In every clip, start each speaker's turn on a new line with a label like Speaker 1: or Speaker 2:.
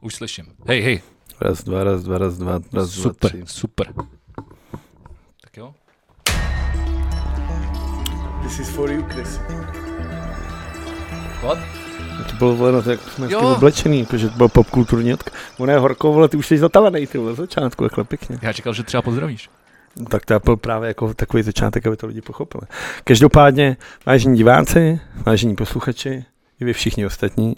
Speaker 1: Už slyším. Hej, hej.
Speaker 2: Raz, dva, raz, dva, raz, dva, raz, dva,
Speaker 1: super,
Speaker 2: tři.
Speaker 1: super. Tak jo.
Speaker 3: This is for you, Chris.
Speaker 1: What?
Speaker 2: To bylo vole, no to jak jsme
Speaker 1: Jo.
Speaker 2: jo. oblečený, jakože to byl popkulturní odk. Ono je horko, vole, ty už jsi zatavený, ty vole, v začátku, takhle pěkně.
Speaker 1: Já čekal, že třeba pozdravíš.
Speaker 2: No Tak to byl právě jako takový začátek, aby to lidi pochopili. Každopádně, vážení diváci, vážení posluchači, i vy všichni ostatní,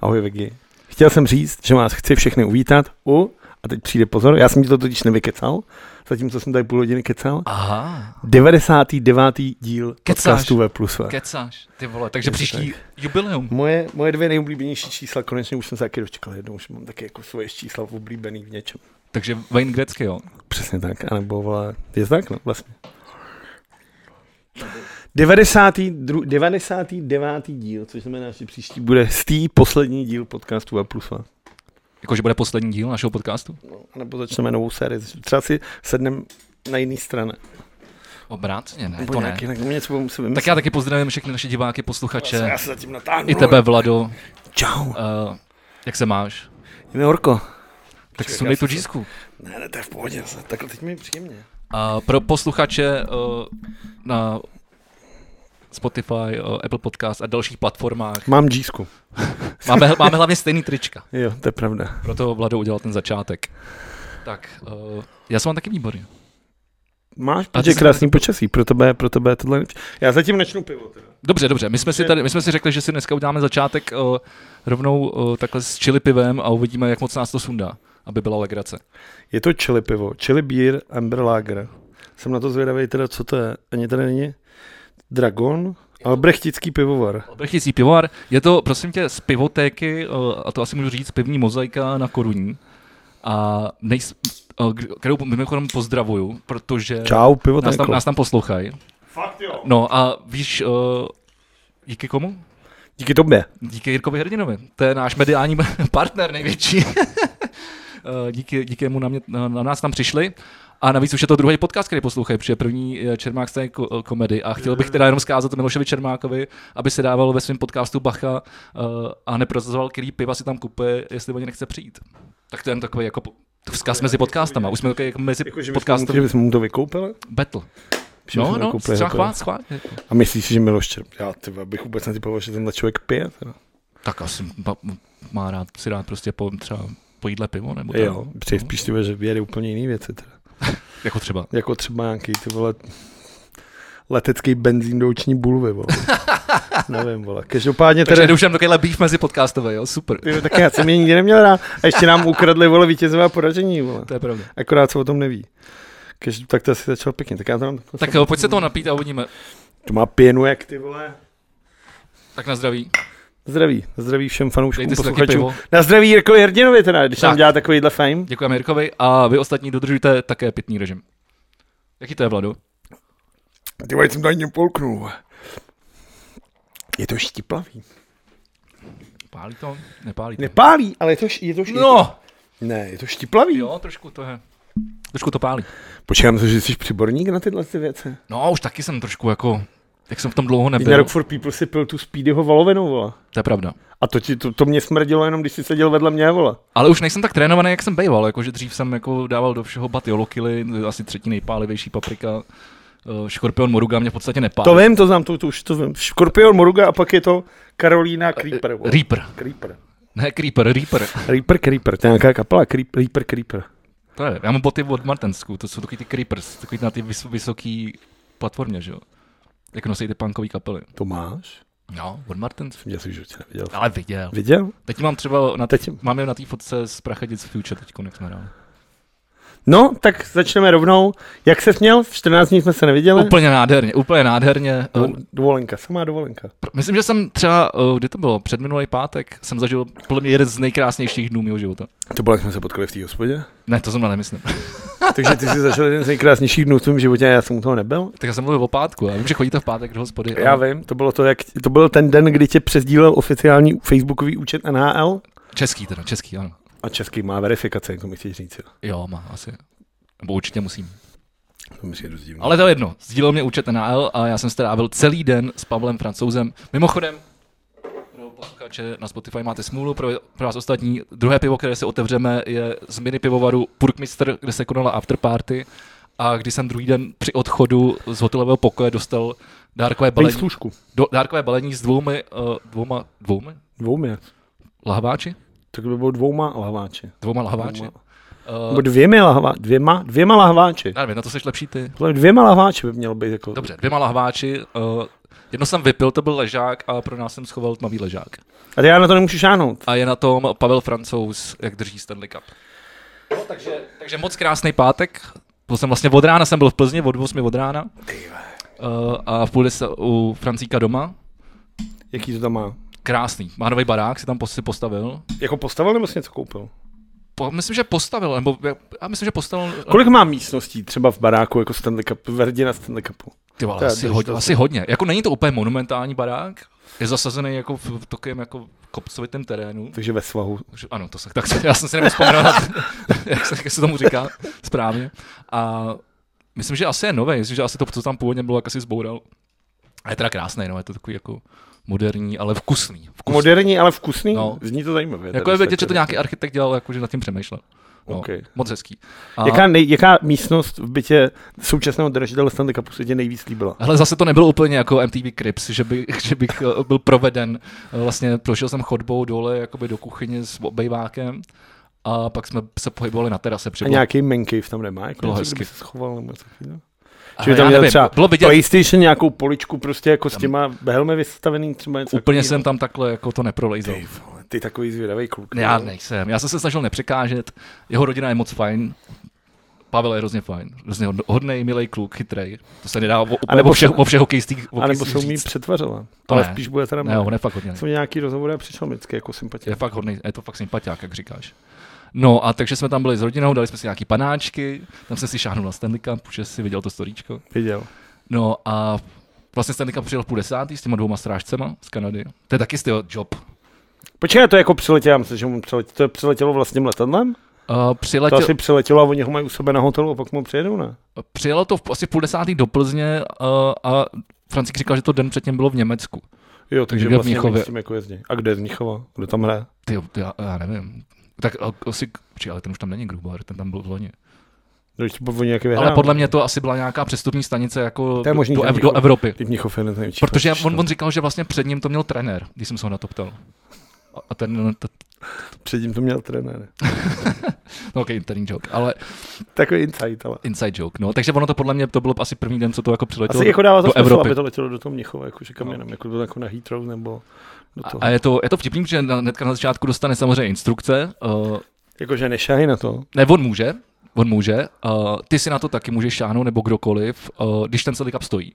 Speaker 2: ahoj Vegi. Chtěl jsem říct, že vás chci všechny uvítat u, a teď přijde pozor, já jsem ti to totiž nevykecal, zatímco jsem tady půl hodiny kecal,
Speaker 1: Aha,
Speaker 2: 99. díl
Speaker 1: Kecáš.
Speaker 2: podcastu V plus V.
Speaker 1: kecáš, ty vole, takže
Speaker 2: Je to
Speaker 1: příští jubileum.
Speaker 2: Moje, moje dvě nejoblíbenější čísla, konečně už jsem se taky dočkal jednou, už mám taky jako svoje čísla oblíbený v něčem.
Speaker 1: Takže Wayne Gretzky, jo.
Speaker 2: Přesně tak, anebo vole, je to tak, no, vlastně. 90. Dru, 99. díl, což znamená, že příští bude stý poslední díl podcastu A plus A.
Speaker 1: Jakože bude poslední díl našeho podcastu.
Speaker 2: No, nebo začneme novou sérii, třeba si sedneme na jiný straně.
Speaker 1: Obráceně, ne,
Speaker 2: Nebo
Speaker 1: to ne.
Speaker 2: nějaký, ne. něco budu muset
Speaker 1: Tak
Speaker 2: vymyslet.
Speaker 1: já taky pozdravím všechny naše diváky, posluchače,
Speaker 2: já se zatím natáhnu.
Speaker 1: i tebe, Vlado. Uh,
Speaker 2: Čau.
Speaker 1: jak se máš?
Speaker 2: Je mi horko.
Speaker 1: Tak
Speaker 2: Čekaj,
Speaker 1: sundej
Speaker 2: já
Speaker 1: tu
Speaker 2: jsem se-
Speaker 1: džísku.
Speaker 2: Ne, ne, to je v pohodě. Takhle teď mi je příjemně.
Speaker 1: A Eh, pro posluchače uh, na Spotify, uh, Apple Podcast a dalších platformách.
Speaker 2: Mám džísku.
Speaker 1: Máme, máme hlavně stejný trička.
Speaker 2: Jo, to je pravda.
Speaker 1: Proto Vlado udělal ten začátek. Tak, uh, já jsem mám taky výborný.
Speaker 2: Máš
Speaker 1: A ty
Speaker 2: protože
Speaker 1: jsi-
Speaker 2: krásný počasí, pro tebe, pro tebe je tohle nejlepší. Já zatím načnu pivo teda.
Speaker 1: Dobře, dobře, my jsme si, tady, my jsme si řekli, že si dneska uděláme začátek uh, rovnou uh, takhle s chili pivem a uvidíme, jak moc nás to sundá, aby byla legrace.
Speaker 2: Je to chili pivo, chili beer, amber lager. Jsem na to zvědavý teda, co to je. Ani tady není Dragon, ale brechtický pivovar.
Speaker 1: Brchticí pivovar, je to prosím tě z pivotéky, uh, a to asi můžu říct, pivní mozaika na koruní. A nejs, uh, k- kterou mimochodem pozdravuju, protože
Speaker 2: Čau, pivo
Speaker 1: nás, tam,
Speaker 2: tam,
Speaker 1: nás tam poslouchají. No a víš, uh, díky komu?
Speaker 2: Díky tobě.
Speaker 1: Díky Jirkovi Hrdinovi. To je náš mediální partner největší. Eh, díky, díky mu na, mě, na na nás tam přišli. A navíc už je to druhý podcast, který poslouchají, protože první je Čermák z té ko- komedy. A chtěl bych teda jenom zkázat Milošovi Čermákovi, aby se dával ve svém podcastu bacha eh, a neprosazoval, který piva si tam kupuje, jestli o ně nechce přijít. Tak to je jen takový jako po- vzkaz mezi podcastama. Už jsme takový jako mezi
Speaker 2: Že
Speaker 1: podcastem
Speaker 2: bychom mu to vykoupili?
Speaker 1: battle.
Speaker 2: Že
Speaker 1: No,
Speaker 2: bychom
Speaker 1: no,
Speaker 2: vykoupili
Speaker 1: třeba
Speaker 2: jako-
Speaker 1: chvát, chvát.
Speaker 2: A myslíš, si, že Miloš Čerm? Já ty, vole, bych vůbec netypoval, že tenhle člověk pije. Teda.
Speaker 1: Tak asi ba- má rád si rád prostě po, třeba po jídle pivo, nebo tak.
Speaker 2: Jo, přijde spíš ty, vole, že jede úplně jiný věci. Teda.
Speaker 1: Jako třeba.
Speaker 2: Jako třeba nějaký ty vole letecký benzín do oční bulvy, vole. Nevím, vole. Každopádně
Speaker 1: Takže
Speaker 2: teda...
Speaker 1: jde už jen takovýhle beef mezi podcastové, jo, super.
Speaker 2: Ty, tak já jsem je nikdy neměl rád. A ještě nám ukradli, vole, vítězové a poražení, vole.
Speaker 1: To je pravda.
Speaker 2: Akorát se o tom neví. Každý, tak to asi začalo pěkně. Tak já to mám takhle.
Speaker 1: Tak jo, pojď se toho napít a uvidíme.
Speaker 2: To má pěnu, jak ty vole.
Speaker 1: Tak na zdraví.
Speaker 2: Zdraví, zdraví všem fanouškům,
Speaker 1: Dejte si taky
Speaker 2: posluchačům.
Speaker 1: pivo.
Speaker 2: Na zdraví Jirkovi Hrdinovi teda, když
Speaker 1: Tak.
Speaker 2: nám dělá takovýhle fame.
Speaker 1: Děkujeme Jirkovi a vy ostatní dodržujte také pitný režim. Jaký to je, Vladu?
Speaker 2: Ty vole, jsem to ani polknul. Je to štiplavý.
Speaker 1: Pálí to? Nepálí to?
Speaker 2: Nepálí, ale je to, š- je to, š- je
Speaker 1: No!
Speaker 2: to Ne, je to štiplavý.
Speaker 1: Jo, trošku to je. Trošku to pálí.
Speaker 2: Počkám se, že jsi přiborník na tyhle ty věci.
Speaker 1: No, už taky jsem trošku jako, jak jsem v tom dlouho
Speaker 2: Teď na
Speaker 1: nebyl.
Speaker 2: Rock for People si pil tu speedyho valovinu, vole.
Speaker 1: To je pravda.
Speaker 2: A to, ti, to, to mě smrdilo jenom, když jsi seděl vedle mě, vole.
Speaker 1: Ale už nejsem tak trénovaný, jak jsem bejval, jakože dřív jsem jako dával do všeho batiolokily, asi třetí nejpálivější paprika, eh, škorpion moruga mě v podstatě nepálí.
Speaker 2: To vím, to znám, to, to už to vím. Škorpion Moruga a pak je to Karolína Creeper. vole.
Speaker 1: Reaper.
Speaker 2: Creeper.
Speaker 1: Ne, Creeper, Reaper.
Speaker 2: Reaper Creeper, to je nějaká kapela, Creep- Reaper Creeper.
Speaker 1: To je, já mám boty od Martensku, to jsou takový ty creepers, takový na ty vys, vysoký platformě, že jo? Jak nosí ty punkový kapely.
Speaker 2: To máš?
Speaker 1: No, od Martensku.
Speaker 2: Jsem tě asi v životě neviděl.
Speaker 1: Ale viděl.
Speaker 2: Viděl?
Speaker 1: Teď ji mám třeba na,
Speaker 2: Teď-
Speaker 1: teď... mám je na té fotce z Prachadic Future teď, jak jsme hráli.
Speaker 2: No, tak začneme rovnou. Jak se směl? V 14 dní jsme se neviděli.
Speaker 1: Úplně nádherně, úplně nádherně. Eh,
Speaker 2: Do- Dovolenka, samá dovolenka.
Speaker 1: pr- Myslím, že jsem třeba, eh, kdy to bylo, předminulý pátek, jsem zažil podle mě jeden z nejkrásnějších dnů mého života.
Speaker 2: To bylo, jak jsme se potkali v té hospodě.
Speaker 1: Ne, to zrovna nemyslím.
Speaker 2: Takže ty jsi začal jeden z nejkrásnějších dnů v tvém životě a já jsem u toho nebyl.
Speaker 1: tak já jsem mluvil o pátku, já vím, že chodíte v pátek do hospody.
Speaker 2: Já vím, to bylo to, jak, to byl ten den, kdy tě přezdílel oficiální facebookový účet NHL
Speaker 1: Český teda, český, ano.
Speaker 2: a český má verifikaci, jako mi chtějí říct. jo.
Speaker 1: Jo, má asi. Nebo určitě musím.
Speaker 2: To mi přijde dost divný.
Speaker 1: Ale to je jedno, sdílel mě účet NAL a já jsem strávil celý den s Pavlem Francouzem. Mimochodem, pro posluchače na Spotify máte smůlu, pro, pro vás ostatní. Druhé pivo, které se otevřeme, je z mini pivovaru Purkmister, kde se konala afterparty. A když jsem druhý den při odchodu z hotelového pokoje dostal dárkové balení,
Speaker 2: služku.
Speaker 1: do, dárkové balení s dvoumi, uh, dvouma, dvoumi?
Speaker 2: Dvoumě.
Speaker 1: Lahváči?
Speaker 2: Tak by bylo dvouma lahváči.
Speaker 1: Dvouma lahváči?
Speaker 2: Dvouma.
Speaker 1: Uh,
Speaker 2: Nebo dvěmi lahvá, dvěma, dvěma lahváči.
Speaker 1: já nevím, na to jsi lepší ty.
Speaker 2: Podle mě Dvěma lahváči by měl být jako...
Speaker 1: Dobře, dvěma lahváči. Uh, jedno jsem vypil, to byl ležák, a pro nás jsem schoval tmavý ležák.
Speaker 2: A ty já na to nemůžu šáhnout.
Speaker 1: A je na tom Pavel Francouz, jak drží Stanley Cup. No, takže, takže moc krásný pátek. Byl jsem vlastně od rána, jsem byl v Plzni, od 8 od rána. Uh, a v půl se u Francíka doma.
Speaker 2: Jaký to tam má?
Speaker 1: Krásný. Má nový barák, si tam pos- si postavil.
Speaker 2: Jako postavil nebo jsi něco koupil?
Speaker 1: Po, myslím, že postavil, nebo já myslím, že postavil.
Speaker 2: Kolik má místností třeba v baráku jako Stanley Cup, verdina Stanley Cupu?
Speaker 1: Ty vole,
Speaker 2: To je
Speaker 1: asi,
Speaker 2: dost
Speaker 1: hodně,
Speaker 2: dost.
Speaker 1: asi hodně. Jako není to úplně monumentální barák, je zasazený jako v, v takovém jako kopcovitém terénu.
Speaker 2: Takže ve svahu.
Speaker 1: Že- Ano, to se, tak se, já jsem si nevzpomněl, na- jak, se, jak se tomu říká správně. A myslím, že asi je nový, myslím, že asi to, co tam původně bylo, jak asi zboural. A je teda krásný, no, je to takový jako moderní, ale vkusný. vkusný.
Speaker 2: Moderní, ale vkusný?
Speaker 1: No.
Speaker 2: Zní to zajímavě.
Speaker 1: Jako je vidět, že to nějaký architekt dělal, jako že nad tím přemýšlel. No,
Speaker 2: Ok.
Speaker 1: Moc hezký. A,
Speaker 2: Jaká, nej, jaká místnost v bytě současného držitele Stanley Cupu se tě nejvíc líbila?
Speaker 1: Ale zase to nebylo úplně jako MTV Crips, že, by, že bych eh, byl proveden. Eh, Vlastně prošel jsem chodbou dole jakoby do kuchyně s obejvákem a pak jsme se pohybovali na terase.
Speaker 2: A
Speaker 1: Přibylo,
Speaker 2: nějaký mancave tam nemá? Jako
Speaker 1: Bylo
Speaker 2: něco,
Speaker 1: jako- No, hezky.
Speaker 2: kde by se schoval nebo něco takového?
Speaker 1: Ale
Speaker 2: Že by
Speaker 1: já
Speaker 2: tam měl
Speaker 1: nevím,
Speaker 2: třeba
Speaker 1: bylo vidět,
Speaker 2: PlayStation nějakou poličku prostě jako s těma behelmi vystaveným třeba něco
Speaker 1: Úplně
Speaker 2: takovýho.
Speaker 1: jsem tam takhle jako to neprolejzal.
Speaker 2: Ty vole, ty takový zvědavý kluk.
Speaker 1: Já
Speaker 2: ne.
Speaker 1: nejsem. Já jsem se snažil nepřekážet. Jeho rodina je moc fajn. Pavel je hrozně fajn. Hrozně hod- hodnej, milej kluk, chytrej. To se nedá o, úplně
Speaker 2: nebo
Speaker 1: o všech,
Speaker 2: jsou-
Speaker 1: o všech hokejistých,
Speaker 2: A nebo jsou
Speaker 1: hokejistích
Speaker 2: mi
Speaker 1: říct.
Speaker 2: přetvařila.
Speaker 1: To
Speaker 2: To ale
Speaker 1: ne.
Speaker 2: spíš bude teda
Speaker 1: Ne,
Speaker 2: ne,
Speaker 1: on je fakt hodně.
Speaker 2: Jsou nějaký rozhovory a přišel vždycky jako sympatie.
Speaker 1: Je fakt hodný, je to fakt sympatiák, jak říkáš. No a takže jsme tam byli s rodinou, dali jsme si nějaký panáčky, tam jsem si šáhnul na Stanley Cup, že si viděl to storíčko.
Speaker 2: Viděl.
Speaker 1: No a vlastně Stanley Cup přijel v půl desátý s těma dvouma strážcema z Kanady. To je taky styl job.
Speaker 2: Počkej, to jako přiletěl, já myslím, že mu přiletělo, to je přiletělo vlastním letadlem?
Speaker 1: Uh,
Speaker 2: To
Speaker 1: přiletěl...
Speaker 2: asi přiletělo a oni ho mají u sebe na hotelu a pak mu přijedou, ne?
Speaker 1: Přijelo to v, asi v půl desátý do Plzně uh, a Francik říkal, že to den předtím bylo v Německu.
Speaker 2: Jo, takže
Speaker 1: Někde v
Speaker 2: vlastně oni
Speaker 1: Mnichově.
Speaker 2: s tím jako jezdí. A kde je z Mnichova? Kdo tam hraje?
Speaker 1: Ty, jo, ty já, já nevím. Tak a- asi, či, ale ten už tam není Grubar, ten tam byl v loni.
Speaker 2: Když to oni nějaký
Speaker 1: Ale podle mě to asi byla nějaká přestupní stanice jako
Speaker 2: To je možný,
Speaker 1: do,
Speaker 2: že
Speaker 1: ev,
Speaker 2: Mnichov-
Speaker 1: do Evropy.
Speaker 2: Ty Mnichov je největší.
Speaker 1: Protože
Speaker 2: fetiš,
Speaker 1: on,
Speaker 2: no.
Speaker 1: on říkal, že vlastně před ním to měl trenér, když jsem se ho na to ptal. A- A ten, no, t,
Speaker 2: Předtím to měl trenér.
Speaker 1: no ok, interní joke, ale
Speaker 2: Takový insight, ale.
Speaker 1: inside joke, no. Takže ono to podle mě, to bylo asi první den, co to jako přiletělo
Speaker 2: Asi jako dává to
Speaker 1: do
Speaker 2: smysl,
Speaker 1: Evropy. No.
Speaker 2: aby to letělo do toho Mnichova, jako že kam jinam, jako to jako na Heathrow nebo do toho.
Speaker 1: A je to, je to vtipný, protože na- hnedka na začátku dostane samozřejmě instrukce, uh,
Speaker 2: Jakože nešahej Jako, na to.
Speaker 1: Ne, on může, on může. Uh, ty si na to taky můžeš šáhnout, nebo kdokoliv, uh, když ten Stanley Cup stojí.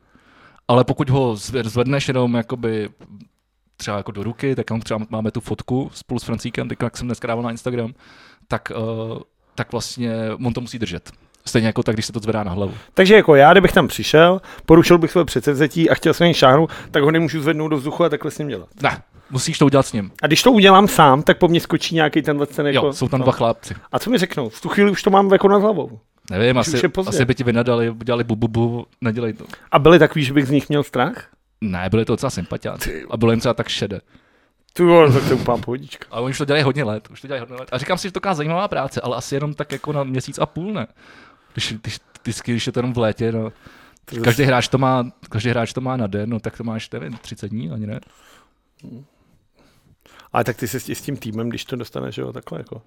Speaker 1: Ale pokud ho zve- zvedneš jenom jakoby třeba jako do ruky, tak tam třeba máme tu fotku spolu s Francíkem, teď, jak jsem dneska dával na Instagram, tak, uh, tak vlastně on to musí držet. Stejně jako tak, když se to zvedá na hlavu.
Speaker 2: Takže jako já, kdybych tam přišel, porušil bych své předsevzetí a chtěl jsem něj šáhnout, tak ho nemůžu zvednout do vzduchu a takhle s ním dělat.
Speaker 1: Ne, musíš to udělat s ním.
Speaker 2: A když to udělám sám, tak po mně skočí nějaký tenhle ten jako...
Speaker 1: Jo, jsou tam
Speaker 2: no.
Speaker 1: dva chlápci.
Speaker 2: A co mi řeknou? V tu chvíli už to mám jako nad hlavou.
Speaker 1: Nevím,
Speaker 2: už
Speaker 1: asi,
Speaker 2: je pozdě.
Speaker 1: asi by ti vynadali, dělali bu, bu, bu, nedělej to.
Speaker 2: A byli takový, že bych z nich měl strach?
Speaker 1: Ne, byli to docela sympatiáci. A bylo jim třeba tak šedé.
Speaker 2: Ty vole, tak to je úplná pohodička.
Speaker 1: A oni už to dělají hodně let, už to dělají hodně let. A říkám si, že to je taková zajímavá práce, ale asi jenom tak jako na měsíc a půl, ne? Když, když, vždycky, když je to jenom v létě, no.
Speaker 2: To je
Speaker 1: Každý hráč to má, každý hráč to má na den, no tak to máš, nevím, 30 dní ani ne.
Speaker 2: Ale tak ty se s, i s tím týmem, když to dostaneš, že jo, takhle jako.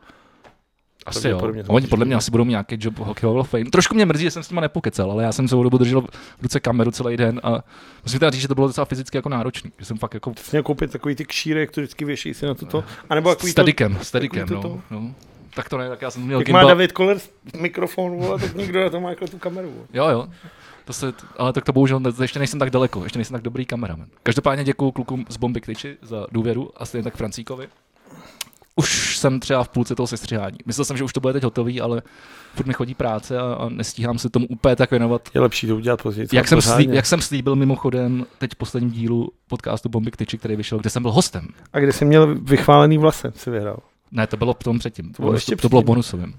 Speaker 1: Asi jo.
Speaker 2: Pravděpodobně to
Speaker 1: Oni
Speaker 2: musíš
Speaker 1: podle mě
Speaker 2: mít.
Speaker 1: asi budou mít nějaký job Hockey Hall of Fame. Trošku mě mrzí, že jsem s nima nepokecal, ale já jsem celou dobu držel v ruce kameru celý den a musím teda říct, že to bylo docela fyzicky jako náročný. Že jsem fakt jako
Speaker 2: Jsi měl koupit takový ty kšíry, jak to vždycky věší si na toto. A nebo
Speaker 1: s
Speaker 2: takový to,
Speaker 1: stadikem, s stadikem,
Speaker 2: takový to
Speaker 1: no,
Speaker 2: to.
Speaker 1: no. Tak to ne, tak já jsem měl
Speaker 2: jak má
Speaker 1: gimbal-
Speaker 2: David Koller mikrofon, vole, tak nikdo na to má jako tu kameru. Vole.
Speaker 1: Jo, jo. To se, ale tak to bohužel ne, ještě nejsem tak daleko, ještě nejsem tak dobrý kameraman. Každopádně děkuji klukům z Bomby Tyči za důvěru a stejně tak Francíkovi. Už jsem třeba v půlce toho sestřihání. Myslel jsem, že už to bude teď hotový, ale furt mi chodí práce a, a nestíhám se tomu úplně tak věnovat.
Speaker 2: Je lepší to udělat později. co
Speaker 1: Jak jsem,
Speaker 2: pořádně.
Speaker 1: slíb, jak jsem slíbil mimochodem teď v posledním dílu podcastu Bomby Tyči, který vyšel, kde jsem byl hostem.
Speaker 2: A kde jsi měl vychválený vlasem, si vyhrál.
Speaker 1: Ne, to bylo v tom předtím. To
Speaker 2: bylo
Speaker 1: bylo,
Speaker 2: ještě
Speaker 1: to bylo
Speaker 2: předtím.
Speaker 1: bonusovým.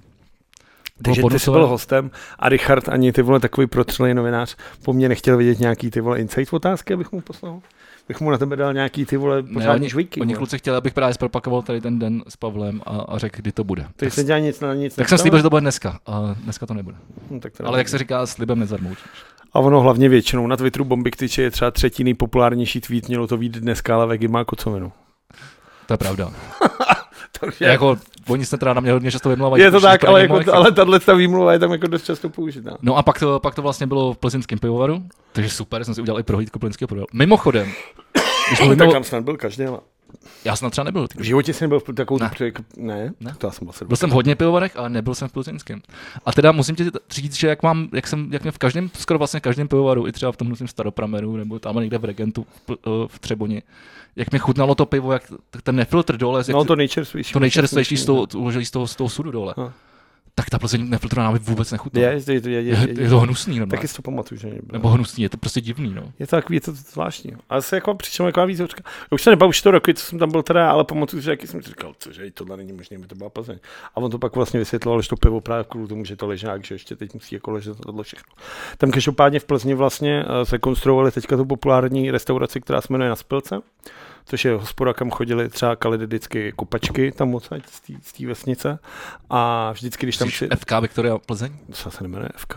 Speaker 2: Takže ty jsi
Speaker 1: bonusové.
Speaker 2: byl hostem a Richard ani ty vole takový protřelý novinář po mně nechtěl vidět nějaký ty vole insight otázky, abych mu poslal. bych mu na tebe dal nějaký ty vole
Speaker 1: Ne,
Speaker 2: pořádní
Speaker 1: oni,
Speaker 2: žvejky.
Speaker 1: oni
Speaker 2: vole.
Speaker 1: kluci chtěli, abych právě zpropakoval tady ten den s Pavlem a, a řekl, kdy to bude.
Speaker 2: Ty
Speaker 1: tak
Speaker 2: se dělá nic na nic.
Speaker 1: tak jsem
Speaker 2: nestalo?
Speaker 1: slíbil, že to bude dneska, a dneska to nebude.
Speaker 2: Hm, tak to
Speaker 1: Ale jak
Speaker 2: nevadí.
Speaker 1: se říká, slibem nezarmoutíš.
Speaker 2: A ono hlavně většinou na Twitteru bomby tyče je třeba třetí nejpopulárnější tweet, mělo to být dneska, ale Vegy má kocovinu.
Speaker 1: To je pravda.
Speaker 2: Takže
Speaker 1: Jako, oni se teda na mě hodně často vymlouvají.
Speaker 2: je to
Speaker 1: už
Speaker 2: tak,
Speaker 1: úplně
Speaker 2: ale,
Speaker 1: nemám
Speaker 2: jako,
Speaker 1: jak-
Speaker 2: ale tahle ta výmluva je tam jako dost často použitá.
Speaker 1: No a pak to, pak to vlastně bylo v plzeňském pivovaru, takže super, jsem si udělal i prohlídku plzeňského pivovaru. Mimochodem, když mluvíme,
Speaker 2: tak
Speaker 1: o,
Speaker 2: tam snad byl každý, ale
Speaker 1: já jsem třeba nebyl. Ty.
Speaker 2: v životě jsem nebyl v takovou
Speaker 1: Ne.
Speaker 2: ne. ne?
Speaker 1: Ne. Prostě
Speaker 2: ne? To já jsem byl sedm.
Speaker 1: Byl jsem v hodně pivovarech, ale nebyl jsem v plzeňském. A teda musím ti t- říct, že jak, mám, jak, jsem, jak mě v každém, skoro vlastně v každém pivovaru, i třeba v tom staroprameru, nebo tam někde v Regentu v, Pl- eh, v Třeboni, jak mi chutnalo to pivo, jak t- ten nefiltr dole, jak
Speaker 2: No
Speaker 1: t-
Speaker 2: to nejčerstvější.
Speaker 1: to nejčerstvější z toho,
Speaker 2: no.
Speaker 1: uložili z toho, z toho sudu dole.
Speaker 2: Aha.
Speaker 1: Tak ta plzeň nefiltrovaná mi vůbec
Speaker 2: No. Je,
Speaker 1: nechutná.
Speaker 2: je, je, je,
Speaker 1: Je,
Speaker 2: je,
Speaker 1: je to hnusný, nebo,
Speaker 2: Taky si to pamatuju, že nebyl.
Speaker 1: nebo hnusný, je to prostě divný. No.
Speaker 2: Je to takový, je to zvláštní. Ale se jako přičem jako výzorka. Už se nebavu, už to roky, co jsem tam byl teda, ale pamatuju, že jaký jsem si říkal, cože, tohle není možné, by to byla Plzeň. A on to pak vlastně vysvětloval, že to pivo právě kvůli tomu, že to ležák, že ještě teď musí jako ležet a tohle všechno. Tam každopádně v Plzni vlastně eh, se konstruovali teďka tu populární restauraci, která se jmenuje Na Spilce, což je hospoda, kam chodili třeba kalididicky kupačky tam odsaď z té- z té vesnice. A vždycky, když tam
Speaker 1: Myslíš
Speaker 2: si...
Speaker 1: FK Viktoria Plzeň?
Speaker 2: Co se jmenuje FK?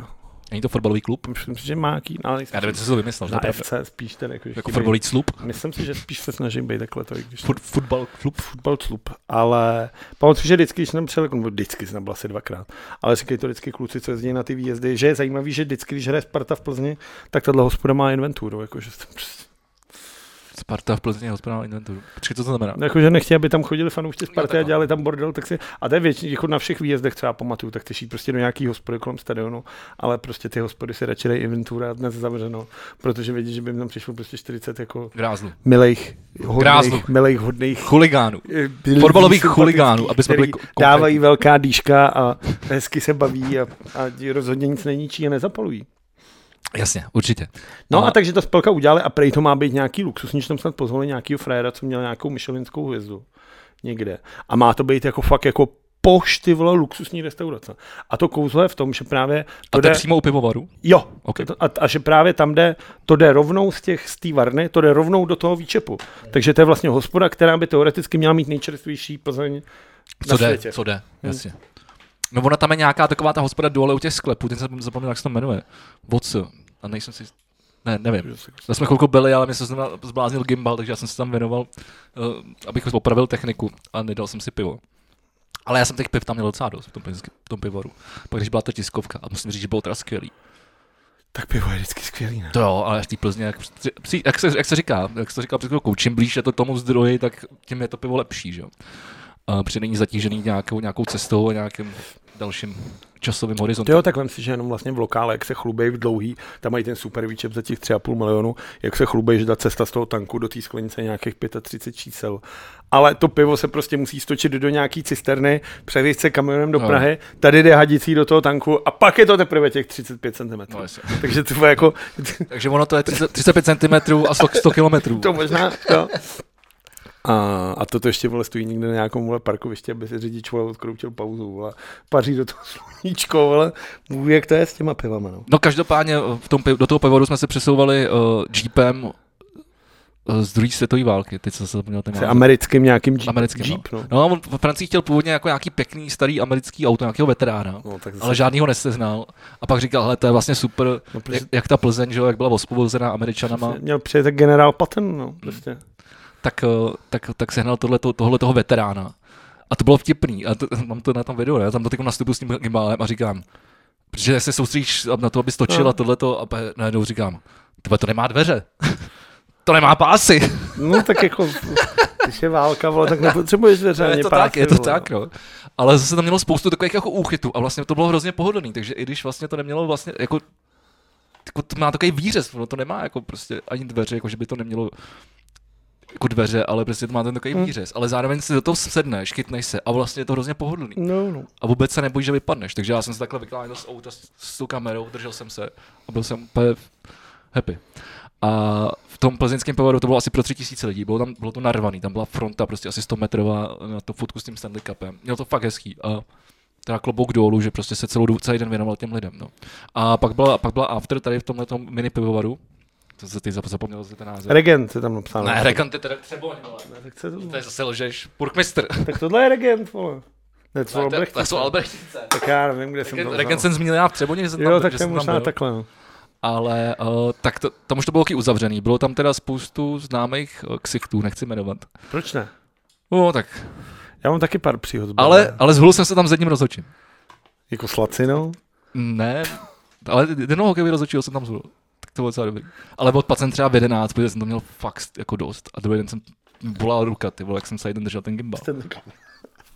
Speaker 1: Není to fotbalový klub?
Speaker 2: Myslím si, že má jaký, ale
Speaker 1: Já
Speaker 2: nejsem
Speaker 1: nevím, co jsi to vymyslel.
Speaker 2: na
Speaker 1: to je pravda.
Speaker 2: FC spíš ten jako, že
Speaker 1: Jako
Speaker 2: chybí-
Speaker 1: fotbalový slup?
Speaker 2: Myslím si, že spíš se snažím být takhle to, i když
Speaker 1: Fut, fotbal klub?
Speaker 2: fotbal club, ale pamatuju, že vždycky, když jsem přijel, jako- nebo vždycky jsem byl asi dvakrát, ale říkají to vždycky kluci, co jezdí na ty výjezdy, že je zajímavý, že vždycky, když hraje Sparta v Plzni, tak tahle hospoda má inventuru, jakože, jsem prostě-
Speaker 1: Sparta v Plzni je hospodář inventuru. Počkej, co to znamená?
Speaker 2: jakože nechtějí, aby tam chodili fanoušci Sparty
Speaker 1: tak
Speaker 2: a
Speaker 1: ano.
Speaker 2: dělali tam bordel, tak si, a to je většině, jako na všech výjezdech, co já pamatuju, tak ty šít prostě do nějaký hospody kolem stadionu, ale prostě ty hospody si radši dají inventura dnes zavřeno, protože vědí, že by jim tam přišlo prostě 40 jako
Speaker 1: Grázlu.
Speaker 2: milejch,
Speaker 1: Grázlu.
Speaker 2: hodných, milejch, hodných
Speaker 1: Chuligánů.
Speaker 2: eh, lidí
Speaker 1: Fotbalových
Speaker 2: sympatických,
Speaker 1: chuligánů, aby jsme byli
Speaker 2: který
Speaker 1: ko- konkrétní.
Speaker 2: dávají velká dýška a hezky se baví a, a rozhodně nic neničí a nezapalují.
Speaker 1: Jasně, určitě.
Speaker 2: No
Speaker 1: Ale-
Speaker 2: a takže ta spolka udělali a prej to má být nějaký luxus, než tam snad pozvali nějakého frajera, co měl nějakou myšelinskou hvězdu někde. A má to být jako fakt jako poš, ty vole, luxusní restaurace. A to kouzlo je v tom, že právě to
Speaker 1: A to je
Speaker 2: jde...
Speaker 1: přímo u pivovaru?
Speaker 2: Jo,
Speaker 1: OK.
Speaker 2: to- a, a že právě tam jde, to jde rovnou z těch z té varny, to jde rovnou do toho výčepu. Takže to je vlastně hospoda, která by teoreticky měla mít nejčerstvější Plzeň
Speaker 1: Co
Speaker 2: na
Speaker 1: jde,
Speaker 2: světě. Hmm.
Speaker 1: co jde, jasně. No ona tam je nějaká taková ta hospoda dole u těch sklepů, ten jsem zapomněl, jak se to jmenuje. Voc, a nejsem si, ne, nevím. Já jsme chvilku byli, ale mě se zrovna zbláznil gimbal, takže já jsem se tam věnoval, eh, abych opravil techniku a nedal jsem si pivo. Ale já jsem těch piv tam měl docela dost v tom, plzeňském- v tom pivoru. Pak když byla ta tiskovka a musím říct, že bylo teda skvělý.
Speaker 2: Tak pivo je vždycky skvělý, ne?
Speaker 1: To jo, ale v té Plzně, jak, při- jak, se, jak se říká, jak se říká před chvilkou, čím blíž je to tomu zdroji, tak tím je to pivo lepší, že jo. A Protože není zatížený nějakou, nějakou cestou a nějakým dalším časovým
Speaker 2: To
Speaker 1: horizontem.
Speaker 2: jo, tak vem si, že jenom vlastně v lokále, jak se chlubejí v dlouhý, tam mají ten super výčep za těch 3,5 milionu, jak se chlubejí, že ta cesta z toho tanku do té sklenice je nějakých 35 čísel. Ale to pivo se prostě musí stočit do nějaký cisterny, převést se kamionem do
Speaker 1: No.
Speaker 2: Prahy, tady jde hadicí do toho tanku a pak je to teprve těch 35 cm.
Speaker 1: No,
Speaker 2: No,
Speaker 1: jasně.
Speaker 2: Takže to bude jako,
Speaker 1: Takže ono to je 30, 35 cm a 100, 100 km.
Speaker 2: to možná, no. jo. A, a toto ještě vole stojí někde na nějakom vole, parkovišti, aby se řidič vole, odkroutil pauzu, vole. paří do toho sluníčko, vole. Bůh, jak to je s těma pivama, no.
Speaker 1: No každopádně eh, v tom, pi- do toho pivoru jsme se přesouvali uh, jeepem eh, z druhé světové války. Teď jsem se zapomněl ten
Speaker 2: Se
Speaker 1: název.
Speaker 2: americkým nějakým Jeep.
Speaker 1: No. Americkým,
Speaker 2: Jeep no.
Speaker 1: No a on v Francii chtěl původně jako nějaký pěkný starý americký auto, nějakého veterána.
Speaker 2: no. tak zase,
Speaker 1: ale žádný ho neseznal. A pak říkal, hele, to je vlastně super,
Speaker 2: no, prostě,
Speaker 1: jak, jak ta Plzeň, že jo, jak byla osvobozená američanama,
Speaker 2: přesně, měl přijet tak generál Patton, no, prostě.
Speaker 1: tak, eh, tak, tak sehnal tohleto, tohle toho veterána. A to bylo vtipný. A to, mám to na tom videu, ne? Já tam do nastupu s tím gimbálem a říkám, protože se soustředíš na to, aby stočila
Speaker 2: No.
Speaker 1: tohleto a pe- najednou říkám, tebe to nemá dveře. to nemá pásy.
Speaker 2: No tak jako, když je válka, vole, tak nepotřebuješ dveře
Speaker 1: je
Speaker 2: ani
Speaker 1: to
Speaker 2: pásy,
Speaker 1: tak, je to
Speaker 2: vole,
Speaker 1: tak, no. Ale zase tam mělo spoustu takových jako úchytů a vlastně to bylo hrozně pohodlný, takže i když vlastně to nemělo vlastně jako jako to má takový výřez, ono to nemá jako prostě ani dveře, jako že by to nemělo jako dveře, ale prostě to má ten takový
Speaker 2: Hmm.
Speaker 1: výřez. Ale zároveň si do toho sedneš, chytneš se a vlastně je to hrozně pohodlný.
Speaker 2: No, no.
Speaker 1: A vůbec se nebojíš, že vypadneš. Takže já jsem se takhle vykládal z auta s, s tou kamerou, držel jsem se a byl jsem úplně happy. A v tom plzeňském pivovaru to bylo asi pro tři tisíce lidí, bylo, tam, bylo to narvaný, tam byla fronta prostě asi 100 metrová na tu fotku s tím Stanley Cupem. Mělo to fakt hezký a teda klobouk dolů, že prostě se celou dobu, celý den věnoval těm lidem. No. A pak byla, pak byla after tady v tomhle mini pivovaru, To se ty zap- zapomněl za ten název.
Speaker 2: Regent se tam napsal.
Speaker 1: ne, Rekant je teda Třeboň, vole.
Speaker 2: Ne, tak, co to,
Speaker 1: To je zase lžeš. Burkmistr.
Speaker 2: tak tohle je Regent, vole. Ne, to,
Speaker 1: To,
Speaker 2: Albrecht,
Speaker 1: to, to jsou Albrechtice.
Speaker 2: tak já nevím, kde jsem to
Speaker 1: Regent-
Speaker 2: vzal.
Speaker 1: Regent jsem zmínil já v Třeboni, že jsem tam,
Speaker 2: Jo, tak
Speaker 1: že
Speaker 2: to je
Speaker 1: jsem tam
Speaker 2: možná
Speaker 1: byl.
Speaker 2: takhle. no.
Speaker 1: Ale uh, tak to, tam už to bylo taky uzavřený. Bylo tam teda spoustu známých uh, ksichtů, nechci jmenovat.
Speaker 2: Proč ne?
Speaker 1: No tak,
Speaker 2: Já mám taky pár příhod. s
Speaker 1: ale,
Speaker 2: barem.
Speaker 1: ale zhul jsem se tam s jedním rozhodčím.
Speaker 2: Jako s lacinou?
Speaker 1: Ne, ale jednoho hokejový rozhodčího jsem tam zhul. Tak to bylo docela dobrý. Ale odpad jsem třeba v 11, protože jsem to měl fakt jako dost. A druhý den jsem bolá ruka, ty vole, jak jsem se jeden držel ten gimbal.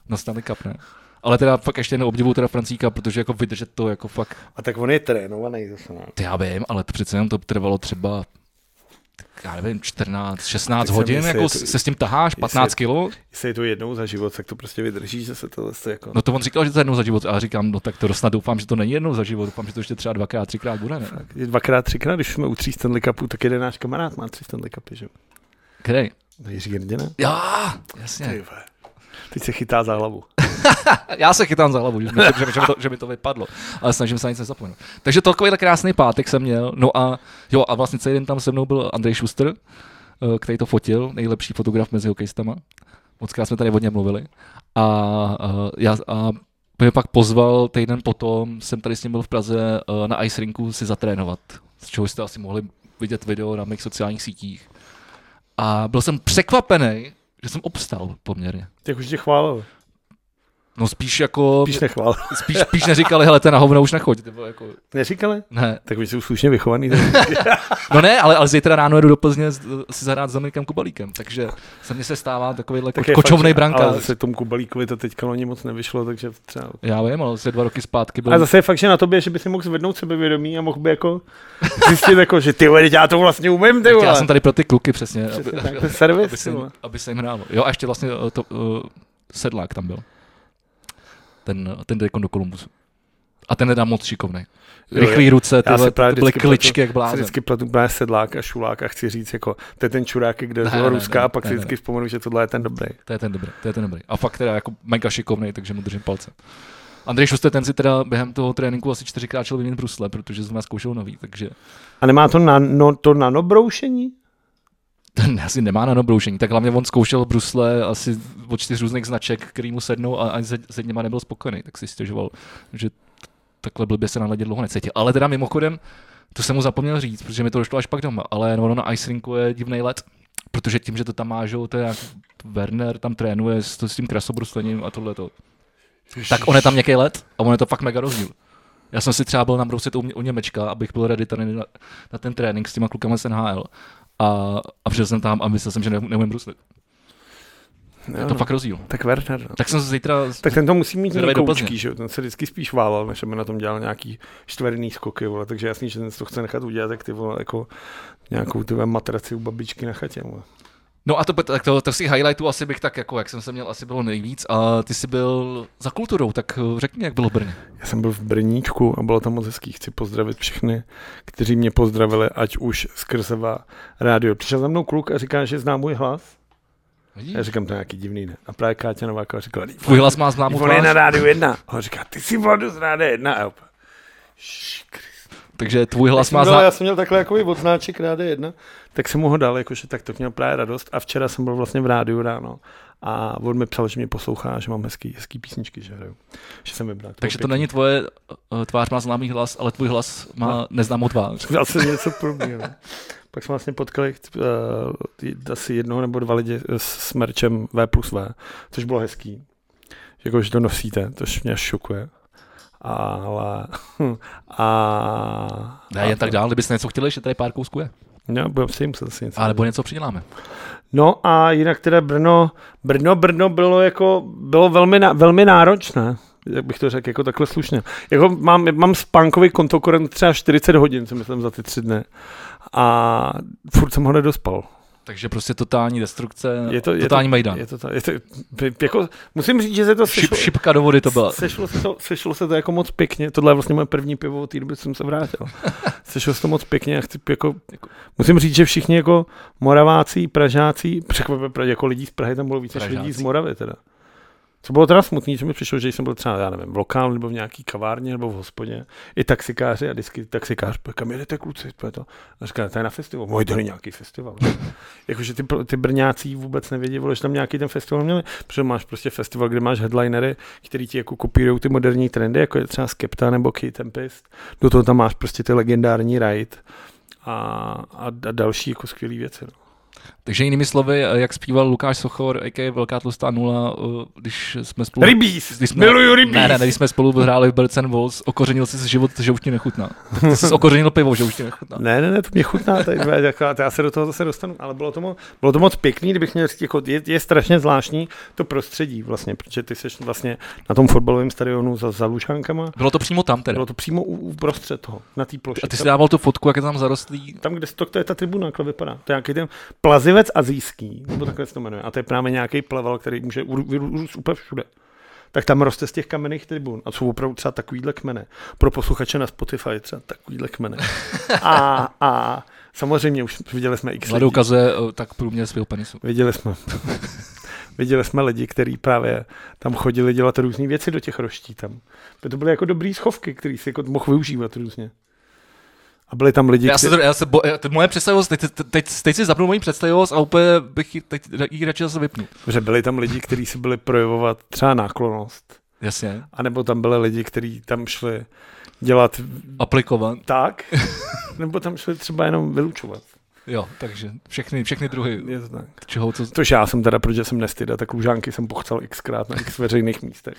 Speaker 1: Na Stanley Cup, ne? Ale teda fakt ještě jednou obdivu teda Francíka, protože jako vydržet to jako fakt,
Speaker 2: A tak on je trénovaný zase. no. Ne?
Speaker 1: ty já vím, ale to přece jenom to trvalo třeba tak já nevím, 14, 16
Speaker 2: Tak jsem
Speaker 1: hodin,
Speaker 2: myslel,
Speaker 1: jako
Speaker 2: jestli-
Speaker 1: se s tím taháš, 15 kilo.
Speaker 2: Jestli je to jednou za život, tak to prostě vydržíš zase tohle. To jako...
Speaker 1: No to on říkal, že to je jednou za život, a já říkám, no tak to snad doufám, že to není jednou za život, doufám, že to ještě třeba dvakrát, třikrát bude, ne?
Speaker 2: Je Dvakrát, třikrát, když jsme u tří Stanley Cupů, tak jeden náš kamarád má tři Stanley Cupy, že? jo?
Speaker 1: Kde?
Speaker 2: No Jiří Hrdina.
Speaker 1: Já, jasně.
Speaker 2: Ty vole. Teď se chytá za hlavu.
Speaker 1: Já se chytám za hlavu, že, mi- že, mi- že, mi to, že mi to vypadlo, ale snažím se na nic nezapomenout. Takže takovýhle krásný pátek jsem měl, no a jo, a vlastně celý den tam se mnou byl Andrej Schuster, eh, který to fotil, nejlepší fotograf mezi hokejistama. Mockrát jsme tady o něm mluvili. A, a, eh, já, a mě pak pozval týden potom, jsem tady s ním byl v Praze eh, na ice rinku si zatrénovat, z čeho jste asi mohli vidět video na mých sociálních sítích. A byl jsem překvapený, že jsem obstal poměrně.
Speaker 2: Tak už tě chválil.
Speaker 1: No spíš jako...
Speaker 2: Spíš nechválil.
Speaker 1: Spíš, spíš neříkali, hele, to je na hovno, už nechoď. Nebo jako,
Speaker 2: Neříkali?
Speaker 1: ne.
Speaker 2: Tak vy jsou slušně vychovaný. tak-
Speaker 1: No ne, ale, ale zítra ráno jedu do Plzně s- si zahrát s Dominikem Kubalíkem, takže se mně se stává takovýhle
Speaker 2: tak
Speaker 1: ko-
Speaker 2: je
Speaker 1: kočovnej
Speaker 2: fakt, že-
Speaker 1: branka.
Speaker 2: Ale zase tomu Kubalíkovi to teďka loni moc nevyšlo, takže třeba...
Speaker 1: Já vím, ale se dva roky zpátky byl.
Speaker 2: A zase je fakt, že na tobě, že by si mohl zvednout sebevědomí a mohl by jako zjistit, jako, že ty vole, teď já to vlastně umím, ty vole.
Speaker 1: já jsem tady pro ty kluky přesně,
Speaker 2: Přesně
Speaker 1: aby,
Speaker 2: tak, no. to je servis,
Speaker 1: aby, se,
Speaker 2: ty vole.
Speaker 1: jim, aby se jim hrálo. Jo, a ještě vlastně eh, to, uh, sedlák tam byl. Ten, eh, ten dekon do Kolumbusu. A ten je tam moc šikovný.
Speaker 2: Jo,
Speaker 1: Rychlý ruce,
Speaker 2: Já se
Speaker 1: tyhle,
Speaker 2: právě
Speaker 1: to byly
Speaker 2: vždycky pletu-
Speaker 1: kličky jak
Speaker 2: Já si
Speaker 1: blázen.
Speaker 2: vždycky pletu právě sedlák a šulák a chci říct, jako, to je ten čurák, kde
Speaker 1: Ne,
Speaker 2: je
Speaker 1: ne,
Speaker 2: toho ruská
Speaker 1: ne,
Speaker 2: a pak
Speaker 1: ne,
Speaker 2: si
Speaker 1: ne.
Speaker 2: vždycky vzpomenu, že tohle je ten dobrý.
Speaker 1: To je ten dobrý, to je ten dobrý. A fakt teda jako mega šikovný, takže mu držím palce. Andrej Šuster, ten si teda během toho tréninku asi čtyřikrát šel vyměnit brusle, protože jsme zkoušel nový, takže
Speaker 2: A nemá to, na, no, to nanobroušení?
Speaker 1: ten asi nemá nanobroušení. Tak hlavně on zkoušel brusle asi od čtyř různých značek, který mu sednou a ani se, se něma nebyl spokojený, tak si stěžoval, že t- takhle blbě se na ledě dlouho necítil. Ale teda mimochodem, to jsem mu zapomněl říct, protože mi to došlo až pak doma, ale ono na ice rinku je divný let, protože tím, že to tam mážou, to je jak Werner tam trénuje s, s tím krasobruslením a tohle to. tak on je tam nějaký let a on je to fakt mega rozdíl. Já jsem si třeba byl nabrousit u, Ně- u Němečka, abych byl ready tady na, na ten trénink s těma klukama z NHL. A, a přišel jsem tam a myslel jsem, že ne, neumím bruslit. Je to fakt rozdíl.
Speaker 2: no. Tak Werner, no.
Speaker 1: Tak jsem se zítra...
Speaker 2: Tak ten to musí mít
Speaker 1: Zvedej do Plzně.
Speaker 2: koučky, že jo? Ten se vždycky spíš válel, než aby na tom dělal nějaký štverný skoky, vole. Takže jasný, že ten to chce nechat udělat, tak ty vole, jako nějakou ty vole, matraci u babičky na chatě, vole.
Speaker 1: No a to, tak to, to si highlightů asi bych tak jako, jak jsem se měl, asi bylo nejvíc. A ty jsi byl za kulturou, tak eh, řekni, jak bylo v Brně.
Speaker 2: Já jsem byl v Brníčku a bylo tam moc hezký. Chci pozdravit všechny, kteří mě pozdravili, ať už skrze va- rádio. Přišel za mnou kluk a říká, že zná můj hlas.
Speaker 1: Vidíš?
Speaker 2: Já říkám, to je nějaký divný, ne? A právě Káťa Nováková říkala, "Ty
Speaker 1: Tvůj hlas má známou
Speaker 2: on je na
Speaker 1: tvář,
Speaker 2: rádiu jedna. A on říká, ty jsi vladu z rádia jedna. A já úplně, "Škr-
Speaker 1: takže tvůj hlas
Speaker 2: jsem
Speaker 1: má
Speaker 2: dal,
Speaker 1: zná...
Speaker 2: No, Já jsem měl takhle jakoby odznáček ráda jedna, tak jsem mu ho dal, jakože tak to měl právě radost a včera jsem byl vlastně v rádiu ráno a on mi psal, že mě poslouchá, že mám hezký, hezký písničky, že hraju, že jsem vybral. bylo
Speaker 1: Takže to
Speaker 2: pěkný.
Speaker 1: není tvoje eh, tvář má známý hlas, ale tvůj hlas má
Speaker 2: No.
Speaker 1: neznámou tvář.
Speaker 2: Zase něco podobného. Pak jsme vlastně potkali uh, asi jednoho nebo dva lidi s, s merčem V plus V, což bylo hezký. Jako, že to nosíte, což mě až šokuje. Ale... A...
Speaker 1: Ne, jen tak dál, kdybyste něco chtěli, ještě tady pár kousků je.
Speaker 2: No, budeme si jim muset asi něco
Speaker 1: A nebo něco přiděláme.
Speaker 2: No a jinak teda Brno, Brno, Brno bylo jako, bylo velmi, ná- velmi náročné, jak bych to řekl, jako takhle slušně. Jako mám, mám spánkový kontokorent třeba 40 hodin, si myslím, za ty tři dny. A furt jsem ho nedospal.
Speaker 1: Takže prostě totální destrukce,
Speaker 2: Je to- je to-
Speaker 1: totální Majdan.
Speaker 2: Je to, ta, je to jako, musím říct, že se to
Speaker 1: Šip,
Speaker 2: sešlo,
Speaker 1: šipka do vody to byla.
Speaker 2: Sešlo, se to, sešlo se to jako moc pěkně. Tohle je vlastně moje první pivo od té doby, co jsem se vrátil. Sešlo se to moc pěkně a chci jako, jako, musím říct, že všichni jako Moraváci, Pražáci, překvapivě Pražáci, jako lidí z Prahy tam bylo víc než lidí z
Speaker 1: Pražáci.
Speaker 2: Moravy teda. Co bylo teda smutný, že mi přišlo, že jsem byl třeba, já nevím, v lokálu nebo v nějaký kavárně nebo v hospodě. I taxikáři a vždycky taxikář, říká, kam jedete kluci, to je to. A říká, to je na festival. Můj to je nějaký festival. Jakože ty, pr- ty brňácí vůbec nevědí, vole, že tam nějaký ten festival měli. Protože máš prostě festival, kde máš headlinery, který ti jako kopírují ty moderní trendy, jako je třeba Skepta nebo Key Tempest. Do toho tam máš prostě ty legendární Ride a, a, a další jako skvělé věci. No.
Speaker 1: Takže jinými slovy, eh, jak zpíval Lukáš Sochor, a.k.a. Velká tlustá nula, eh, když jsme spolu...
Speaker 2: Rybíz!
Speaker 1: Když jsme-
Speaker 2: Miluju rybíz!
Speaker 1: Ne, ne, ne, když jsme spolu hráli v Bercen Vols, okořenil jsi si život, že už ti nechutná. Tak ty jsi okořenil pivo, že už ti nechutná.
Speaker 2: Ne, ne, ne, to mě chutná, tady, to je taková- to já se do toho zase dostanu, ale bylo to, mo, bylo to moc pěkný, kdybych měl říct, jako je, je, strašně zvláštní to prostředí vlastně, protože ty jsi vlastně na tom fotbalovém stadionu za, za Lužankama,
Speaker 1: Bylo to přímo tam teda.
Speaker 2: bylo to přímo u, uprostřed toho, na té ploše.
Speaker 1: A ty jsi
Speaker 2: tam,
Speaker 1: dával tu fotku, jak je tam zarostlý.
Speaker 2: tam, kde to, to je ta tribuna, jak to vypadá. To je nějaký ten plazivec azijský, nebo takhle se to jmenuje, a to je právě nějaký plaval, který může ur- vyrůst úplně všude tak tam roste z těch kamenných tribun. A jsou opravdu třeba takovýhle kmene. Pro posluchače na Spotify třeba takovýhle kmene. A, a samozřejmě už viděli jsme x
Speaker 1: Vlada
Speaker 2: lidí.
Speaker 1: ukazuje eh, tak průměr svého penisu.
Speaker 2: Viděli jsme. Viděli jsme lidi, kteří právě tam chodili dělat různé věci do těch roští tam. To byly jako dobrý schovky, které si jako mohl využívat různě. A byli tam lidi,
Speaker 1: Já se, to- já se bo, já- to- moje představivost, teď, teď, teď, teď si zapnu moji představivost a úplně bych ji teď, ji radši zase vypnu.
Speaker 2: že byli tam lidi, kteří si byli projevovat třeba náklonost.
Speaker 1: Jasně,
Speaker 2: A nebo tam byli lidi, kteří tam šli dělat
Speaker 1: aplikovat.
Speaker 2: tak, nebo tam šli třeba jenom vylučovat.
Speaker 1: Jo, takže všechny, všechny druhy,
Speaker 2: Je to tak.
Speaker 1: čeho, co,
Speaker 2: Což já jsem teda, protože jsem nestyda, tak lužánky jsem pochcel xkrát na x veřejných místech.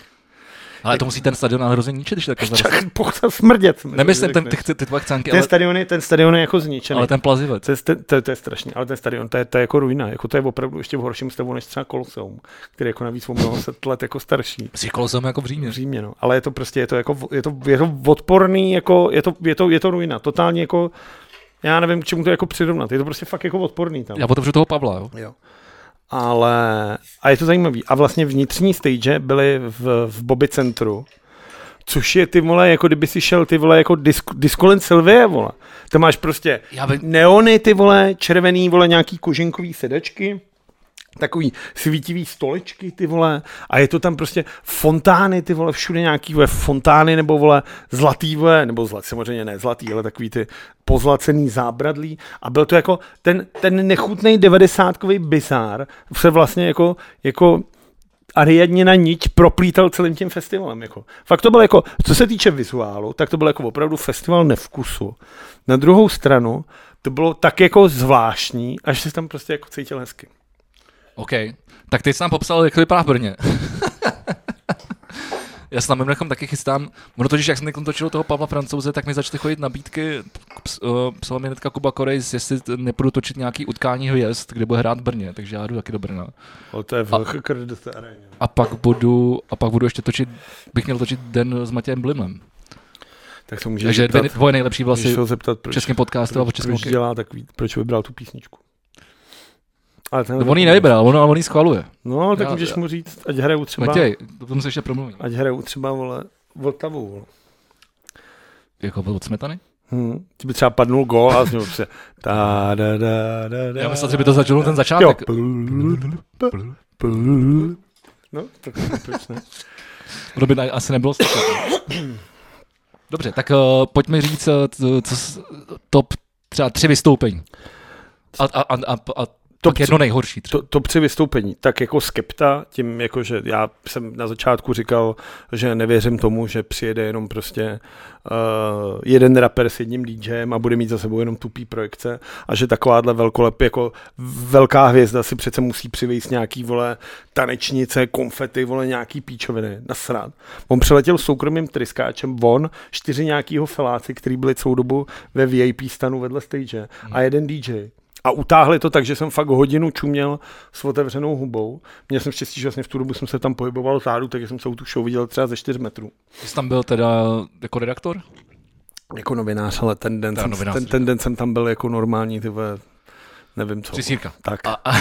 Speaker 1: ale to musí ten stadion ale hrozně ničit, když tak
Speaker 2: Čak, pochcel smrdět. mi to
Speaker 1: Nemyslím ten,
Speaker 2: řekne.
Speaker 1: ty, chce- ty tvoje chcánky,
Speaker 2: Ten
Speaker 1: ale,
Speaker 2: stadion, je, ten stadion je jako zničený.
Speaker 1: ale ten plazivec.
Speaker 2: To je, st- to, je- to je strašný, ale ten stadion, to je, to je jako ruina, jako to je opravdu ještě v horším stavu než třeba Koloseum, který je jako navíc o mnoho set let jako starší.
Speaker 1: Si kolosem jako v Římě.
Speaker 2: V Římě, no. Ale je to prostě, je to jako, je to, je to odporný, jako, je to, je to, je to ruina, totálně jako, já nevím, k čemu to jako přirovnat, je to prostě fakt jako odporný tam.
Speaker 1: Já otevřu toho Pavla, jo.
Speaker 2: Jo. Ale, a je to zajímavý. A vlastně vnitřní stage byly v, v Bobby centru, což je ty vole, jako kdyby si šel ty vole, jako disk, Discoland Sylvie, vole. Tam máš prostě
Speaker 1: Já by...
Speaker 2: neony, ty vole, červený, vole, nějaký koženkový sedačky, takový svítivý stoličky, ty vole, a je to tam prostě fontány, ty vole, všude nějaký, vole, fontány, nebo vole, zlatý, vole, nebo zlat, samozřejmě ne zlatý, ale takový ty pozlacený zábradlí a byl to jako ten, ten nechutnej devadesátkový bizár se vlastně jako, jako Ariadnina niť proplítal celým tím festivalem. Jako. Fakt to bylo jako, co se týče vizuálu, tak to byl jako opravdu festival nevkusu. Na druhou stranu, to bylo tak jako zvláštní, až se tam prostě jako cítil hezky.
Speaker 1: OK. Tak teď jsi nám popsal, jak to vypadá v Brně. Já se tam mimochodem taky chystám. Ono totiž, jak jsem někdo točil toho Pavla Francouze, tak mi začaly chodit nabídky. Ps, uh, psala mi hnedka Kuba Korejs, jestli t- nebudu točit nějaký utkání hvězd, kde bude hrát v Brně, takže já jdu taky do Brna.
Speaker 2: Ale to je v aréně.
Speaker 1: A pak budu, a pak budu ještě točit, bych měl točit den s Matějem Blimem.
Speaker 2: Tak se můžeš
Speaker 1: Takže
Speaker 2: zeptat,
Speaker 1: dvě dvoje nejlepší
Speaker 2: můžeš
Speaker 1: vlasy
Speaker 2: se ho zeptat,
Speaker 1: v
Speaker 2: proč,
Speaker 1: českém podcastu a v
Speaker 2: proč,
Speaker 1: českém
Speaker 2: proč
Speaker 1: hokeji.
Speaker 2: dělá takový, proč vybral tu písničku. Ale ten
Speaker 1: No, On ji nevybral, on, ale on ji schvaluje.
Speaker 2: No, ale tak
Speaker 1: Já-
Speaker 2: můžeš mu říct, ať hrajou třeba,
Speaker 1: Matěj, o tom se ještě promluvím.
Speaker 2: ať hrajou třeba, vole, Vltavu, vole.
Speaker 1: Jako byl od smetany?
Speaker 2: Hmm. Ti by třeba padnul gól a z něho se... Ta, da, da, da, da,
Speaker 1: Já myslel, že by to začalo ten
Speaker 2: Jo.
Speaker 1: začátek.
Speaker 2: No, tak proč ne?
Speaker 1: To by na- asi nebylo slyšet. Dobře, tak uh, pojďme říct uh, co, co, s- top třeba tři vystoupení. A, a, a, a, a
Speaker 2: Top
Speaker 1: top jedno nejhorší třeba.
Speaker 2: To, to při vystoupení, tak jako skepta, tím jako, že já jsem na začátku říkal, že nevěřím tomu, že přijede jenom prostě uh, jeden rapper s jedním DJem a bude mít za sebou jenom tupý projekce a že takováhle velkolep, jako velká hvězda si přece musí přivést nějaký, vole, tanečnice, konfety, vole, nějaký píčoviny, nasrát. On přiletěl soukromým tryskáčem von, čtyři nějakýho feláci, který byli celou dobu ve VIP stanu vedle stage a jeden DJ. A utáhli to tak, že jsem fakt hodinu čuměl s otevřenou hubou. Měl jsem štěstí, že vlastně v tu dobu jsem se tam pohyboval tádu, takže jsem celou tu show viděl třeba ze 4 metrů.
Speaker 1: Ty jsi tam byl teda jako redaktor?
Speaker 2: Jako novinář, ale ten den,
Speaker 1: Teda
Speaker 2: jsem,
Speaker 1: novinář,
Speaker 2: ten, ten den jsem tam byl jako normální, ty vole, nevím co.
Speaker 1: Přisírka.
Speaker 2: Tak.
Speaker 1: A, a,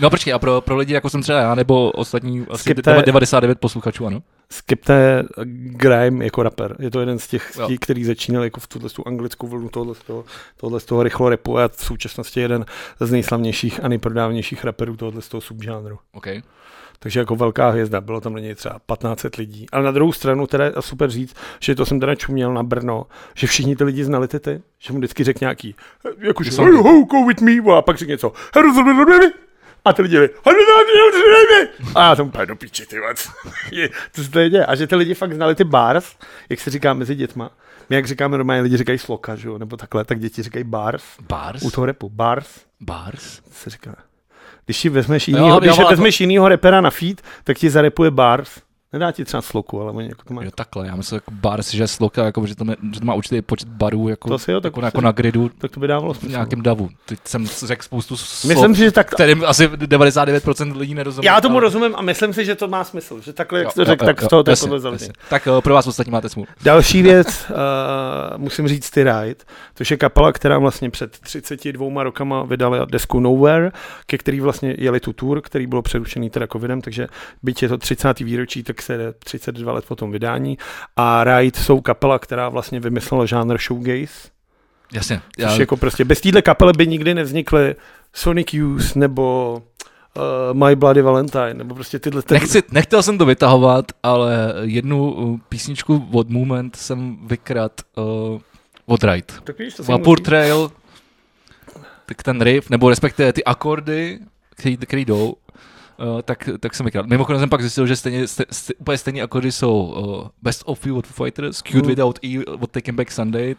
Speaker 1: no počkej, a pro, pro lidi, jako jsem třeba já, nebo ostatní asi
Speaker 2: Skipte-
Speaker 1: Skipte... 99 posluchačů, ano?
Speaker 2: Skipte Grime jako rapper. Je to jeden z těch,
Speaker 1: Jo.
Speaker 2: jo. který začínal jako v tuhle tu anglickou vlnu tohle z toho, tohle z toho rychlo repu a v současnosti jeden z nejslavnějších a nejprodávnějších rapperů tohle z toho subžánru.
Speaker 1: OK.
Speaker 2: Takže jako velká hvězda, bylo tam na něj třeba 1500 lidí. Ale na druhou stranu teda je super říct, že to jsem teda čuměl na Brno, že všichni ty lidi znali ty, ty že mu vždycky řekl nějaký, eh, jakože,
Speaker 1: Jsou-
Speaker 2: hey, ho, go with me, a pak řekl něco, a ty lidi byli, a já tam úplně do piči, ty vole, co je- co se tady děje. A že ty lidi fakt znali ty bars, jak se říká mezi dětma. My jak říkáme normálně, lidi říkají sloka, že jo, nebo takhle, tak děti říkají bars.
Speaker 1: Bars?
Speaker 2: U toho repu, bars,
Speaker 1: Bars?
Speaker 2: se říká. Když si vezmeš
Speaker 1: Jo,
Speaker 2: jinýho,
Speaker 1: jo,
Speaker 2: když
Speaker 1: ale to-
Speaker 2: vezmeš jinýho repera na feed, tak ti zarepuje bars. Nedá ti třeba sloku, ale oni jako to mají.
Speaker 1: Jo, takhle. Já myslím, jako bars, že sloka, jako, že, to ne, že to má určitý počet barů, jako,
Speaker 2: To si jo, tak
Speaker 1: jako,
Speaker 2: to
Speaker 1: jako
Speaker 2: si-
Speaker 1: na gridu,
Speaker 2: Tak to by dávalo
Speaker 1: v
Speaker 2: smysl.
Speaker 1: nějakém davu. Teď jsem řekl spoustu slov,
Speaker 2: Myslím si, že tak...
Speaker 1: kterým asi 99% lidí nerozumí.
Speaker 2: Já tomu
Speaker 1: ale-
Speaker 2: rozumím a myslím si, že to má smysl. Že takhle, jak
Speaker 1: Jo,
Speaker 2: jsi to
Speaker 1: jo,
Speaker 2: řekl,
Speaker 1: jo,
Speaker 2: tak
Speaker 1: jo,
Speaker 2: z toho to je
Speaker 1: jasně,
Speaker 2: podle
Speaker 1: jasně.
Speaker 2: založení.
Speaker 1: Tak eh, pro vás ostatní máte smůlu.
Speaker 2: Další věc, uh, musím říct ty Ride, což je kapela, která vlastně před 32 rokama vydala desku Nowhere, ke který vlastně jeli tu tour, který bylo přerušený teda covidem, takže byť je to 30. výročí, tak se jde 32 let po tom vydání. A Ride jsou kapela, která vlastně vymyslela žánr showgaze,
Speaker 1: Jasně.
Speaker 2: což jako prostě bez téhle kapely by nikdy nevznikly Sonic Youth nebo uh, My Bloody Valentine, nebo prostě tyhle... ty-
Speaker 1: Nechci, nechtěl jsem to vytahovat, ale jednu uh, písničku od Moment jsem vykrad uh, od Right.
Speaker 2: Tak víš, to se musí-
Speaker 1: Vapor Trail, tak ten riff, nebo respektive ty akordy, který, který jdou, uh, tak, tak jsem vykrát. Mimochodem jsem pak zjistil, že stejně, ste, ste, úplně stejný akordy jsou uh, Best of You od Foo Fighters, Cute
Speaker 2: Mm.
Speaker 1: Without You od Taking Back Sunday,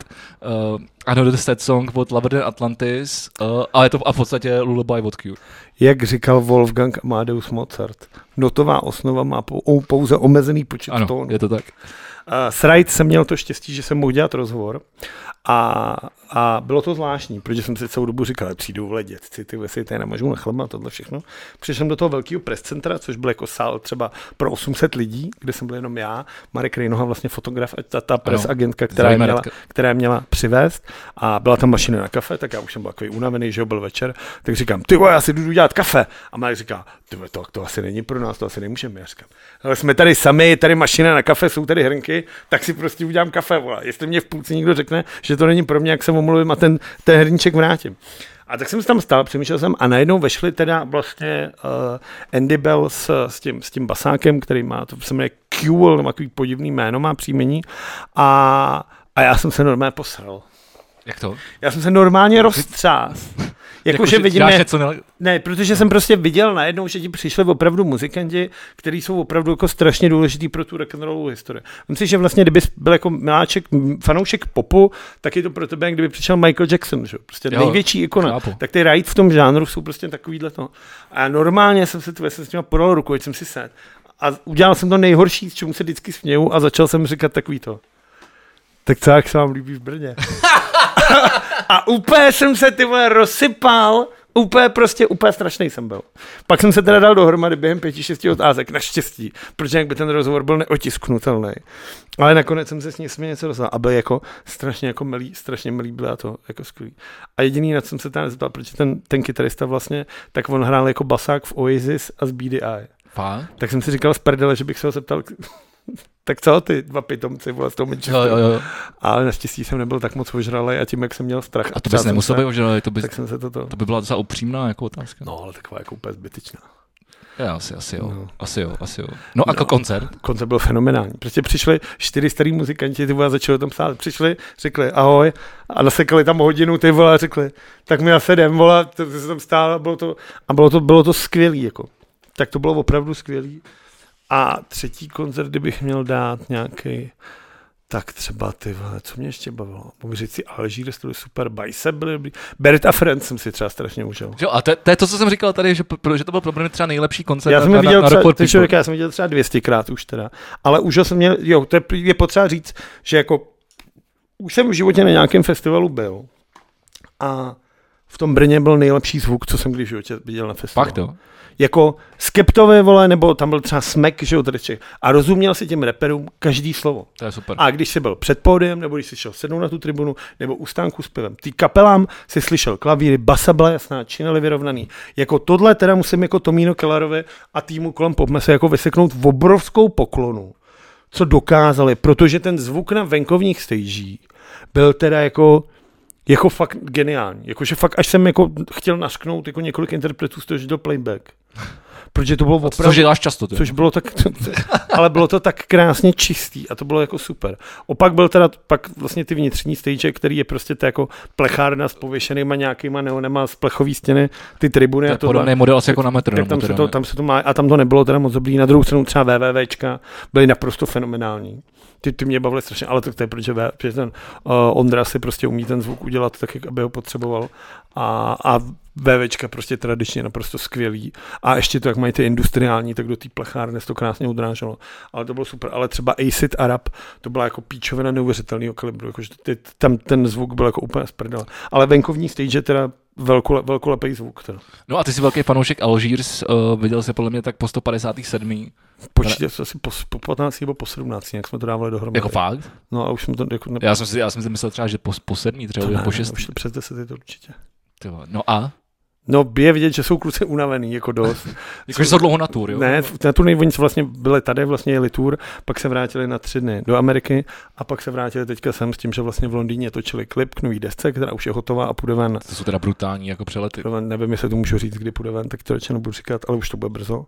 Speaker 1: uh, Another Sad Song od Lover Than Atlantis, uh, ale to a v podstatě Lullaby od Cure.
Speaker 2: Jak říkal Wolfgang Amadeus Mozart, notová osnova má pou- ou- pouze omezený počet ano,
Speaker 1: Ano,
Speaker 2: tónů.
Speaker 1: je to tak.
Speaker 2: A S Wright jsem měl to štěstí, že jsem mohl dělat rozhovor a, a bylo to zvláštní, protože jsem si celou dobu říkal, "Ale přijdu vole dětci, ty vesy, tady nemažu na chleba, tohle všechno. Přišel jsem do toho velkého prescentra, což byl jako sál třeba pro 800 lidí, kde jsem byl jenom já, Marek Rejnoha, vlastně fotograf a ta, ta pres agentka, která je
Speaker 1: Zdravíme
Speaker 2: měla,
Speaker 1: Radka.
Speaker 2: která je měla přivést a byla tam mašina na kafe, tak já už jsem byl takový unavený, že jo, byl večer, tak říkám, ty vole, já si jdu udělat kafe. A Marek říká, ty vole, to, to asi není pro nás, to asi nemůžeme. Já říkám, ale jsme tady sami, je tady mašina na kafe, jsou tady hrnky, tak si prostě udělám kafe, vole. Jestli mě v půlce někdo řekne, že to není pro mě, jak se omluvím a ten, ten hrníček vrátím. A tak jsem se tam stál, přemýšlel jsem a najednou vešli teda vlastně uh, Andy Bell s, s, tím, s tím basákem, který má, to se jmenuje Kewell, nebo takový podivný jméno, má příjmení. A, a já jsem se normálně posral.
Speaker 1: Jak to? Jako,
Speaker 2: Já jsem se normálně roztřás. Jakože
Speaker 1: že
Speaker 2: vidím,
Speaker 1: děláš
Speaker 2: ne,
Speaker 1: něco nele-
Speaker 2: ne, protože jsem prostě viděl najednou, že ti přišli opravdu muzikanti, kteří jsou opravdu jako strašně důležitý pro tu rock'n'rollovou historii. Myslím si, že vlastně, kdyby byl jako miláček, m, fanoušek popu, tak je to pro tebe, jak kdyby přišel Michael Jackson, že? jo? prostě
Speaker 1: Jo,
Speaker 2: jo, největší ikona.
Speaker 1: chápu.
Speaker 2: Tak ty rajt v tom žánru jsou prostě takovýhle to. A normálně jsem se tvoje jsem s těma podal ruku, ať jsem si sedl. A udělal jsem to nejhorší, s čemu se vždycky směju a začal jsem říkat takový to. Tak co, jak se vám líbí v Brně? A úplně jsem se ty vole rozsypal, úplně prostě, úplně strašný jsem byl. Pak jsem se teda dal dohromady během pěti, šesti otázek, naštěstí, protože jak by ten rozhovor byl neotisknutelný. Ale nakonec jsem se s ní jsem něco dostal a byl jako strašně jako milý, strašně milý byla to, jako skvělý. A jediný, na co jsem se teda nezeptal, protože ten, ten kytarista vlastně, tak on hrál jako basák v Oasis a z BDI.
Speaker 1: Fakt?
Speaker 2: Tak jsem si říkal z prdele, že bych se ho zeptal, tak co ty dva pitomci vole z toho
Speaker 1: Jo, jo,
Speaker 2: Manchesteru.
Speaker 1: jo.
Speaker 2: Ale naštěstí jsem nebyl tak moc ožralý a tím, jak jsem měl strach.
Speaker 1: A to
Speaker 2: třeba
Speaker 1: bys
Speaker 2: jsem
Speaker 1: nemusel
Speaker 2: se-
Speaker 1: být ožralý, to bys,
Speaker 2: tak jsem se toto...
Speaker 1: to by byla docela upřímná jako otázka.
Speaker 2: No, ale taková jako úplně zbytečná.
Speaker 1: Já, asi, asi jo.
Speaker 2: No.
Speaker 1: Asi jo, asi jo. No a
Speaker 2: No.
Speaker 1: no. koncert?
Speaker 2: Koncert byl fenomenální. Prostě přišli čtyři starý muzikanti, ty vole, a začali tam psát. Přišli, řekli ahoj a nasekali tam hodinu, ty vole, a řekli, tak mi zase jdem, vole, to, to jsem tam stál a bylo to, a bylo to, bylo to skvělý, jako. Tak to bylo opravdu skvělý. A třetí koncert, kdybych měl dát nějaký, tak třeba ty vole, co mě ještě bavilo? Mohu říct si Alžír, to byly super, Bicep byly dobrý. Bert a Friends jsem si třeba strašně užil.
Speaker 1: Jo, a to, je- to, je to, co jsem říkal tady, že, pro, že to byl pro mě třeba nejlepší koncert.
Speaker 2: Já jsem
Speaker 1: na,
Speaker 2: je viděl,
Speaker 1: na, na
Speaker 2: třeba,
Speaker 1: Rockford
Speaker 2: ty
Speaker 1: People.
Speaker 2: člověk, já jsem je viděl třeba 200krát už teda, ale už ho jsem měl, jo, to je, je potřeba říct, že jako už jsem v životě na nějakém festivalu byl a v tom Brně byl nejlepší zvuk, co jsem kdy v životě viděl na festivalu.
Speaker 1: Fakt jo.
Speaker 2: Jako skeptové vole, nebo tam byl třeba smek, že jo, tady v Čech. A rozuměl si těm reperům každý slovo.
Speaker 1: To je super.
Speaker 2: A když jsi byl před pódiem, nebo když jsi šel sednout na tu tribunu, nebo u stánku s pivem, ty kapelám si slyšel klavíry, basa byla jasná, činely vyrovnaný. Jako tohle teda musím jako Tomíno Kellerovi a týmu kolem Popmese jako vyseknout v obrovskou poklonu, co dokázali, protože ten zvuk na venkovních stagí byl teda jako jako fakt geniální. Jakože fakt, až jsem jako chtěl nasknout jako několik interpretů z toho, že do playback. protože to bylo
Speaker 1: Opravdu. Což
Speaker 2: opravdu...
Speaker 1: děláš často, ty.
Speaker 2: Což bylo tak, ale bylo to tak krásně čistý a to bylo jako super. Opak byl teda pak vlastně ty vnitřní stage, který je prostě to jako plechárna s pověšenýma nějakýma neonema z plechový stěny, ty tribuny
Speaker 1: to
Speaker 2: a
Speaker 1: je
Speaker 2: to.
Speaker 1: podobný model asi jako na
Speaker 2: tak
Speaker 1: metronomu.
Speaker 2: tam, se
Speaker 1: teda,
Speaker 2: to,
Speaker 1: ne?
Speaker 2: tam se to má, a tam to nebylo teda moc dobrý. Na druhou stranu třeba VVVčka byly naprosto fenomenální. Ty, ty mě bavily strašně, ale to, to je protože, V- protože ten uh, Ondra si prostě umí ten zvuk udělat tak, jak aby ho potřeboval. A, a VVčka prostě tradičně naprosto skvělý. A ještě to, jak mají ty industriální, tak do té plechárny se to krásně udráželo. Ale to bylo super. Ale třeba Acid Arab, to byla jako píčovina neuvěřitelného kalibru. Jakože ty, tam ten zvuk byl jako úplně z prdele. Ale venkovní stage je teda velkole, velkolepý zvuk. Teda.
Speaker 1: No a ty jsi velký fanoušek Algiers, uh, viděl jsi podle mě tak po 157.
Speaker 2: Počítě se asi po, po 15 nebo po 17, jak jsme to dávali dohromady.
Speaker 1: Jako fakt?
Speaker 2: No a už jsem to jako ne...
Speaker 1: Já jsem si, já jsem si myslel třeba, že po, po sedmý, třeba
Speaker 2: to
Speaker 1: nebo
Speaker 2: ne,
Speaker 1: po
Speaker 2: ne,
Speaker 1: šestý.
Speaker 2: Už to přes 10 je to určitě.
Speaker 1: Ty vole. No a?
Speaker 2: No je vidět, že jsou kluci unavený, jako dost.
Speaker 1: Jakože jsou dlouho na tour, jo?
Speaker 2: ne, v- na tu nejvonic vlastně byli tady, vlastně jeli tour, pak se vrátili na tři dny do Ameriky a pak se vrátili teďka sem s tím, že vlastně v Londýně točili klip k nový desce, která už je hotová a půjde ven.
Speaker 1: To jsou teda brutální jako přelety.
Speaker 2: Půjde ven, nevím, jestli to můžu říct, kdy půjde ven, tak to radši nebudu říkat, ale už to bude brzo.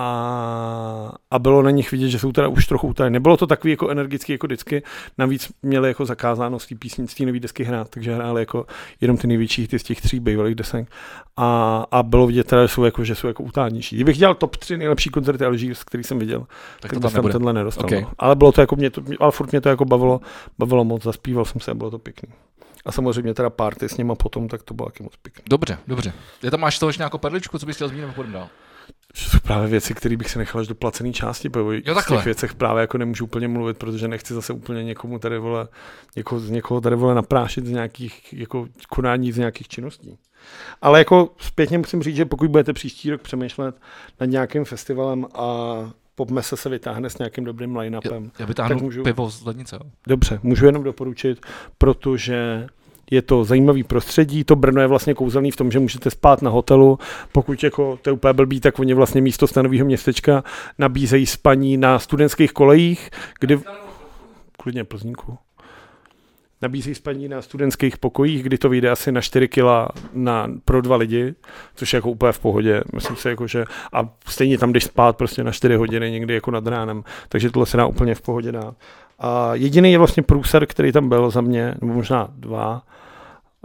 Speaker 2: A, a bylo na nich vidět, že jsou teda už trochu utajený. Nebylo to takový jako energický jako vždycky, navíc měli jako zakázáno z té písnic, z té nový desky hrát, takže hráli jako jenom ty největší hity z těch tří bývalých desek. A, a bylo vidět teda, že jsou jako, že jsou jako utánější. Kdybych dělal top 3 nejlepší koncerty Algiers, který jsem viděl,
Speaker 1: Tak
Speaker 2: tak,
Speaker 1: to tam
Speaker 2: tak bych tam
Speaker 1: nebude.
Speaker 2: tenhle nedostal.
Speaker 1: Okay.
Speaker 2: Okay. No. Ale bylo to jako mě to, ale furt mě to jako bavilo, bavilo moc, zaspíval jsem se a bylo to pěkný. A samozřejmě teda party s nima potom, tak to bylo taky moc pěkný.
Speaker 1: Dobře, dobře. Je tam máš toho ještě nějakou perličku, co bys chtěl zmínit, nebo půjdem dál?
Speaker 2: Že jsou právě věci, které bych se nechal až do placené části, protože
Speaker 1: Jo,
Speaker 2: o
Speaker 1: takhle.
Speaker 2: těch věcech právě jako nemůžu úplně mluvit, protože nechci zase úplně někomu tady vole, někoho, z někoho tady vole naprášit z nějakých jako konání, z nějakých činností. Ale jako zpětně musím říct, že pokud budete příští rok přemýšlet nad nějakým festivalem a popmese se vytáhne s nějakým dobrým line-upem,
Speaker 1: Já vytáhnu
Speaker 2: Tak můžu-
Speaker 1: pivo z lednice. jo.
Speaker 2: Dobře, můžu jenom doporučit, protože je to zajímavý prostředí, to Brno je vlastně kouzelný v tom, že můžete spát na hotelu, pokud jako to je úplně blbý, tak oni vlastně místo stanového městečka nabízejí spaní na studentských kolejích, kdy... Klidně Plzníku. Nabízejí spaní na studentských pokojích, kdy to vyjde asi na 4 kila na, pro dva lidi, což je jako úplně v pohodě. Myslím si, jako, že a stejně tam jdeš spát prostě na 4 hodiny někdy jako nad ránem, takže tohle se dá úplně v pohodě dát. A jediný je vlastně průser, který tam byl za mě, nebo možná dva,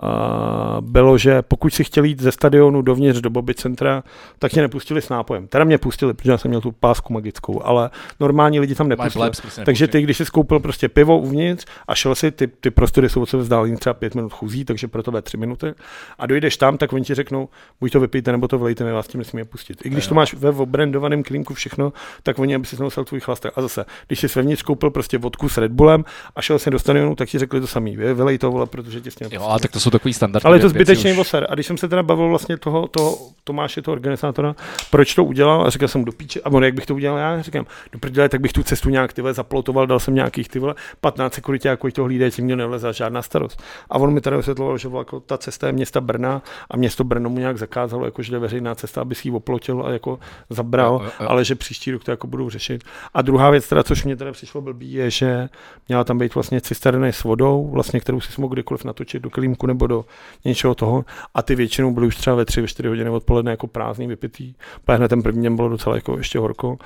Speaker 2: a bylo, že pokud si chtěl jít ze stadionu dovnitř do Bobby centra, tak tě nepustili s nápojem. Teda mě pustili, protože já jsem měl tu pásku magickou, ale normální lidi tam
Speaker 1: Máš
Speaker 2: nepustili.
Speaker 1: labs, prostě
Speaker 2: Takže
Speaker 1: nepouští.
Speaker 2: ty, když jsi koupil prostě pivo uvnitř a šel si, ty, ty prostory jsou od sebe vzdálení třeba pět minut chůzí, takže pro tebe tři minuty. A dojdeš tam, tak oni ti řeknou, buď to vypijte, nebo to vlejte, my vás tím nesmíme pustit. I když to máš ve obrandovaném klínku všechno, tak oni, aby si nosel tvůj chlaster. A zase, když jsi vevnitř koupil prostě vodku s Red Bullem a šel si do stadionu, tak ti řekli to samý, vy- vylej to, vole, protože tě s tím
Speaker 1: Jo, ale tak to jsou takový standardní
Speaker 2: ale je to
Speaker 1: věci
Speaker 2: zbytečný
Speaker 1: už.
Speaker 2: voser. A když jsem se teda bavil vlastně toho, toho Tomáše, toho organizátora, proč to udělal, a říkal jsem mu do píče, a on, jak bych to udělal, já říkám, do prdele, tak bych tu cestu nějak tyhle zaplotoval, dal jsem nějakých tyhle 15 sekuritáků, jako ať to hlídají, tím mě nevlezá žádná starost. A on mi teda vysvětloval, že byla jako ta cesta je města Brna a město Brno mu nějak zakázalo, jako, že to je veřejná cesta, aby si ji oplotil a jako zabral,
Speaker 1: Jo, jo, jo.
Speaker 2: ale že příští rok to jako budou řešit. A druhá věc, teda, což mě teda přišlo blbý, je, že měla tam být vlastně cisterny s vodou, vlastně, kterou si mohl kdykoliv natočit do klímku nebo do něčeho toho. A ty většinou byly už třeba ve 3 ve 4 hodiny odpoledne jako prázdný, vypitý. Pak hned ten první den bylo docela jako ještě horko.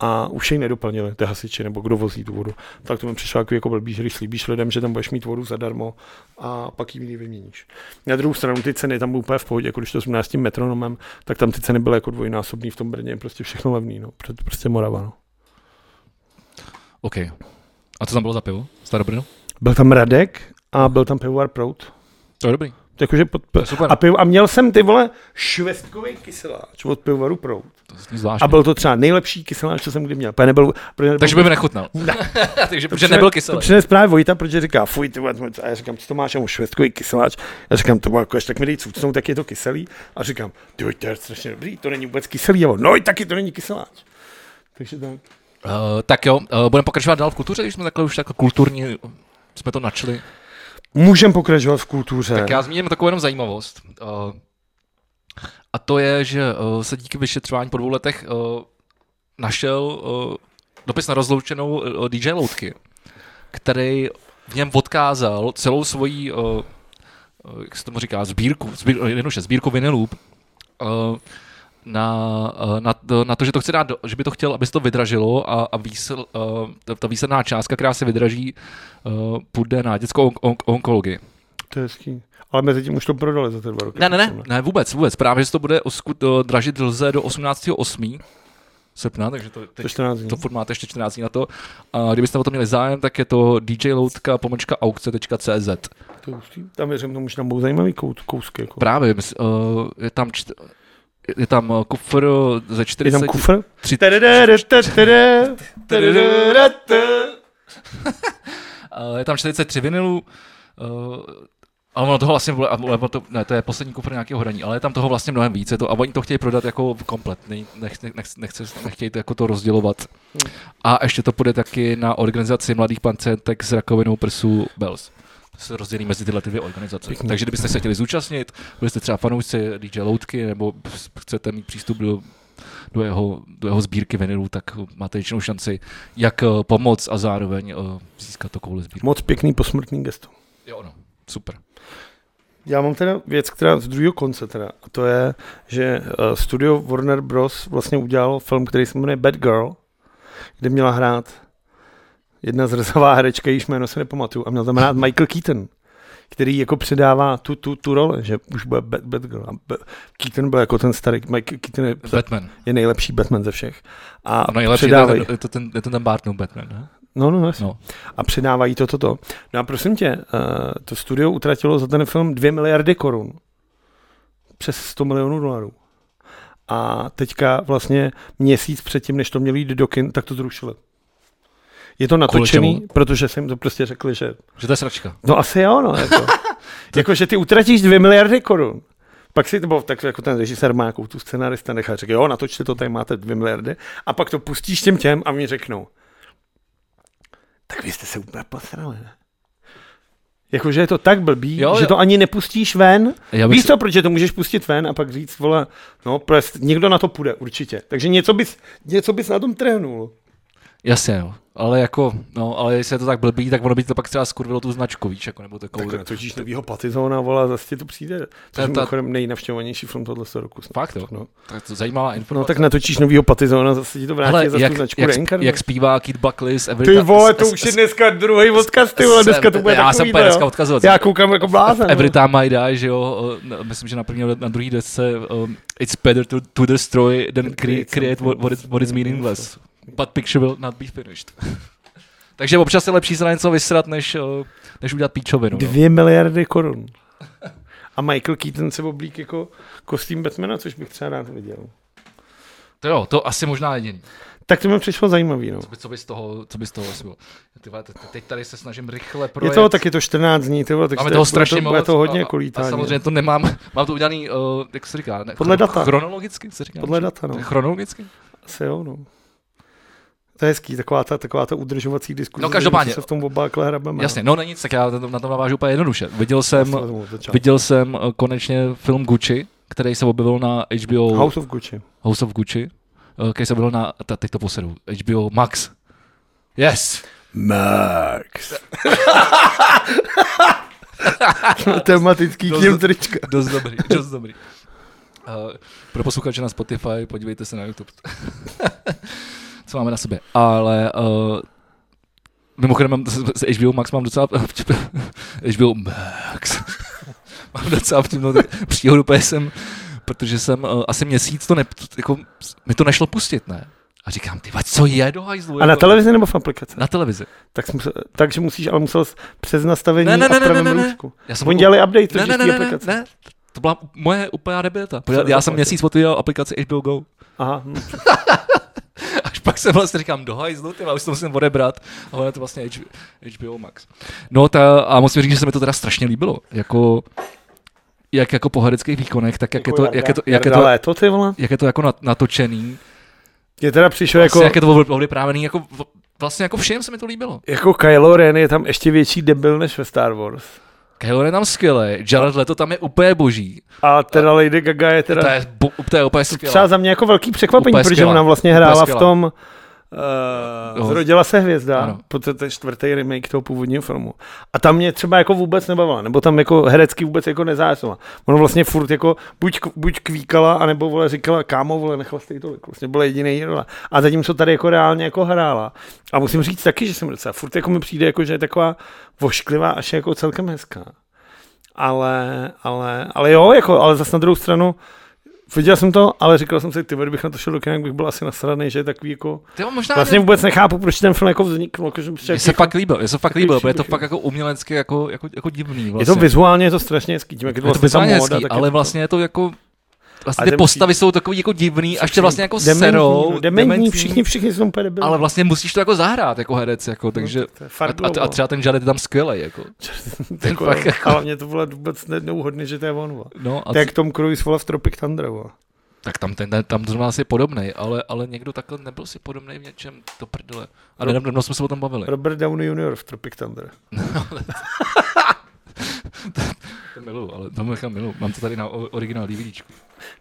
Speaker 2: A už jej nedoplnili, ty hasiči, nebo kdo vozí tu vodu. Tak to mi přišlo jako, jako blbý, že když slíbíš lidem, že tam budeš mít vodu zadarmo a pak ji jiný vyměníš. Na druhou stranu ty ceny tam byly úplně v pohodě, jako když to jsme s tím metronomem, tak tam ty ceny byly jako dvojnásobný v tom Brně, je prostě všechno levný, no, Proto prostě Morava, no.
Speaker 1: OK. A co tam bylo za pivo? Starobrno?
Speaker 2: Byl tam Radek a byl tam pivovar Prout.
Speaker 1: To je dobrý.
Speaker 2: Jakože pod,
Speaker 1: To je super.
Speaker 2: a, pivo, a měl jsem ty vole švestkový kyseláč od pivovaru Prout.
Speaker 1: To zní zvláštní.
Speaker 2: A byl to třeba nejlepší kyseláč, co jsem kdy měl. Pane, nebyl, protože nebyl,
Speaker 1: Takže by mi nechutnal.
Speaker 2: Ne.
Speaker 1: Takže protože nebyl kyselý.
Speaker 2: To přines právě Vojta, protože říká, fuj, ty vole, a já říkám, co to máš, a mu švestkový kyseláč. Já říkám, to bylo jako, až tak mi dej cucnout, tak je to kyselý. A říkám, ty vole, to je strašně dobrý, to není vůbec kyselý. A on, no i taky to není kyseláč. Takže tak.
Speaker 1: Uh, tak jo, uh, budeme pokračovat dál v kultuře, když jsme takhle už tak kulturní jsme to načli.
Speaker 2: Můžem pokračovat v kultuře.
Speaker 1: Tak já zmíním takovou jenom zajímavost. Uh, a to je, že uh, se díky vyšetřování po dvou letech uh, našel uh, dopis na rozloučenou uh, DJ Loutky, který v něm odkázal celou svoji, uh, uh, eh, jak se tomu říká, sbírku, sbír, jednoduše, sbírku vinilů, uh, na, eh, na, to- na to, že to chce dát, do, že by to chtěl, aby se to vydražilo a, a výsl, eh, ta- ta výsledná částka, která se vydraží, eh, půjde na dětskou on, on, onkologii.
Speaker 2: To je hezký. Ale mezi tím už to prodali za ty dva roky.
Speaker 1: Ne, ne, ne, ne, vůbec, vůbec. Právě, že se to bude osku, eh, dražit lze do 18.8. srpna, takže to,
Speaker 2: To je
Speaker 1: teď,
Speaker 2: 14 dní.
Speaker 1: to furt máte ještě 14 dní na to. A kdybyste o to měli zájem, tak je to djloutka.aukce.cz.
Speaker 2: To je hustý. Tam věřím, tomu, že tam budou zajímavý kout, kousky. Jako.
Speaker 1: Právě, mys- eh, je tam, čt, je tam eh, kufr ze
Speaker 2: Je
Speaker 1: 40...
Speaker 2: tam kufr?
Speaker 1: tři-
Speaker 2: Tadadada, tadadada, tadadada, tadadada.
Speaker 1: Eh, je tam 43 vinilů, eh, ale ono toho vlastně, bylo- a- nebo to, ne, to je poslední kufr nějakého hraní, ale je tam toho vlastně mnohem více to, a oni to chtějí prodat jako komplet, ne, nech, nech, nechce, nechtějí to jako to rozdělovat. A ještě to půjde taky na organizaci mladých pancentek s rakovinou prsů Bells. To se rozdělí mezi tyhle ty dvě organizace.
Speaker 2: Pěkný.
Speaker 1: Takže kdybyste se chtěli zúčastnit, byli jste třeba fanoušci DJ Loutky, nebo chcete mít přístup do, do, jeho, do jeho sbírky vinilů, tak máte jedinou šanci, jak eh, pomoct a zároveň eh, získat to kouli sbírku.
Speaker 2: Moc pěkný posmrtný gesto.
Speaker 1: Jo, no, super.
Speaker 2: Já mám teda věc, která z druhého konce teda, a to je, že eh, studio Warner Bros. vlastně udělal film, který se jmenuje Bad Girl, kde měla hrát jedna zrzavá herečka, jejíž jméno se nepamatuju, a měl tam hrát Michael Keaton, který jako předává tu, tu, tu roli, že už bude Bad, Bad Girl. A Ba- Keaton byl jako ten starý, Michael Keaton je,
Speaker 1: Batman.
Speaker 2: je nejlepší Batman ze všech. A
Speaker 1: A No, nejlepší je to
Speaker 2: předávají-
Speaker 1: ten, je to ten, je to ten Bartnou Batman, ne?
Speaker 2: No, no, jasně.
Speaker 1: No.
Speaker 2: A předávají to, toto. No a prosím tě, eh, to studio utratilo za ten film 2 miliardy korun. Přes 100 milionů dolarů. A teďka vlastně měsíc předtím, než to měli jít do kin, tak to zrušili. Je to natočený,
Speaker 1: čemu?
Speaker 2: protože jsem to prostě řekli, že...
Speaker 1: Že to je sračka.
Speaker 2: No asi jo, no. Jako, jako že ty utratíš 2 miliardy korun. Pak si to bylo tak, jako ten režisér má jako tu scenarista nechá, řekl, jo, natočte to, tady máte 2 miliardy. A pak to pustíš těm těm a mi řeknou, tak vy jste se úplně posrali, ne? Jakože je to tak blbý,
Speaker 1: Jo,
Speaker 2: jo, že
Speaker 1: jo.
Speaker 2: to ani nepustíš ven.
Speaker 1: Já bych
Speaker 2: Víš
Speaker 1: si,
Speaker 2: to, protože to můžeš pustit ven a pak říct, vole, no, prest, někdo na to půjde, určitě. Takže něco bys, něco bys na tom trhnul.
Speaker 1: jasně, jo. Ale jako, no, ale jestli je to tak blbý, tak ono by to pak třeba skurvilo tu značku, víš, jako, nebo takovou.
Speaker 2: Tak točíš novýho Patizona, vola, zase ti to přijde. To
Speaker 1: ta-
Speaker 2: je mimochodem nejnavštěvovanější film tohle roku. snad.
Speaker 1: Fakt, jo?
Speaker 2: No.
Speaker 1: Tak to zajímavá informace.
Speaker 2: no tak natočíš novýho Patizona, zase ti to vrátí
Speaker 1: Hele,
Speaker 2: Hele, za
Speaker 1: jak,
Speaker 2: tu značku
Speaker 1: jak,
Speaker 2: Reinkarn.
Speaker 1: jak, zpívá Kid Buckley z Every
Speaker 2: ty
Speaker 1: Ti-
Speaker 2: vole,
Speaker 1: s-
Speaker 2: to
Speaker 1: s-
Speaker 2: už je
Speaker 1: s-
Speaker 2: dneska druhý odkaz, ty vole,
Speaker 1: jsem-
Speaker 2: dneska to bude
Speaker 1: já jsem
Speaker 2: takový,
Speaker 1: úplně
Speaker 2: jo.
Speaker 1: dneska odkazoval.
Speaker 2: Já koukám jako blázen.
Speaker 1: Every
Speaker 2: no.
Speaker 1: time I die, že jo, eh, na- myslím, že na první, na druhý desce um, It's better to, to destroy than cre-
Speaker 2: Create
Speaker 1: create what, what, is, what is meaningless. But picture will not be finished. Takže občas je lepší se na něco vysrat, než, eh, než udělat píčovinu. No.
Speaker 2: Dvě miliardy korun. A Michael Keaton se oblík jako kostým Batmana, což bych třeba rád viděl.
Speaker 1: To jo, to asi možná jediný.
Speaker 2: Tak to mi přišlo zajímavý, no.
Speaker 1: Co by, co by z toho, co by z toho asi bylo. Ty vole, te- te- teď tady se snažím rychle
Speaker 2: Je
Speaker 1: projet.
Speaker 2: to taky to 14 dní, ty vole, takže
Speaker 1: Máme
Speaker 2: to-
Speaker 1: toho
Speaker 2: to-
Speaker 1: strašně
Speaker 2: to,
Speaker 1: moc.
Speaker 2: Bude to hodně jako
Speaker 1: a-
Speaker 2: kolítání.
Speaker 1: A samozřejmě to nemám, mám to udělaný, uh, jak se říká, ne,
Speaker 2: Podle
Speaker 1: chro-
Speaker 2: data.
Speaker 1: Chronologicky se říká.
Speaker 2: Podle
Speaker 1: že?
Speaker 2: data, no.
Speaker 1: Chronologicky?
Speaker 2: Asi jo, no. To je hezký, taková ta, taková ta udržovací diskuze.
Speaker 1: No, každopádně.
Speaker 2: že se v tom obákle hrabeme.
Speaker 1: Jasně, no není nic, tak já na to- na tom navážu úplně jednoduše. Viděl jsem,
Speaker 2: Jsem,
Speaker 1: viděl jsem eh, konečně film Gucci, který se objevil na HBO House,
Speaker 2: House of Gucci.
Speaker 1: House of Gucci, eh, který se objevil na, ta- teď to posedu, HBO Max. Yes!
Speaker 2: Max. Tematický
Speaker 1: To-
Speaker 2: tím trička.
Speaker 1: Dost dobrý, dost dobrý. Uh, pro posluchače na Spotify, podívejte se na YouTube, co máme na sobě. Ale uh, mimochodem mám, z z HBO Max mám docela, HBO Max, mám docela vtipnou tak- příhodu, protože jsem, protože jsem uh, asi měsíc to ne, jako, mi to nešlo pustit, ne? A říkám, ty vole, co je do hajzlu?
Speaker 2: A na
Speaker 1: Jako-
Speaker 2: televizi nebo v aplikaci?
Speaker 1: Na televizi.
Speaker 2: Tak jsi musel, takže musíš, ale musel jsi přes nastavení
Speaker 1: Ne, ne, ne,
Speaker 2: a v
Speaker 1: ne,
Speaker 2: pravém
Speaker 1: ne, ne.
Speaker 2: roušku.
Speaker 1: Já
Speaker 2: Oni dělali update, to
Speaker 1: ne, ne, ne, ne, ne,
Speaker 2: aplikace.
Speaker 1: ne, to byla moje úplná debilita.
Speaker 2: za
Speaker 1: Já jsem
Speaker 2: aplikace?
Speaker 1: měsíc otvíral aplikaci HBO Go.
Speaker 2: Aha, hm.
Speaker 1: Až pak jsem vlastně říkám, do hajzlu, ty vole, už to musím odebrat, ale je to vlastně H- HBO Max. No ta, a musím říct, že se mi to teda strašně líbilo, jako, jak jako po hereckých výkonech, tak jak je to, jak je to, jak je
Speaker 2: Jarda
Speaker 1: to,
Speaker 2: léto, ty vole.
Speaker 1: jak je to jako nat- natočený,
Speaker 2: Je teda přišel
Speaker 1: jako,
Speaker 2: jako,
Speaker 1: jak je to ovl- ovlyprávený, jako v- vlastně jako všem se mi to líbilo.
Speaker 2: jako Kylo Ren je tam ještě větší debil než ve Star Wars.
Speaker 1: Kylo Ren tam skvělý, Jared Leto tam je úplně boží,
Speaker 2: A teda Lady Gaga je teda...
Speaker 1: to je, bo, to je úplně skvělá.
Speaker 2: Třeba za mě jako velký překvapení,
Speaker 1: Úplně
Speaker 2: protože
Speaker 1: skvělá.
Speaker 2: ona vlastně
Speaker 1: Úplně
Speaker 2: hrála v
Speaker 1: skvělá.
Speaker 2: tom Uh,
Speaker 1: Jo.
Speaker 2: zrodila se hvězda,
Speaker 1: Ano.
Speaker 2: protože to je čtvrtý remake toho původního filmu. A tam mě třeba jako vůbec nebavila, nebo tam jako herecky vůbec jako nezájemila. Ono vlastně furt jako buď, buď kvíkala, anebo vole říkala, kámo, vole, nechlastej tolik. Vlastně byla jediný rola. A zatímco tady jako reálně jako hrála. A musím říct taky, že jsem docela furt jako mi přijde, jako, že je taková vošklivá až jako celkem hezká. Ale, ale, ale jo, jako, ale zase na druhou stranu, viděl jsem to, ale říkal jsem si, ty, kdybych na to šel do kina, tak bych byl asi nasraný, že je takový jako,
Speaker 1: Ty možná
Speaker 2: Vlastně vůbec nechápu, proč ten film jako vznikl. Jako, že
Speaker 1: mě
Speaker 2: před
Speaker 1: se
Speaker 2: těch,
Speaker 1: fakt líbil, mě se fakt líbil,
Speaker 2: těch
Speaker 1: protože je to
Speaker 2: příběhů.
Speaker 1: fakt jako umělecky jako, jako, jako divný
Speaker 2: je
Speaker 1: vlastně.
Speaker 2: to vizuálně je to strašně hezký, tím, jak je to
Speaker 1: je to
Speaker 2: vlastně ta
Speaker 1: vizuálně
Speaker 2: móda.
Speaker 1: hezký,
Speaker 2: tak
Speaker 1: ale
Speaker 2: je to-
Speaker 1: vlastně je to jako
Speaker 2: A
Speaker 1: Vlastně ty
Speaker 2: dementní.
Speaker 1: postavy jsou takový jako divný, až tě vlastně jako
Speaker 2: prostě dementní,
Speaker 1: serou.
Speaker 2: no, dementní,
Speaker 1: dementní,
Speaker 2: všichni, No, všichni jsou úplně debili.
Speaker 1: Ale vlastně musíš to jako zahrát jako herec, jako, takže...
Speaker 2: To je
Speaker 1: A,
Speaker 2: fakt
Speaker 1: a, a
Speaker 2: dlouho.
Speaker 1: třeba ten Jared je tam skvělej, jako.
Speaker 2: Ty
Speaker 1: ten
Speaker 2: vole,
Speaker 1: fakt jako-
Speaker 2: Ale mě to bylo vůbec ne- neuhodný, že to je on. vole.
Speaker 1: No, a
Speaker 2: To je jak Tom Cruise vole v Tropic Thunder. vole.
Speaker 1: Tak tam, ten, tam zrovna asi je podobný, ale, ale někdo takhle nebyl si podobný v něčem, to prdele. A
Speaker 2: Rob-
Speaker 1: nedávno jsme se o tom bavili.
Speaker 2: Robert Downey Jr. v Tropic Thunder.
Speaker 1: To miluju, ale to nechám miluju. Mám to tady na o- originál DVDčku.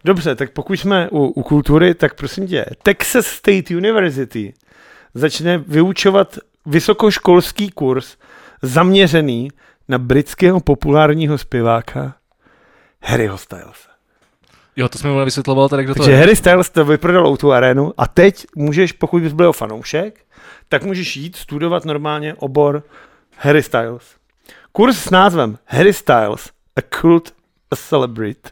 Speaker 2: Dobře, tak pokud jsme u, u kultury, tak prosím tě, Texas State University začne vyučovat vysokoškolský kurz zaměřený na britského populárního zpěváka Harryho Stylesa.
Speaker 1: Jo, to jsme mu vysvětloval tady, kdo to
Speaker 2: Takže
Speaker 1: je.
Speaker 2: Harry Styles to vyprodal o tu arénu a teď můžeš, pokud bys byl jeho fanoušek, tak můžeš jít studovat normálně obor Harry Styles. Kurz s názvem Harry Styles, a cult, a celebrity.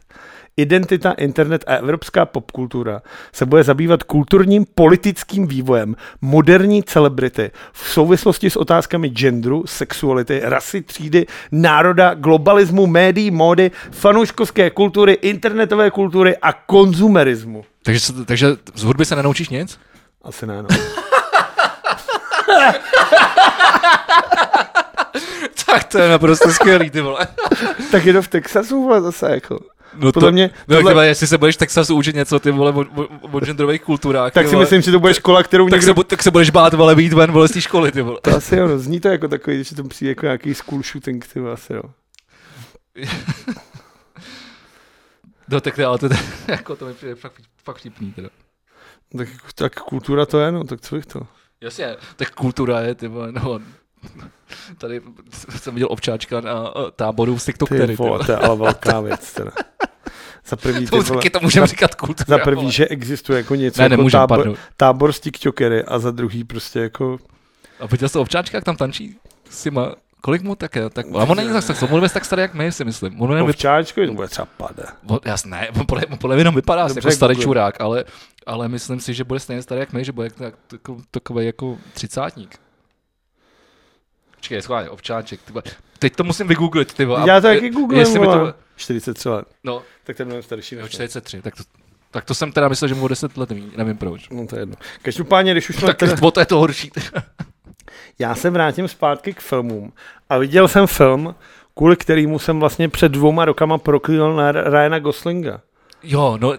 Speaker 2: Identita, internet a evropská popkultura se bude zabývat kulturním politickým vývojem moderní celebrity v souvislosti s otázkami genderu, sexuality, rasy, třídy, národa, globalismu, médií, módy, fanouškovské kultury, internetové kultury a konzumerismu.
Speaker 1: Takže, se- takže z hudby se nenaučíš nic?
Speaker 2: Asi ne, no.
Speaker 1: tak to je naprosto skvělý, ty vole.
Speaker 2: tak je to v Texasu vole, zase jako.
Speaker 1: No
Speaker 2: Podle mě-
Speaker 1: no,
Speaker 2: tohle-
Speaker 1: tohle... jestli se budeš v Texasu učit něco, ty vole, o, o, o genderových kulturách,
Speaker 2: Tak
Speaker 1: ty
Speaker 2: si
Speaker 1: vole,
Speaker 2: myslím, že to bude škola, kterou
Speaker 1: tak,
Speaker 2: někdo
Speaker 1: se, bu- tak se budeš bát, vole, být ven, vole, z té školy, ty vole.
Speaker 2: To asi jo, zní to jako takový, že tam přijde jako nějaký school shooting, ty vole, asi jo.
Speaker 1: No, tak to- ale to, to, jako, to mi přijde fakt, fakt vtipný, teda.
Speaker 2: Tak, jako- tak kultura to je, no, tak co bych to.
Speaker 1: Jasně, tak kultura je, ty vole, no. Tady jsem viděl občáčka na eh, táboru z TikTokery,
Speaker 2: Ty
Speaker 1: ty
Speaker 2: vole,
Speaker 1: vole.
Speaker 2: to je ale velká věc, teda. Za prvý, ty
Speaker 1: To
Speaker 2: vole,
Speaker 1: taky to můžeme říkat kultura,
Speaker 2: za prvý,
Speaker 1: vole.
Speaker 2: že existuje jako něco
Speaker 1: Ne,
Speaker 2: jako
Speaker 1: nemůžem,
Speaker 2: tábor,
Speaker 1: pardon.
Speaker 2: tábor z tiktokery a za druhý prostě jako...
Speaker 1: A viděl jste občáčka, jak tam tančí s těma, kolik mu tak je? Tak, a on není zase tak, on je tak starý, jak my si myslím. On je,
Speaker 2: Ovčáčko, to bude třeba pade.
Speaker 1: on, jasné, on podle, on podle mě jenom vypadá
Speaker 2: Dobře,
Speaker 1: jako starý
Speaker 2: Google.
Speaker 1: čurák, ale, ale myslím si, že bude stejně starý, jak my, že bude tak, tako- takový jako třicátník. Počkej, schválně, občáček, ty vole. Teď to musím vygooglit, ty vole.
Speaker 2: Já to
Speaker 1: A-
Speaker 2: taky googlím,
Speaker 1: jestli mi
Speaker 2: to...
Speaker 1: to,
Speaker 2: 43 let.
Speaker 1: no,
Speaker 2: Tak ten mnohem starší.
Speaker 1: Jo,
Speaker 2: než já.
Speaker 1: 43, tak to, tak to jsem teda myslel, že mu o 10 let méně, nevím proč.
Speaker 2: No to je jedno. Každopádně, když už jsme
Speaker 1: Tak
Speaker 2: teda...
Speaker 1: o to je to horší.
Speaker 2: Já se vrátím zpátky k filmům. A viděl jsem film, kvůli kterýmu jsem vlastně před dvouma rokama proklínal na R- Ryana Goslinga.
Speaker 1: Jo, no,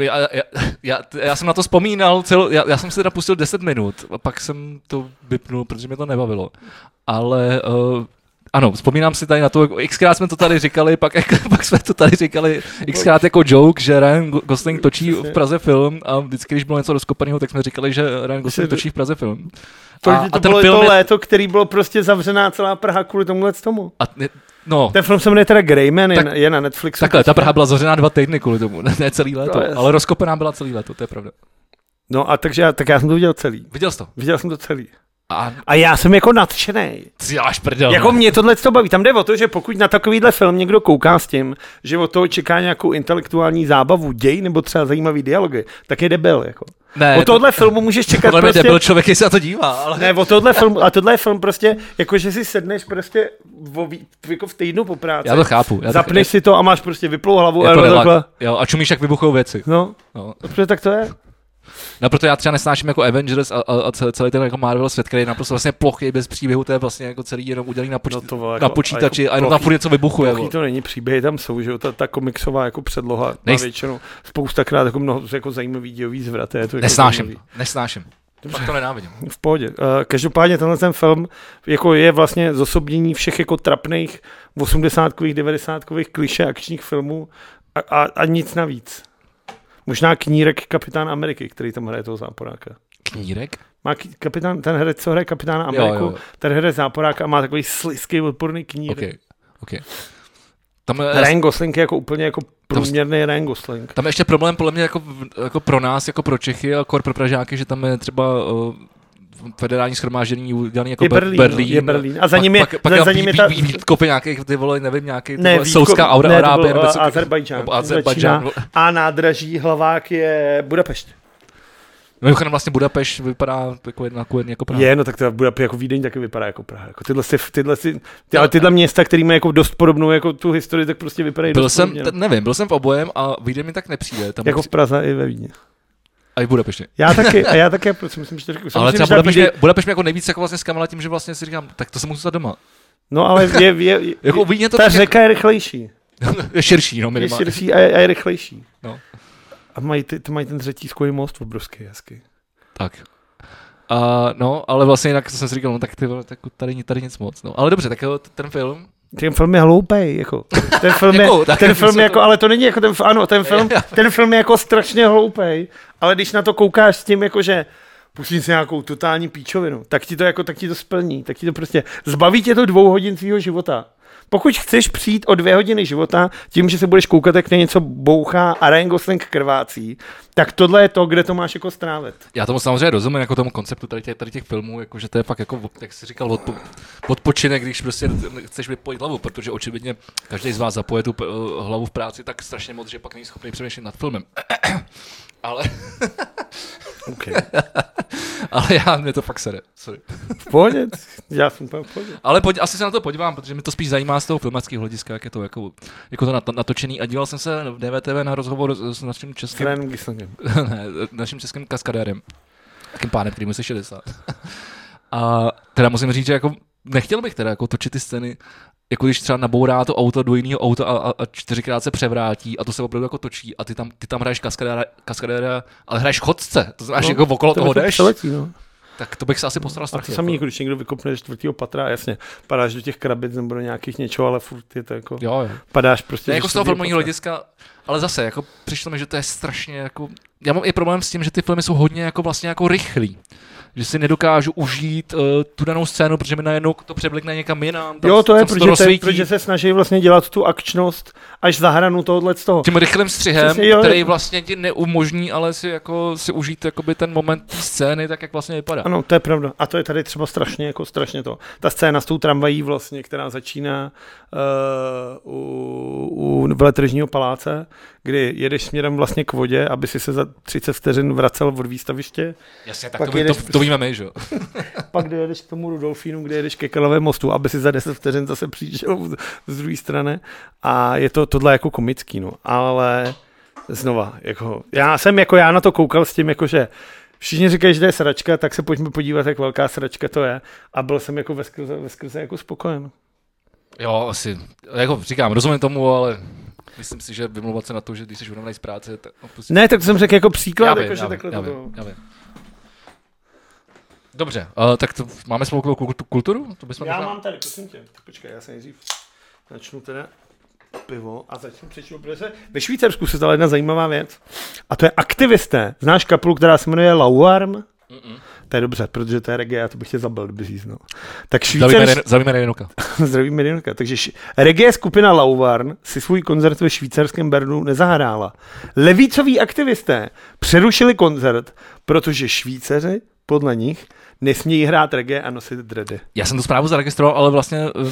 Speaker 1: já, já, já, já jsem na to vzpomínal, celo, já, já jsem si teda pustil 10 minut, a pak jsem to vypnul, protože mě to nebavilo. Ale uh, ano, vzpomínám si tady na to, jako xkrát jsme to tady říkali, pak, pak jsme to tady říkali xkrát jako joke, že Ryan Go- Gosling točí v Praze film a vždycky, když bylo něco rozkopaného, tak jsme říkali, že Ryan Gosling točí v Praze film.
Speaker 2: To, a, to bylo to
Speaker 1: je-
Speaker 2: léto, který bylo prostě zavřená celá Praha kvůli tomuhle tomu.
Speaker 1: a, ne- no,
Speaker 2: Ten film se jmenuje teda Greyman,
Speaker 1: Tak-
Speaker 2: tak, je na Netflixu.
Speaker 1: Takhle, ta Praha byla zavřená dva týdny kvůli tomu, ne, ne celý léto,
Speaker 2: No, jasně.
Speaker 1: ale rozkopená byla celý léto, to je pravda.
Speaker 2: No a takže já, tak já jsem to viděl celý.
Speaker 1: Viděl jsi to?
Speaker 2: Viděl jsem to celý.
Speaker 1: A
Speaker 2: A já jsem jako nadšený.
Speaker 1: ty děláš prdel.
Speaker 2: Jako
Speaker 1: ne?
Speaker 2: mě tohle to baví. Tam jde o to, že pokud na takovýhle film někdo kouká s tím, že od toho čeká nějakou intelektuální zábavu, děj nebo třeba zajímavý dialogy, tak je debil. Jako.
Speaker 1: ne,
Speaker 2: Od tohohle filmu můžeš čekat
Speaker 1: podle mě
Speaker 2: prostě...
Speaker 1: debil člověk, když se na to dívá, ale...
Speaker 2: Ne, o tohle film, a tohle je film prostě, jako že si sedneš prostě vo, ví- jako v týdnu po práci.
Speaker 1: Já to chápu. Já
Speaker 2: Zapneš si to a máš prostě vyplou hlavu
Speaker 1: to,
Speaker 2: a
Speaker 1: je to
Speaker 2: jenom takhle.
Speaker 1: relax. Jo, a čumíš, jak vybuchou věci.
Speaker 2: No,
Speaker 1: No.
Speaker 2: protože tak to je.
Speaker 1: no, proto já třeba nesnáším jako Avengers a, a, a cel- celý ten jako Marvel svět, který je naprosto vlastně plochý, bez příběhu, to je vlastně jako celý jenom udělaný na, poč-
Speaker 2: No to bylo
Speaker 1: na
Speaker 2: jako-
Speaker 1: počítači
Speaker 2: jako
Speaker 1: a jenom tam
Speaker 2: plochý-
Speaker 1: furt něco vybuchuje.
Speaker 2: Plochý
Speaker 1: vole.
Speaker 2: to není příběhy, tam jsou, že jo, ta, ta komiksová jako předloha má
Speaker 1: Nejs-
Speaker 2: většinou spoustakrát jako mnoho jako zajímavý dějový zvrat. Je to jako
Speaker 1: Nesnáším,
Speaker 2: zajímavý.
Speaker 1: to, nesnáším. Pak to nenávidím.
Speaker 2: V pohodě. Uh, každopádně tenhle ten film jako je vlastně zosobnění všech jako trapných 80 90 kliše akčních filmů a, a, a, nic navíc. Možná knírek kapitán Ameriky, který tam hraje toho záporáka.
Speaker 1: Knírek?
Speaker 2: Má k- kapitán, ten herec, co hraje kapitána Ameriku,
Speaker 1: jo, jo.
Speaker 2: ten hraje záporáka a má takový sliský, odporný knír.
Speaker 1: OK, OK. Tam, eh,
Speaker 2: Ryan Gosling je jako úplně jako průměrný Ryan Gosling.
Speaker 1: tam je ještě problém podle mě jako, v- jako pro nás, jako pro Čechy a kor pro Pražáky, že tam je třeba uh, federální schromáždění udělaný jako
Speaker 2: Je Berlín, Berlín, je Berlín. A za ním je,
Speaker 1: pak, pak,
Speaker 2: za,
Speaker 1: pak
Speaker 2: za ním je ta...
Speaker 1: Kopy nějakých, ty vole, nevím, nějaký, ty
Speaker 2: Ne,
Speaker 1: vole,
Speaker 2: Vítko-
Speaker 1: souská aura,
Speaker 2: ne, to
Speaker 1: Arábie,
Speaker 2: byl,
Speaker 1: nebo
Speaker 2: eh,
Speaker 1: co-
Speaker 2: Azerbajdžán.
Speaker 1: nebo Azerbajdžán.
Speaker 2: Začíná. A nádraží hlavák je Budapešť.
Speaker 1: Mimochodem vlastně Budapešť vypadá jako jedna ku jedný jako Praha.
Speaker 2: Je, no tak to bude jako Vídeň taky vypadá jako Praha. Jako tyhle, si, tyhle, si, ty, ale tyhle města, který mají jako dost podobnou jako tu historii, tak prostě vypadají
Speaker 1: Byl
Speaker 2: dost
Speaker 1: jsem,
Speaker 2: podobně,
Speaker 1: t-
Speaker 2: no.
Speaker 1: nevím, byl jsem v obojem a vyjde mi tak nepřijde. Tam prostě-
Speaker 2: Jako v Praze i ve Vídni.
Speaker 1: A i v Budapešti.
Speaker 2: Já taky, a já taky, proč si myslím, že to řekl.
Speaker 1: Ale
Speaker 2: Samozřejmě,
Speaker 1: třeba
Speaker 2: že ta
Speaker 1: Budapešť,
Speaker 2: Vídeň-
Speaker 1: mě- Budapešť mě jako nejvíc jako vlastně zkamala tím, že vlastně si říkám, tak to se musím stát doma.
Speaker 2: No ale je, je, je
Speaker 1: Jako uvidíme to
Speaker 2: ta
Speaker 1: tak
Speaker 2: řeka je rychlejší.
Speaker 1: je širší, no
Speaker 2: Je
Speaker 1: minimálně.
Speaker 2: širší a je, a je rychlejší.
Speaker 1: No.
Speaker 2: A mají, ty, ty mají ten řetízkový most obrovský hezky.
Speaker 1: Tak. A, no, ale vlastně jinak jsem si říkal, no tak ty vole, tak tady, tady nic moc. No. Ale dobře, tak jo, t- ten film.
Speaker 2: Ten film je hloupej, jako. Ten film je,
Speaker 1: Děkuju, tak
Speaker 2: ten
Speaker 1: jsem
Speaker 2: film
Speaker 1: se
Speaker 2: je jako,
Speaker 1: to-
Speaker 2: ale to není jako ten, f- ano, ten film, ten film je jako strašně hloupej, ale když na to koukáš s tím, jako že pustím si nějakou totální píčovinu, tak ti to jako, tak ti to splní, tak ti to prostě, zbaví tě to dvou hodin tvýho života. Pokud chceš přijít o dvě hodiny života tím, že se budeš koukat, jak na něco bouchá a Ryan Gosling krvácí, tak tohle je to, kde to máš jako strávit.
Speaker 1: Já tomu samozřejmě rozumím, jako tomu konceptu tady těch, tady těch filmů, jako, že to je fakt jako, jak jsi říkal, odpo, odpočinek, když prostě chceš vypojit hlavu, protože očividně každý z vás zapoje tu p- hlavu v práci tak strašně moc, že pak není schopný přemýšlet nad filmem. ale,
Speaker 2: Okay.
Speaker 1: ale já, mě to fakt sere, sorry.
Speaker 2: V pohodě, já jsem úplně v pohodě.
Speaker 1: Ale pojď, asi se na to podívám, protože mě to spíš zajímá z toho filmackého hlediska, jak je to jako, jako to nato- natočený. A díval jsem se v DVTV na rozhovor s, s naším
Speaker 2: S
Speaker 1: českým,
Speaker 2: Ryanem Gislingem.
Speaker 1: ne, naším českým kaskadérem, takým pánem, který mu se 60. A teda musím říct, že jako nechtěl bych teda jako točit ty scény, jako když třeba nabourá to auto do jiného auta a, a, a, čtyřikrát se převrátí a to se opravdu jako točí a ty tam, ty tam hraješ kaskadéra, kaskadéra ale hraješ chodce, to znamená,
Speaker 2: No,
Speaker 1: že jako okolo
Speaker 2: To
Speaker 1: toho
Speaker 2: by to
Speaker 1: jdeš,
Speaker 2: přeletí, no.
Speaker 1: tak to bych se asi postaral
Speaker 2: A to
Speaker 1: strašně.
Speaker 2: samý,
Speaker 1: jako.
Speaker 2: jako když někdo vykopne ze čtvrtého patra, jasně, padáš do těch krabic nebo do nějakých něčeho, ale furt je to jako, jo.
Speaker 1: Jo, jo.
Speaker 2: padáš prostě.
Speaker 1: Ne,
Speaker 2: ze
Speaker 1: jako z toho
Speaker 2: čtvrtýho
Speaker 1: filmového
Speaker 2: patra.
Speaker 1: hlediska, ale zase, jako přišlo mi, že to je strašně jako... Já mám i problém s tím, že ty filmy jsou hodně jako vlastně jako rychlí. Že si nedokážu užít uh, tu danou scénu, protože mi najednou to přeblikne někam jinam. Tam,
Speaker 2: Jo, to je,
Speaker 1: tam se
Speaker 2: protože, to je,
Speaker 1: rozsvítí
Speaker 2: protože se snaží vlastně dělat tu akčnost až za hranu tohohle z toho.
Speaker 1: Tím rychlým střihem,
Speaker 2: Přesně, jo.
Speaker 1: který vlastně ti neumožní, ale si jako si užít jakoby ten moment té scény, tak jak vlastně vypadá.
Speaker 2: Ano, to je pravda. A to je tady třeba strašně, jako strašně to. Ta scéna s tou tramvají vlastně, která začíná uh, u, u veletržního paláce, kdy jedeš směrem vlastně k vodě, aby si se za 30 vteřin vracel od výstaviště
Speaker 1: Jasně, tak
Speaker 2: Pak
Speaker 1: to, ví-
Speaker 2: jedeš-
Speaker 1: to, to, víme my, že jo.
Speaker 2: pak dojedeš k tomu Rudolfínu, kde jedeš ke Kralové mostu, aby si za 10 vteřin zase přišel z- z druhé strany. A je to tohle jako komický, no. Ale znova, jako, já jsem jako já na to koukal s tím, jako že všichni říkají, že to je sračka, tak se pojďme podívat, jak velká sračka to je. A byl jsem jako ve skrze, ve skrze jako spokojen.
Speaker 1: Jo, asi. Jako říkám, rozumím tomu, ale myslím si, že vymluvat se na to, že když jsi unavený z práce, tak opustíš
Speaker 2: Ne, tak to jsem řekl jako příklad,
Speaker 1: Já
Speaker 2: jako,
Speaker 1: vím,
Speaker 2: že
Speaker 1: já vím,
Speaker 2: takhle
Speaker 1: já
Speaker 2: to
Speaker 1: vím,
Speaker 2: bylo.
Speaker 1: já vím. Dobře, uh, tak to, máme spolu takovou kultu- kulturu? To bychom
Speaker 2: Já
Speaker 1: možná-
Speaker 2: mám tady, prosím tě, tak počkej, já se nejdřív začnu teda pivo a začnu přečíst, protože se- ve Švýcarsku se stala jedna zajímavá věc a to je aktivisté. Znáš kapelu, která se jmenuje Lauarm?
Speaker 1: Mm-mm.
Speaker 2: To je dobře, protože to je reggae, já to bych tě zabil, kdyby jsi ji znal. Tak
Speaker 1: Zdravíme
Speaker 2: Švýcarsko,
Speaker 1: Ren- Zdravíme Renuka.
Speaker 2: zdravíme Dinka. Takže š- reggae skupina Lauvarn si svůj koncert ve švýcarském Bernu nezahrála. Levícoví aktivisté přerušili koncert, protože Švýcaři podle nich nesmějí hrát reggae a nosit dready.
Speaker 1: Já jsem tu zprávu zaregistroval, ale vlastně uh,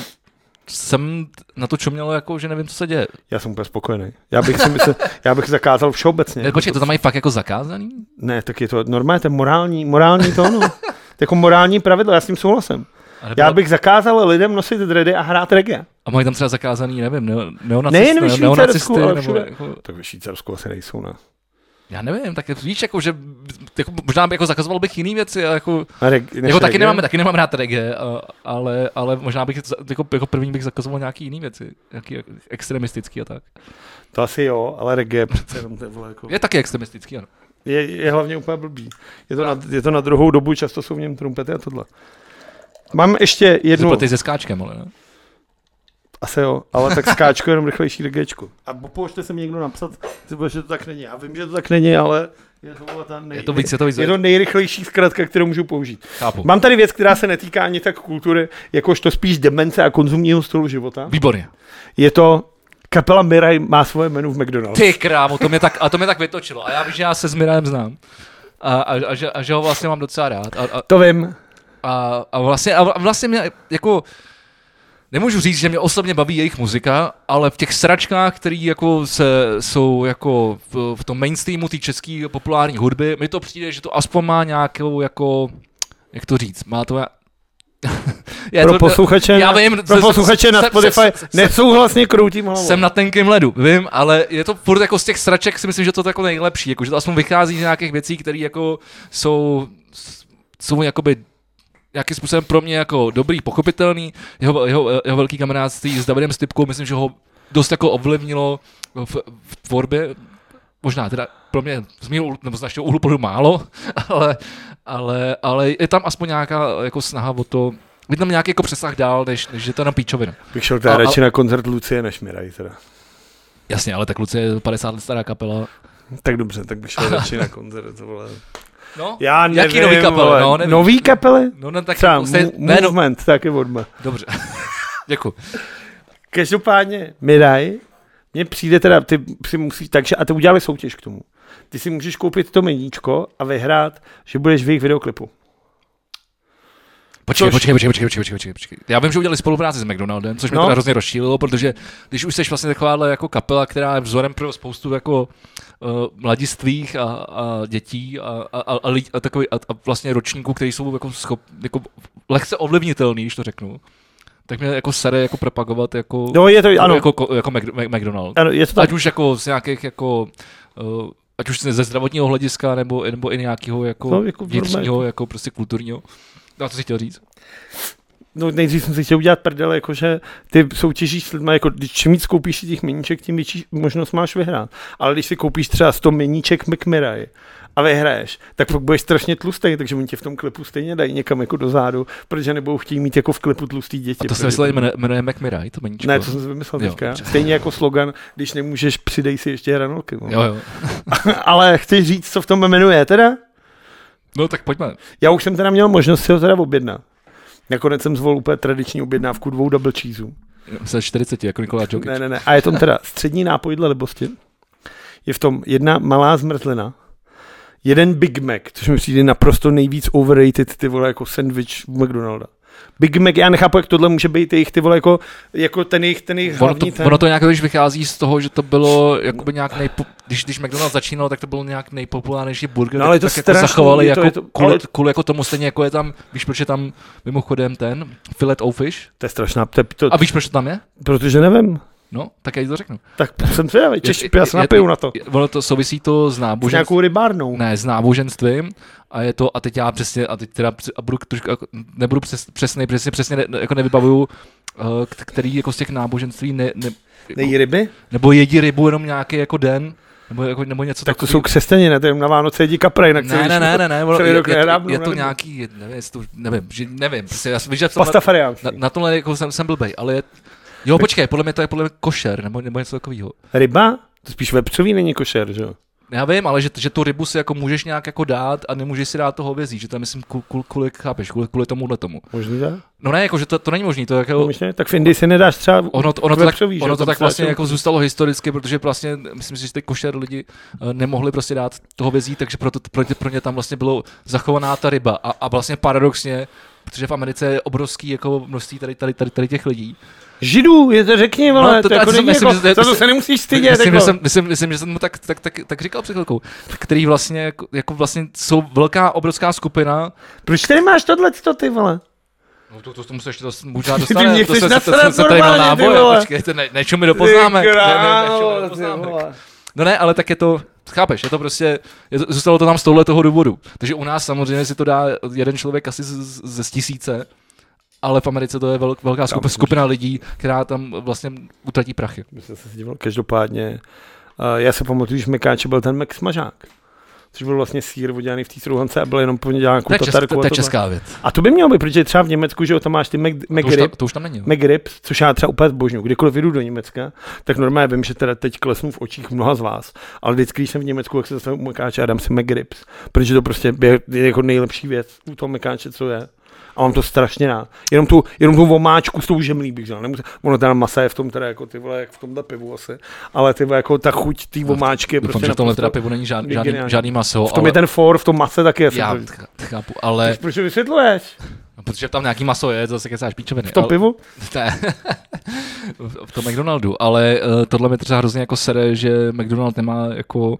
Speaker 1: jsem t- na to čuměl, jako, že nevím, co se děje.
Speaker 2: Já jsem úplně spokojený. Já bych, si myslel, já bych zakázal všeobecně.
Speaker 1: Ne, počkej, to tam mají fakt jako zakázaný?
Speaker 2: Ne, tak je to normálně, to je morální, morální to ono. To je jako morální pravidlo, já s tím souhlasím.
Speaker 1: A, nebo,
Speaker 2: Já bych zakázal lidem nosit dready a hrát reggae.
Speaker 1: a mají tam třeba zakázaný, nevím, neo- neonacisty,
Speaker 2: Nejen ve
Speaker 1: ne,
Speaker 2: Švýcarsku,
Speaker 1: neonacisty
Speaker 2: ale
Speaker 1: nebo
Speaker 2: všude.
Speaker 1: jako,
Speaker 2: Tak ve Švýcarsku asi nejsou, ne?
Speaker 1: já nevím, tak víš, jako, že jako, možná jako zakazoval bych jiný věci, ale jako,
Speaker 2: A reg, než
Speaker 1: jako taky,
Speaker 2: reggae?
Speaker 1: nemáme, taky nemám rád reggae, a- ale, ale možná bych za- jako, jako první bych zakazoval nějaký jiný věci, nějaký extremistický a tak.
Speaker 2: To asi jo, ale reggae přece jenom to je, vole jako-
Speaker 1: Je taky extremistický, ano.
Speaker 2: je, je, hlavně úplně blbý. Je to, na, je to na druhou dobu, často jsou v něm trumpety a tohle. Mám ještě
Speaker 1: Jednu.
Speaker 2: jednu.
Speaker 1: Ty se skáčkem, ale ne?
Speaker 2: Asi jo, ale tak skáčko jenom rychlejší do Gčku.
Speaker 4: A položte se mi někdo napsat, ty vole, že to tak není. Já vím, že to tak není, ale je to, vole, ta nej...
Speaker 1: Je to víc, je to víc.
Speaker 2: Je to nejrychlejší zkratka, kterou můžu použít.
Speaker 1: Chápu.
Speaker 2: Mám tady věc, která se netýká ani tak kultury, jakož to spíš demence a konzumního stylu života.
Speaker 1: Výborně.
Speaker 2: Je to kapela Miraj má svoje menu v McDonald's.
Speaker 1: Ty krámo, to mě tak, a to mě tak vytočilo. A já vím, že já se s Mirajem znám. A, a, a, že, a že ho vlastně mám docela rád. A, a,
Speaker 2: To vím.
Speaker 1: a, a, vlastně, a vlastně mě jako... Nemůžu říct, že mě osobně baví jejich muzika, ale v těch sračkách, které jako se, jsou jako v, v tom mainstreamu té české populární hudby, mi to přijde, že to aspoň má nějakou jako, jak to říct, má to... Je
Speaker 2: Pro posluchače,
Speaker 1: já
Speaker 2: na-
Speaker 1: vím,
Speaker 2: pro
Speaker 1: jsem-
Speaker 2: posluchače na
Speaker 1: jsem-
Speaker 2: Spotify
Speaker 1: jsem- jsem-
Speaker 2: nesouhlasně kroutím hlavou.
Speaker 1: Jsem na tenkém ledu, vím, ale je to furt jako z těch sraček si myslím, že to je jako nejlepší, jako, že to aspoň vychází z nějakých věcí, které jako jsou, jsou jakoby nějakým způsobem pro mě jako dobrý, pochopitelný. Jeho, jeho, jeho velký kamarádství s Davidem Stipkou, myslím, že ho dost jako ovlivnilo v, v tvorbě, možná teda pro mě z mého úhlu- nebo z našeho úhlu pohledu málo, ale, ale, ale, je tam aspoň nějaká jako snaha o to, je tam nějaký jako přesah dál, než, než je to jenom píčovina.
Speaker 2: Bych šel
Speaker 1: A-
Speaker 2: teda
Speaker 1: a-
Speaker 2: radši na koncert Lucie než Miraj teda.
Speaker 1: Jasně, ale tak kluci je 50 let stará kapela.
Speaker 2: Tak dobře, tak bych šel radši na koncert. Vole.
Speaker 1: No,
Speaker 2: Já nevím,
Speaker 1: Jaký nový kapel?
Speaker 2: vole.
Speaker 1: No, nevím.
Speaker 2: Nový kapely?
Speaker 1: no, no tak
Speaker 2: Třeba
Speaker 1: jako se-
Speaker 2: mu-
Speaker 1: ne, no,
Speaker 2: Movement, taky odma.
Speaker 1: dobře. Děkuji.
Speaker 2: Každopádně Miraj, mně přijde teda, ty si musíš, takže, a ty udělali soutěž k tomu. Ty si můžeš koupit to meníčko a vyhrát, že budeš v jejich videoklipu.
Speaker 1: Počkej,
Speaker 2: Což-
Speaker 1: počkej, počkej, počkej, počkej, počkej, počkej. Já vím, že udělali spolupráci s McDonaldem, což mě
Speaker 2: No.
Speaker 1: teda hrozně rozšílilo, protože když už jsi vlastně takováhle jako kapela, která je vzorem pro spoustu jako uh, mladistvých a, a, dětí a, a, a, a, lid- a, takový, a, a vlastně ročníků, kteří jsou jako, schop, jako lehce ovlivnitelný, když to řeknu, tak mě jako sere jako propagovat jako,
Speaker 2: No, je to, ano,
Speaker 1: jako, ko- jako Mc- Mc- McDonald.
Speaker 2: ano je to tak.
Speaker 1: Ať už jako z nějakých jako, uh, ať už ze zdravotního hlediska, nebo, nebo i nějakého jako,
Speaker 2: No,
Speaker 1: no,
Speaker 2: jako
Speaker 1: jako
Speaker 2: normálně.
Speaker 1: vnitřního, jako prostě kulturního. No, to si chtěl říct.
Speaker 2: No, nejdřív jsem si chtěl udělat prdel, jakože ty soutěžíš s lidmi, jako když čím víc koupíš si těch meníček, tím větší možnost máš vyhrát. Ale když si koupíš třeba 100 meníček McMirray a vyhraješ, tak pak budeš strašně tlustý, takže oni tě v tom klipu stejně dají někam jako do zádu, protože nebudou chtít mít jako v klipu tlustý děti.
Speaker 1: A to se myslel,
Speaker 2: pravděpodobně.
Speaker 1: jmenuje, jmenuje McMirray, to meníčko.
Speaker 2: Ne, to jsem si vymyslel
Speaker 1: Jo,
Speaker 2: teďka.
Speaker 1: dobře.
Speaker 2: Stejně jako slogan, když nemůžeš, přidej si ještě hranolky. no.
Speaker 1: Jo, jo.
Speaker 2: Ale chci říct, co v tom jmenuje teda?
Speaker 1: No tak pojďme.
Speaker 2: Já už jsem teda měl možnost si ho teda objednat. Nakonec jsem zvolil úplně tradiční objednávku dvou double cheeseů.
Speaker 1: Se 40, jako Nikola Jokic.
Speaker 2: Ne, ne, ne. A je tam teda střední nápoj dle libosti. Je v tom jedna malá zmrzlina, jeden Big Mac, což mi přijde naprosto nejvíc overrated, ty vole, jako sandwich v McDonalda. Big Mac, já nechápu, jak tohle může být jejich, ty vole, jako, jako ten jejich, ten jejich
Speaker 1: Ono to,
Speaker 2: hlavní ten.
Speaker 1: ono to nějak když vychází z toho, že to bylo jakoby nějak nejpo, když, když McDonald's začínal, tak to byl nějak nejpopulárnější burger,
Speaker 2: No, ale je to
Speaker 1: tak jako
Speaker 2: strašný,
Speaker 1: zachovali
Speaker 2: je to-
Speaker 1: jako
Speaker 2: je to-
Speaker 1: kvůli,
Speaker 2: ale-
Speaker 1: kvůli, jako tomu stejně jako je tam, víš proč je tam mimochodem ten filet o fish?
Speaker 2: to je strašná, to, je- to,
Speaker 1: A víš proč to tam je?
Speaker 2: protože nevím.
Speaker 1: No, tak já ti to řeknu.
Speaker 2: Tak jsem zvědavý, Češi,
Speaker 1: je-
Speaker 2: já se
Speaker 1: je-
Speaker 2: napiju na to.
Speaker 1: Je- Ono to souvisí to s
Speaker 2: S
Speaker 1: náboženstvím.
Speaker 2: nějakou rybárnou.
Speaker 1: Ne, s náboženstvím a je to, a teď já přesně, a teď teda při- a budu trošku, jako- nebudu přes, přesnej, přesně, přesně ne, jako nevybavuju, eh, k- který jako z těch náboženství ne, ne,
Speaker 2: Nejí ryby?
Speaker 1: nebo jedí rybu jenom nějaký jako den, nebo, jako, nebo něco
Speaker 2: Tak to
Speaker 1: takový-
Speaker 2: jsou křesťané, ne? To jim na Vánoce jedí kapra, jinak
Speaker 1: ne, ne, ne, ne, ne, ono-
Speaker 2: celý
Speaker 1: je,
Speaker 2: rok
Speaker 1: je, to,
Speaker 2: nehrábnou
Speaker 1: je
Speaker 2: na
Speaker 1: to
Speaker 2: rybu.
Speaker 1: nějaký, nevím, jestli to, nevím, že, nevím, prostě já jsem, víš, že v tomhle-
Speaker 2: Pastafariánství.
Speaker 1: na, na tomhle jako jsem, jsem blbej, ale je, jo, počkej, podle mě to je podle mě košer, nebo, nebo něco takového.
Speaker 2: Ryba? To spíš vepřový není košer, že jo?
Speaker 1: Já vím, ale že, že tu rybu si jako můžeš nějak jako dát a nemůžeš si dát to hovězí, že tam myslím kvůli, kvůli, kvůli chápeš, kvůli, kvůli tomuhle tomu.
Speaker 2: Možný tak?
Speaker 1: No ne, jako, že to, to není možný, to jako,
Speaker 2: Pomyšlené? Tak v Indii si nedáš třeba
Speaker 1: ono, to- ono, to tak,
Speaker 2: vepřový, že jo,
Speaker 1: ono to
Speaker 2: tam
Speaker 1: tak
Speaker 2: se
Speaker 1: vlastně
Speaker 2: dá
Speaker 1: jako zůstalo historicky, protože vlastně, myslím si, že ty košer lidi eh, nemohli prostě dát to hovězí, takže proto, pro, ně- pro ně tam vlastně bylo zachovaná ta ryba a, a vlastně paradoxně, protože v Americe je obrovský jako množství tady, tady, tady, tady těch lidí,
Speaker 2: Židů, je to řekni, vole,
Speaker 1: No, to-
Speaker 2: to, to,
Speaker 1: to
Speaker 2: jako
Speaker 1: si
Speaker 2: není
Speaker 1: myslím,
Speaker 2: jako,
Speaker 1: že to je-
Speaker 2: za to se nemusíš stydět.
Speaker 1: myslím,
Speaker 2: jako.
Speaker 1: že jsem, myslím, myslím, že jsem mu tak, tak, tak, tak říkal před chvilkou, který vlastně, jako, jako vlastně jsou velká, obrovská skupina,
Speaker 2: Proč tady máš tohle, to ty vole?
Speaker 1: No to, to, tomu se ještě dost, možná
Speaker 2: Ty
Speaker 1: dostane, to
Speaker 2: mě chceš
Speaker 1: se, to,
Speaker 2: nasrat
Speaker 1: se, se tady na
Speaker 2: normálně, ty
Speaker 1: náboje,
Speaker 2: vole.
Speaker 1: počkej, to ne, nečo mi do poznámek. Ne, ne, nečo mi do poznámek. No ne, ale tak je to, chápeš, je to prostě, je to, zůstalo to tam z tohle toho důvodu. Takže u nás samozřejmě si to dá jeden člověk asi z, z, ze z tisíce, ale v Americe to je velk, velká skupina, skupina lidí, která tam vlastně utratí prachy.
Speaker 2: Myslím, se díval. Každopádně, eh, já se pamatuju, že v Mekáči byl ten Mac Smažák. což byl vlastně sír udělaný v té srouhance a byl jenom po nějakou
Speaker 1: To je, česk,
Speaker 2: tatarku.
Speaker 1: to
Speaker 2: a
Speaker 1: je
Speaker 2: tohle.
Speaker 1: česká věc.
Speaker 2: A to by mělo být, protože třeba v Německu, že jo, tam máš ty Mac-
Speaker 1: To už, tam,
Speaker 2: McRib,
Speaker 1: to už tam není. jo.
Speaker 2: McRib, což já třeba úplně zbožňu. Kdykoliv jdu do Německa, tak normálně vím, že teda teď klesnu v očích mnoha z vás, ale vždycky, když jsem v Německu, tak se zase umekáče a dám si McRibs, protože to prostě je, je jako nejlepší věc u toho mekáče, co je. A mám to strašně rád. Jenom tu, jenom tu vomáčku s tou žemlí bych žal. Nemusel, ono teda masa je v tom teda jako ty vole, jak v tomhle pivu asi, ale ty vole, jako ta chuť té vomáčky je
Speaker 1: No, Doufám,
Speaker 2: prostě
Speaker 1: že v tomhle
Speaker 2: naprosto-
Speaker 1: teda pivu není žádný, žádný,
Speaker 2: geniální.
Speaker 1: žádný maso,
Speaker 2: v tom
Speaker 1: ale
Speaker 2: je ten for, v tom mase taky asi.
Speaker 1: já
Speaker 2: to-
Speaker 1: ch- chápu, ale
Speaker 2: Proč to vysvětluješ?
Speaker 1: no, protože tam nějaký maso je, to zase kecáš píčoviny.
Speaker 2: V tom
Speaker 1: ale,
Speaker 2: pivu?
Speaker 1: ne, v v tom McDonaldu, ale eh, tohle mi třeba hrozně jako sere, že McDonald nemá jako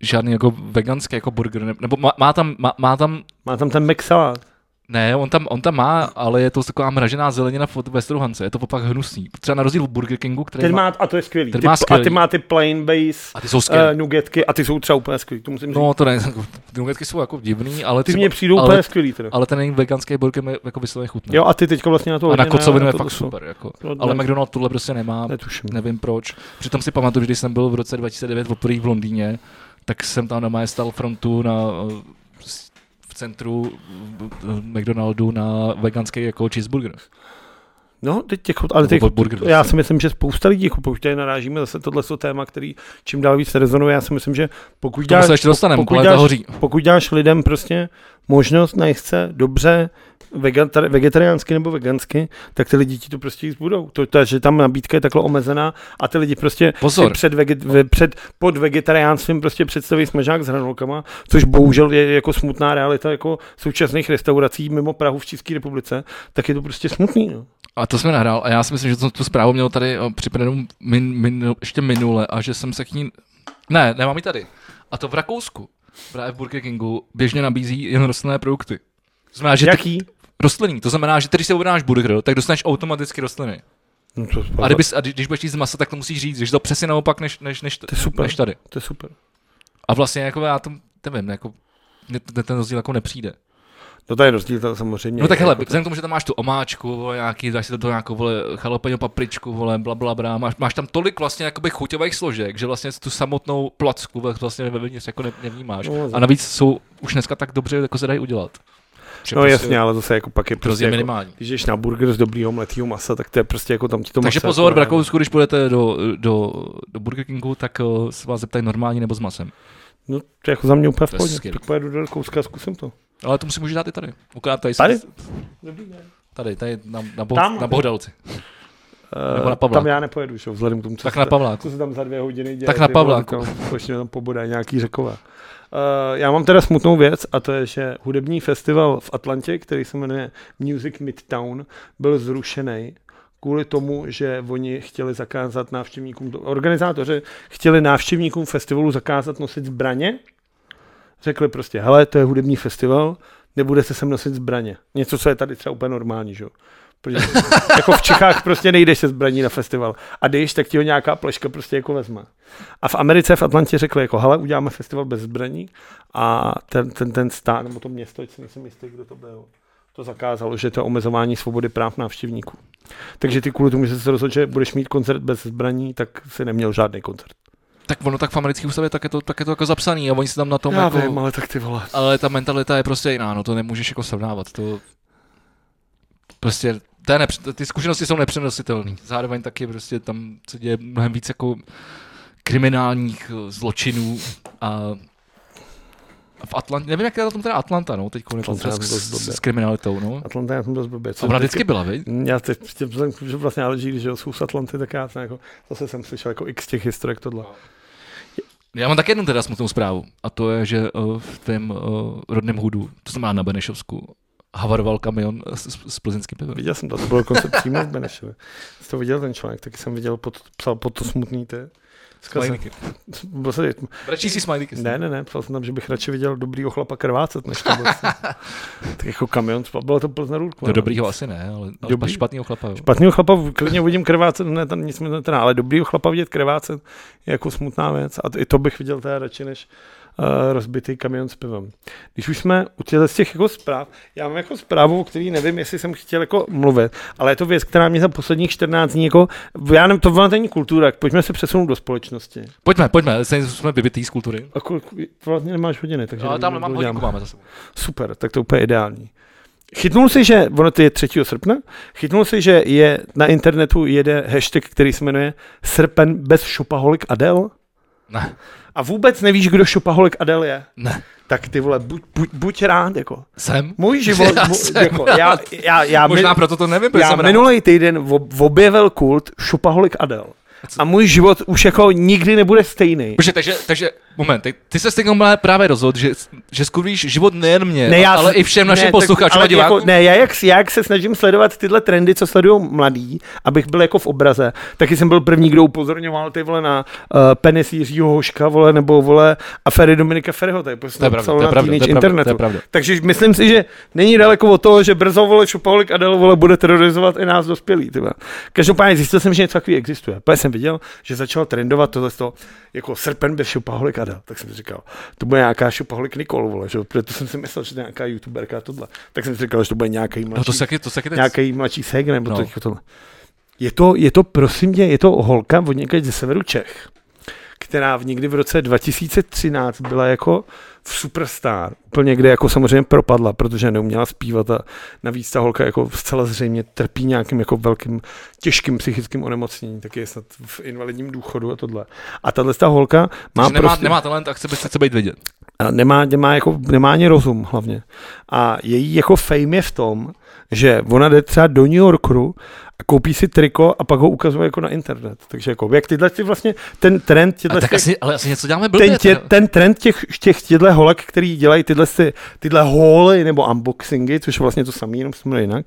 Speaker 1: žádný jako veganský jako burger, ne- nebo má, má tam, má, má tam
Speaker 2: Má tam ten McSalad.
Speaker 1: Ne, on tam, on tam má, ale je to taková mražená zelenina v- ve struhance, je to pak hnusný. Třeba na rozdíl od Burger Kingu, který
Speaker 2: Ten
Speaker 1: má...
Speaker 2: má, a to je skvělý.
Speaker 1: ten
Speaker 2: Ty,
Speaker 1: má
Speaker 2: a
Speaker 1: skvělý.
Speaker 2: ty má ty plain base
Speaker 1: A ty jsou
Speaker 2: uh,
Speaker 1: skvělé.
Speaker 2: nugetky a ty jsou třeba úplně skvělý. To musím říct. No,
Speaker 1: Eh, No, to ne, ty nugetky jsou jako divný, ale
Speaker 2: ty
Speaker 1: třeba,
Speaker 2: mě přijdou
Speaker 1: ale-
Speaker 2: úplně skvělý. Teda.
Speaker 1: ale ten jejich veganský burger mi jako vysloveně chutná.
Speaker 2: Jo, a ty teďka vlastně na to
Speaker 1: a na
Speaker 2: hodně
Speaker 1: kocovinu je
Speaker 2: to-
Speaker 1: fakt
Speaker 2: to-
Speaker 1: super, jako.
Speaker 2: to-
Speaker 1: Ale
Speaker 2: ne-
Speaker 1: McDonald tohle prostě nemá,
Speaker 2: Netuším.
Speaker 1: nevím proč. Přitom si pamatuju, že když jsem byl v roce 2009 poprvé v Londýně, tak jsem tam normálně stal frontu na eh, s- v centru eh, McDonaldu na veganský jako cheeseburger.
Speaker 2: No, teď těch, chut- ale
Speaker 1: Nebo
Speaker 2: těch,
Speaker 1: bur- burger
Speaker 2: já
Speaker 1: vlastně.
Speaker 2: si myslím, že spousta lidí, jako pokud tady narážíme zase tohle jsou téma, který čím dál víc rezonuje, já si myslím, že pokud
Speaker 1: K tomu
Speaker 2: děláš,
Speaker 1: se ještě dostaneme,
Speaker 2: pokud
Speaker 1: ale to
Speaker 2: děláš-
Speaker 1: hoří.
Speaker 2: pokud dáš lidem prostě možnost najít se dobře vegetar- vegetariánsky nebo vegansky, tak ty lidi ti to prostě jíst budou. To, to, že tam nabídka je takhle omezená a ty lidi prostě
Speaker 1: Pozor.
Speaker 2: si před, veget- ve- před, pod vegetariánstvím prostě představí smažák s hranolkama, což bohužel je jako smutná realita jako současných restaurací mimo Prahu v České republice, tak je to prostě smutný. No.
Speaker 1: A to jsme nahrál a já si myslím, že jsem tu zprávu měl tady eh, připravenou min, min, ještě minule a že jsem se k ní... Ne, nemám ji tady. A to v Rakousku. Právě v Burger Kingu běžně nabízí jen rostlinné produkty. To znamená, že ty,
Speaker 2: Jaký?
Speaker 1: rostlinný. To znamená, že ty, když si objednáš burger, tak dostaneš automaticky rostliny.
Speaker 2: No to,
Speaker 1: A, kdyby, a kdy- když budeš jíst z masa, tak to musíš říct, že to přesně naopak, než, než, než,
Speaker 2: to je super.
Speaker 1: než tady.
Speaker 2: To je super.
Speaker 1: A vlastně jako já to nevím, jako mně t- ten rozdíl jako nepřijde.
Speaker 2: No to je rozdíl to samozřejmě.
Speaker 1: No tak hele,
Speaker 2: Jako to-
Speaker 1: vzhledem k tomu, že tam máš tu omáčku, vole, nějaký, dáš si do toho nějakou vole, jalapeno papričku, vole, bla, bla, bla. Máš, máš tam tolik vlastně jakoby chuťových složek, že vlastně tu samotnou placku vole, vlastně ve vnitř jako ne, nevnímáš.
Speaker 2: No,
Speaker 1: A navíc jsou už dneska tak dobře, jako se dají udělat. Že
Speaker 2: No
Speaker 1: prostě
Speaker 2: jasně, ale zase jako pak je prostě
Speaker 1: Rozdíl
Speaker 2: jako,
Speaker 1: minimální.
Speaker 2: Když jdeš na burger z dobrýho mletýho masa, tak to je prostě jako tam ti to
Speaker 1: Takže
Speaker 2: maso
Speaker 1: pozor, v
Speaker 2: jako ne-
Speaker 1: Rakousku, když půjdete do, do, do Burger Kingu, tak eh, se vás zeptají normální nebo s masem.
Speaker 2: No to je jako za mě úplně v
Speaker 1: To je
Speaker 2: pohodě.
Speaker 1: skvělý.
Speaker 2: Tak pojedu do Rakouska a zkusím to.
Speaker 1: Ale to si můžeš dát i tady. Akorát tady,
Speaker 2: Tady?
Speaker 1: Dobrý Tady, tady na, na, boh,
Speaker 2: Tam?
Speaker 1: na Bohdalci. Nebo na
Speaker 2: Eh,
Speaker 1: Pavláku.
Speaker 2: tam já nepojedu, že? jo, vzhledem k tomu, co,
Speaker 1: Tak
Speaker 2: se,
Speaker 1: na
Speaker 2: ta-
Speaker 1: Pavláku.
Speaker 2: co se tam za dvě hodiny děje.
Speaker 1: Tak na jako.
Speaker 2: ty vole,
Speaker 1: Pavláku.
Speaker 2: Tam, počně tam pobodá nějaký řekové. Uh, já mám teda smutnou věc a to je, že hudební festival v Atlantě, který se jmenuje Music Midtown, byl zrušený kvůli tomu, že oni chtěli zakázat návštěvníkům, organizátoři chtěli návštěvníkům festivalu zakázat nosit zbraně. Řekli prostě, hele, to je hudební festival, nebude se sem nosit zbraně. Něco, co je tady třeba úplně normální, že jo. Protože jako v Čechách prostě nejdeš se zbraní na festival. A když, tak ti ho nějaká pleška prostě jako vezme. A v Americe, v Atlantě řekli jako, hele, uděláme festival bez zbraní a ten, ten, ten stát, nebo to město, teď si nejsem jistý, kdo to byl, to zakázalo, že to je omezování svobody práv návštěvníků. Takže ty kvůli tomu, že jsi se rozhodl, že budeš mít koncert bez zbraní, tak si neměl žádný koncert.
Speaker 1: Tak ono tak v americké ústavě, tak je to, tak je to jako zapsaný a oni si tam na tom
Speaker 2: Já
Speaker 1: jako...
Speaker 2: vím, ale tak ty vole.
Speaker 1: Ale ta mentalita je prostě jiná, no to nemůžeš jako srovnávat, to prostě, to je nepř- ty zkušenosti jsou nepřenositelné. Zároveň taky prostě tam se děje mnohem víc jako kriminálních eh, zločinů a a v Atlantě, nevím, jak je na tom teda Atlanta, no, teď
Speaker 2: Atlanta
Speaker 1: s,
Speaker 2: je dost
Speaker 1: s,
Speaker 2: blbě.
Speaker 1: s, kriminalitou, no.
Speaker 2: Atlanta, já jsem dost blbě.
Speaker 1: A
Speaker 2: Co
Speaker 1: ona
Speaker 2: teď-
Speaker 1: vždycky byla, viď?
Speaker 2: Já teď tě, že vlastně ale žij, že jo, jsou z Atlanty, tak já jsem jako, zase jsem slyšel jako x těch historek tohle.
Speaker 1: Já mám taky jednu teda smutnou zprávu a to je, že eh, v tém eh, rodném hudu, to znamená na Benešovsku, havaroval kamion s, s, s plzeňským pivem.
Speaker 2: Viděl jsem to, to bylo dokonce přímo v Benešově. Jsi to viděl ten článek, taky jsem viděl, pod, psal pod to smutný ty. Vzkaz-
Speaker 1: Smajlíky.
Speaker 2: Byl se,
Speaker 1: Radši si smajlíky.
Speaker 2: Vlastně, ne, ne, ne, psal jsem tam, že bych radši viděl dobrýho chlapa krvácet, než to vlastně. tak jako kamion, bylo to Plzna Růdku.
Speaker 1: No dobrýho asi ne, ale ale
Speaker 2: Dobrý.
Speaker 1: špatnýho chlapa, jo.
Speaker 2: Špatného chlapa v- klidně vidím krvácet, ne, tam nic mi to netrá, ale dobrýho chlapa vidět krvácet je jako smutná věc. A to, i to bych viděl teda radši, než eh, rozbitý kamion s pivem. Když už jsme u těchto z těch jako zpráv, já mám jako zprávu, o který nevím, jestli jsem chtěl jako mluvit, ale je to věc, která mě za posledních 14 dní jako, já nevím, to vám není kultura, pojďme se přesunout do společnosti.
Speaker 1: Pojďme, pojďme, se- jsme vybitý z kultury.
Speaker 2: A kolik, vlastně nemáš hodiny, takže
Speaker 1: Ale
Speaker 2: nevím,
Speaker 1: tam
Speaker 2: kdo
Speaker 1: mám
Speaker 2: udělám.
Speaker 1: hodinku, máme za sebou.
Speaker 2: Super, tak to je úplně ideální. Chytnul si, že, ono to je 3. srpna, chytnul si, že je na internetu jede hashtag, který se jmenuje Srpen bez šopaholik Adel?
Speaker 1: Ne.
Speaker 2: A vůbec nevíš, kdo šopaholik Adel je?
Speaker 1: Ne.
Speaker 2: Tak ty vole, buď, buď, buď rád, jako.
Speaker 1: Jsem?
Speaker 2: Můj život,
Speaker 1: Já
Speaker 2: mu,
Speaker 1: jsem
Speaker 2: jako, já, já, já,
Speaker 1: Možná
Speaker 2: mi-
Speaker 1: proto to nevím, protože
Speaker 2: já
Speaker 1: jsem rád.
Speaker 2: minulý týden ob- objevil kult šopaholik Adel.
Speaker 1: co-
Speaker 2: A můj život už jako nikdy nebude stejný.
Speaker 1: Protože, takže, takže, moment, ty, ty se s tím právě rozhodl, že, že skurvíš život nejen mě, ne, já, ale i všem našim
Speaker 2: tak-
Speaker 1: posluchačům a
Speaker 2: ale
Speaker 1: divákům.
Speaker 2: Jako, ne, já jak, já jak se snažím sledovat tyhle trendy, co sledují mladí, abych byl jako v obraze, taky jsem byl první, kdo upozorňoval ty vole na uh, penis Jiřího Hoška, vole, nebo vole afery Dominika Ferryho, to je prostě
Speaker 1: To je pravda,
Speaker 2: napsal
Speaker 1: to je
Speaker 2: na
Speaker 1: pravda, to
Speaker 2: teenage
Speaker 1: je pravda, to
Speaker 2: internetu.
Speaker 1: je pravda.
Speaker 2: Takže myslím si, že není daleko od toho, že brzo vole Šopaholik Adel vole bude terorizovat i nás dospělí. Tyba. Každopádně zjistil jsem, že něco takový existuje. Pak jsem viděl, že začal trendovat tohle z toho, jako srpen bez Šopaholik Adel. Tak jsem si říkal, to bude nějaká Šopaholik Nikol, vole, že? jo, protože to jsem si myslel, že to je nějaká youtuberka a tohle. Tak jsem si říkal, že to bude nějaký mladší,
Speaker 1: No to se taky, to se taky teď...
Speaker 2: nějaký mladší seg, nebo
Speaker 1: No.
Speaker 2: no. to, jako tohle. Je to, je to, prosím tě, je to holka od někde ze severu Čech, která v někdy v roce 2013 byla jako v superstar, úplně kde jako samozřejmě propadla, protože neuměla zpívat a navíc ta holka jako zcela zřejmě trpí nějakým jako velkým těžkým psychickým onemocněním, tak je snad v invalidním důchodu a tohle. A tahle ta holka má
Speaker 1: Má nemá,
Speaker 2: prostě...
Speaker 1: nemá talent a chce, by- chce být vidět.
Speaker 2: A nemá, nemá, jako, nemá ani rozum hlavně. A její jako fame je v tom, že ona jde třeba do New Yorku a koupí si triko a pak ho ukazuje jako na internet. Takže jako, jak tyhle ty vlastně, ten trend
Speaker 1: A
Speaker 2: těchto
Speaker 1: tak
Speaker 2: těch,
Speaker 1: asi, ale asi něco děláme blbě.
Speaker 2: ten, tě,
Speaker 1: teda.
Speaker 2: ten trend těch, těch těchto holek, který dělají tyhle, ty, tyhle holy nebo unboxingy, což je vlastně to samé, jenom se to jmenuje jinak.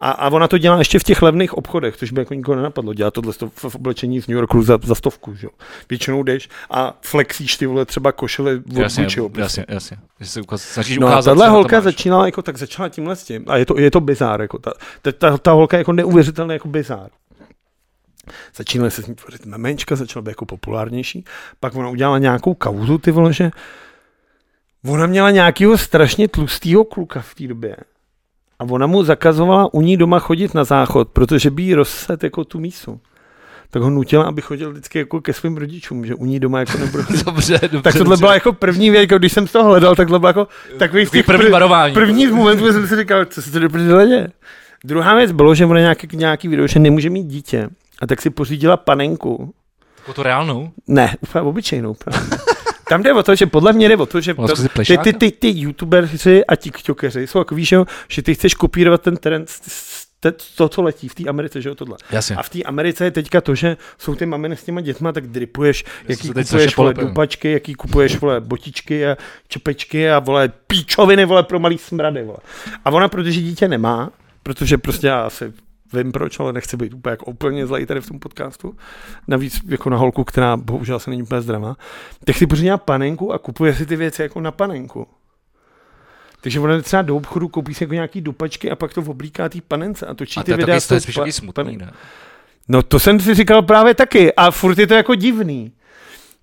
Speaker 2: A, a, ona to dělá ještě v těch levných obchodech, což by jako nikoho nenapadlo. Dělá tohle to v, v oblečení z New Yorku za, za stovku, že? jo. Většinou jdeš a flexíš ty vole třeba košile od
Speaker 1: jasně,
Speaker 2: Gucci, jo, prostě.
Speaker 1: jasně, jasně. Že se ukaz, snažíš
Speaker 2: No a
Speaker 1: ukázat,
Speaker 2: tahle
Speaker 1: co na to
Speaker 2: holka
Speaker 1: máš.
Speaker 2: začínala jako, tak začala tímhle s tím. A je to, je to bizár, jako ta, ta, ta, ta, holka je jako neuvěřitelně jako bizár. Začínaly se s ní tvořit memenčka, začala být jako populárnější. Pak ona udělala nějakou kauzu, ty vole, že ona měla nějakého strašně tlustého kluka v té době. A ona mu zakazovala u ní doma chodit na záchod, protože by jí rozset jako tu mísu. Tak ho nutila, aby chodil vždycky jako ke svým rodičům, že u ní doma jako nebude.
Speaker 1: Dobře, dobře.
Speaker 2: Tak tohle
Speaker 1: dobře.
Speaker 2: byla jako první věc, jako když jsem to hledal, tak tohle byla jako takový z
Speaker 1: Takový
Speaker 2: těch
Speaker 1: první
Speaker 2: prv-
Speaker 1: varování.
Speaker 2: první z momentů, kdy jsem si říkal, co se to do prdele děje. Druhá věc bylo, že ona nějaký, nějaký video, že nemůže mít dítě. A tak si pořídila panenku.
Speaker 1: Jako to reálnou?
Speaker 2: Ne, úplně obyčejnou. Právě. Tam jde o to, že podle mě jde o to, že
Speaker 1: Ona
Speaker 2: to,
Speaker 1: zkusí
Speaker 2: ty,
Speaker 1: plešáka?
Speaker 2: ty, ty, ty youtubeři a tiktokeři jsou jako víš, že, jo, že ty chceš kopírovat ten trend, s- s- te- to, co letí v té Americe, že jo, tohle.
Speaker 1: Jasně.
Speaker 2: A v té Americe je teďka to, že jsou ty maminy s těma dětma, tak dripuješ,
Speaker 1: se
Speaker 2: jaký
Speaker 1: teď strašně
Speaker 2: kupuješ vole,
Speaker 1: polepil.
Speaker 2: dupačky, jaký kupuješ vole botičky a čepečky a vole píčoviny vole pro malý smrady. Vole. A ona, protože dítě nemá, protože prostě já asi vím proč, ale nechci být úplně, jako úplně zlej tady v tom podcastu. Navíc jako na holku, která bohužel se není úplně zdravá, tak si pořídá panenku a kupuje si ty věci jako na panenku. Takže ona jde třeba do obchodu, koupí si jako nějaký dupačky a pak to oblíká té panence a
Speaker 1: A
Speaker 2: točí
Speaker 1: to
Speaker 2: ty
Speaker 1: je
Speaker 2: videa.
Speaker 1: taky,
Speaker 2: s
Speaker 1: to je
Speaker 2: tou
Speaker 1: spíš
Speaker 2: pa-
Speaker 1: taky smutný,
Speaker 2: panen-
Speaker 1: ne?
Speaker 2: No to jsem si říkal právě taky a furt je to jako divný.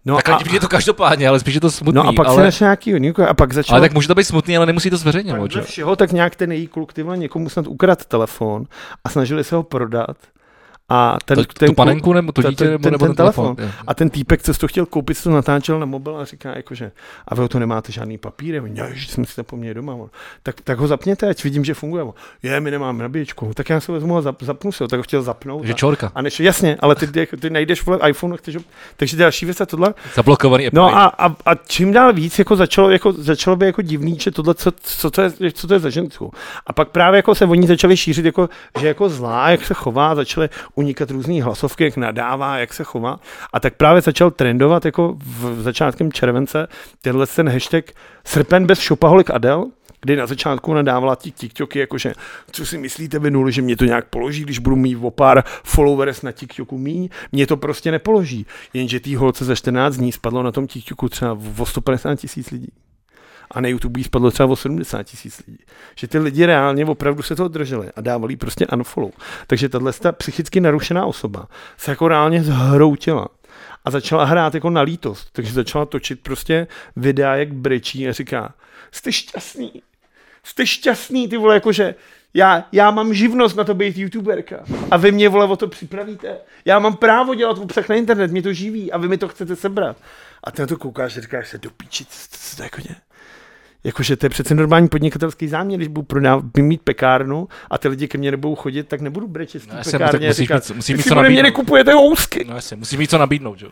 Speaker 2: No
Speaker 1: Tak
Speaker 2: a,
Speaker 1: divně je to každopádně, ale spíš je to smutný.
Speaker 2: no a pak ale... se
Speaker 1: ale,
Speaker 2: našel nějaký unik a pak začal...
Speaker 1: ale tak může to být smutný, ale nemusí to zveřejňovat, že?
Speaker 2: Podle všeho, tak nějak ten její kluk, ty vole, někomu snad ukradl telefon a snažili se ho prodat. A ten,
Speaker 1: To-
Speaker 2: ten
Speaker 1: Tu panenku nebo to
Speaker 2: ta-
Speaker 1: dítě
Speaker 2: ten-
Speaker 1: nebo
Speaker 2: ten-
Speaker 1: nebo
Speaker 2: ten
Speaker 1: ten telefon. Jo.
Speaker 2: A ten týpek, co si to chtěl koupit, si to natáčel na mobil a říká, jakože, a vy o to nemáte žádný papír, já že jsem si zapomněl doma, on. tak, tak ho zapněte, ať vidím, že funguje. On, Je, my nemáme nabíječku, tak já se vezmu a zap, zapnu se, ho, tak ho chtěl zapnout.
Speaker 1: Že
Speaker 2: a-
Speaker 1: čorka.
Speaker 2: a než, jasně, ale ty, ty- ty najdeš vole iPhone, chceš, ho- takže další věc a tohle.
Speaker 1: Zablokovaný Apple.
Speaker 2: No a, a, a, čím dál víc jako začalo, jako, začalo by jako divný, že tohle, co, co, to je, co to je za ženskou. A pak právě jako se oni začali šířit, jako, že jako zlá, jak se chová, začaly unikat různé hlasovky, jak nadává, jak se chová. A tak právě začal trendovat jako v začátkem července tenhle ten hashtag srpen bez šopaholik Adel, kdy na začátku nadávala ti TikToky, jakože co si myslíte vy nuli, že mě to nějak položí, když budu mít o pár followers na TikToku míň, mě to prostě nepoloží. Jenže tý holce za 14 dní spadlo na tom TikToku třeba o 150 tisíc lidí. A na YouTube jí spadlo třeba o 70 tisíc lidí. Že ty lidi reálně opravdu se toho drželi a dávali jí prostě unfollow. Takže tahle ta psychicky narušená osoba se jako reálně zhroutila. a začala hrát jako na lítost, takže začala točit prostě videa, jak brečí a říká, jste šťastný, jste šťastný, ty vole, jakože já, já mám živnost na to být youtuberka a vy mě, vole, o to připravíte. Já mám právo dělat obsah na internet, mě to živí a vy mi to chcete sebrat. A ty na to koukáš a říkáš se, do píči, co- co co to jako děje? Jakože to je přece normální podnikatelský záměr, když budu prodávat, mít pekárnu a ty lidi ke mně nebudou chodit, tak nebudu brečet z té
Speaker 1: No, jasně, no, tak
Speaker 2: pekárny a
Speaker 1: musíš
Speaker 2: říkat,
Speaker 1: mít- musíš
Speaker 2: "Vy
Speaker 1: mít
Speaker 2: si
Speaker 1: co
Speaker 2: ode mě
Speaker 1: nabídnout."
Speaker 2: nekupujete housky.
Speaker 1: No jasně, musí mít co nabídnout, že? jo?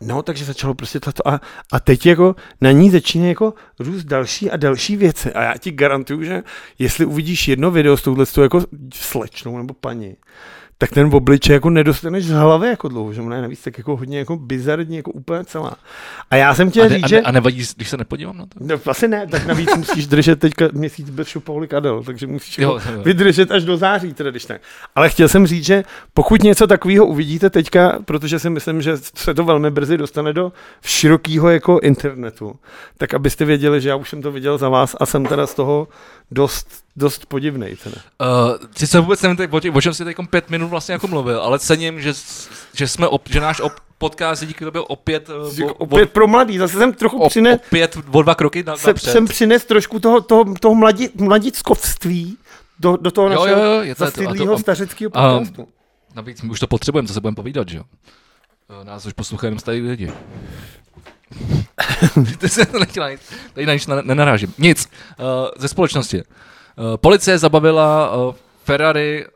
Speaker 2: No, takže začalo prostě tato a, a teď jako na ní začíná jako růst další a další věci a já ti garantuju, že jestli uvidíš jedno video s touhle s tou jako slečnou nebo paní, tak ten obličej jako nedostaneš z hlavy jako dlouho, že ona je navíc tak jako hodně jako bizarní, jako úplně celá. A já jsem
Speaker 1: A,
Speaker 2: chtěl
Speaker 1: ne,
Speaker 2: říct,
Speaker 1: a,
Speaker 2: že...
Speaker 1: ne, a nevadí, když se nepodívám na to?
Speaker 2: No, asi ne, tak navíc musíš držet teďka měsíc bez šupoulik Adel, takže musíš
Speaker 1: Jo,
Speaker 2: jo,
Speaker 1: jo.
Speaker 2: vydržet až do září, teda když ne. Ale chtěl jsem říct, že pokud něco takového uvidíte teďka, protože si myslím, že se to velmi brzy dostane do širokého jako internetu, tak abyste věděli, že já už jsem to viděl za vás a jsem teda z toho dost, dost podivnej. Teda.
Speaker 1: Uh, ty se vůbec nevím, tak o tě- o čem jsi teď pět minut vlastně jako mluvil, ale cením, že, s- že, jsme op, že náš op, podcast je díky tobě opět, eh, o,
Speaker 2: Opět pro mladý, zase jsem trochu
Speaker 1: o, o,
Speaker 2: přine,
Speaker 1: opět o dva kroky na,
Speaker 2: se,
Speaker 1: napřed.
Speaker 2: jsem přines trošku toho, toho, toho mladi, mladickovství do, do toho
Speaker 1: Jo,
Speaker 2: našeho
Speaker 1: jo, jo, je to- je to- a to-
Speaker 2: zastydlýho
Speaker 1: a-
Speaker 2: stařeckého
Speaker 1: a-
Speaker 2: podcastu.
Speaker 1: Navíc my už to potřebujeme, co se budeme povídat, že jo? Eh, Nás už poslouchají jenom starý lidi. Ty se to nechtěla nic. Tady na nic na- nenarážím. Nic. Eh, Ze společnosti. Eh, Policie zabavila eh, Ferrari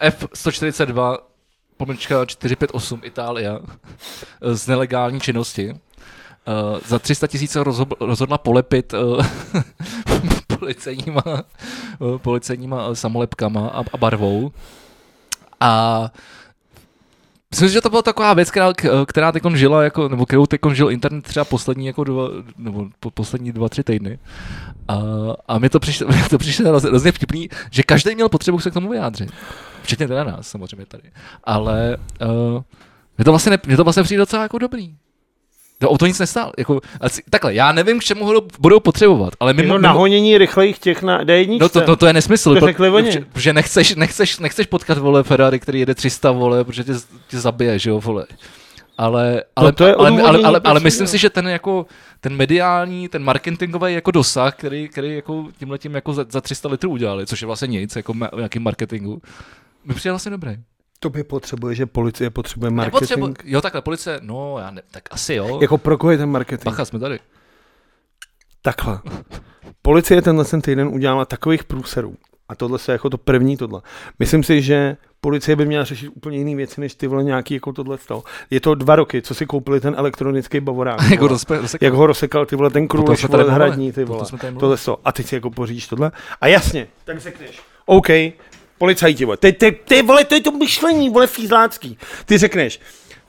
Speaker 1: eh, F142 pomlčka 458 Itálie eh, z nelegální činnosti. Eh, za 300 tisíc rozhodla polepit eh, policejníma, eh, policejníma eh, samolepkama a, a barvou. A myslím si, že to byla taková věc, která, k- která teď žila, jako, nebo kterou teď žil internet třeba poslední, jako dva, nebo po, poslední dva, tři týdny. A, a mi to přišlo, mi to přišlo hroz- hrozně vtipný, že každý měl potřebu se k tomu vyjádřit. Včetně teda nás, samozřejmě tady. Ale uh, mě, to vlastně ne, mě to vlastně přijde docela jako dobrý. To o to nic nestál. Jako, a c- takhle, já nevím, k čemu ho budou potřebovat, ale mimo,
Speaker 2: Mimo,
Speaker 1: mimo,
Speaker 2: No, nahonění rychlejch těch na D1.
Speaker 1: No to, to, to je nesmysl,
Speaker 2: To
Speaker 1: pro-
Speaker 2: řekli oni.
Speaker 1: že- že nechceš, nechceš, nechceš potkat vole Ferrari, který jede 300 vole, protože tě, tě zabije, že jo vole. Ale, ale,
Speaker 2: No to je
Speaker 1: ale, ale, ale,
Speaker 2: odůvodnění,
Speaker 1: ale, ale
Speaker 2: proč
Speaker 1: myslím
Speaker 2: jo.
Speaker 1: si, že ten jako ten mediální, ten marketingový jako dosah, který, který jako tímhle tím jako za, za 300 litrů udělali, což je vlastně nic, jako ma- v nějakém marketingu, mi přijde vlastně dobré.
Speaker 2: Tobě potřebuje, že policie potřebuje marketing.
Speaker 1: jo, takhle policie, no já ne, tak asi jo.
Speaker 2: Jako pro koho je ten marketing?
Speaker 1: Bacha, jsme tady.
Speaker 2: Takhle. Policie tenhle ten týden udělala takových průserů. A tohle se jako to první tohle. Myslím si, že policie by měla řešit úplně jiné věci, než ty vole nějaký jako tohle stalo. Je to dva roky, co si koupili ten elektronický bavorák.
Speaker 1: jako
Speaker 2: vole.
Speaker 1: rozpe, rozpe,
Speaker 2: jak ho rozsekal ty vole ten
Speaker 1: Toto
Speaker 2: krůlež
Speaker 1: jsme
Speaker 2: vole
Speaker 1: tady mluvili.
Speaker 2: hradní ty
Speaker 1: Toto
Speaker 2: vole.
Speaker 1: jsme tady mluvili.
Speaker 2: Tohle to. A teď si jako poříš tohle. A jasně, tak řekneš. OK, policajti, vole. Ty, ty, ty, vole, to je to myšlení, vole, fízlácký. Ty řekneš,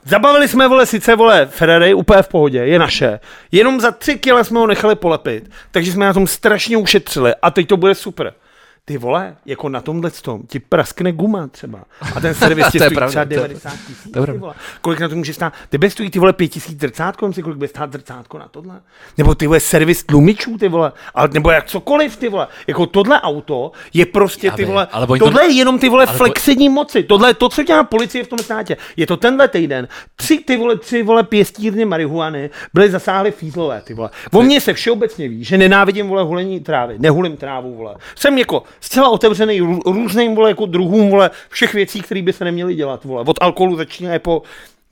Speaker 2: Zabavili jsme, vole, sice, vole, Ferrari úplně v pohodě, je naše. Jenom za tři kila jsme ho nechali polepit, takže jsme na tom strašně ušetřili a teď to bude super. Ty vole, jako na tomhle tom, ti praskne guma třeba. A ten servis ti
Speaker 1: To je
Speaker 2: stojí
Speaker 1: pravda,
Speaker 2: třeba
Speaker 1: to je-
Speaker 2: 90 tisíc,
Speaker 1: to je pravda.
Speaker 2: ty vole. Kolik na to může stát? Tebe stojí ty vole pět tisíc zrcátko, si kolik bude stát zrcátko na tohle? Nebo ty vole servis tlumičů, ty vole, ale, nebo jak cokoliv, ty vole. Jako tohle auto je prostě,
Speaker 1: Já
Speaker 2: ty
Speaker 1: vím,
Speaker 2: vole,
Speaker 1: ale oni to-
Speaker 2: tohle je jenom ty vole
Speaker 1: ale po-
Speaker 2: flexidní moci. Tohle je to, co dělá policie v tom státě. Je to tenhle týden. Tři ty vole, tři vole pěstírny marihuany byly zasáhly fízlové, ty vole. O mně se všeobecně ví, že nenávidím vole hulení trávy, nehulím trávu, vole. Jsem jako zcela otevřený rů- různým vole jako druhům vole všech věcí, které by se neměly dělat, vole. Od alkoholu začíná po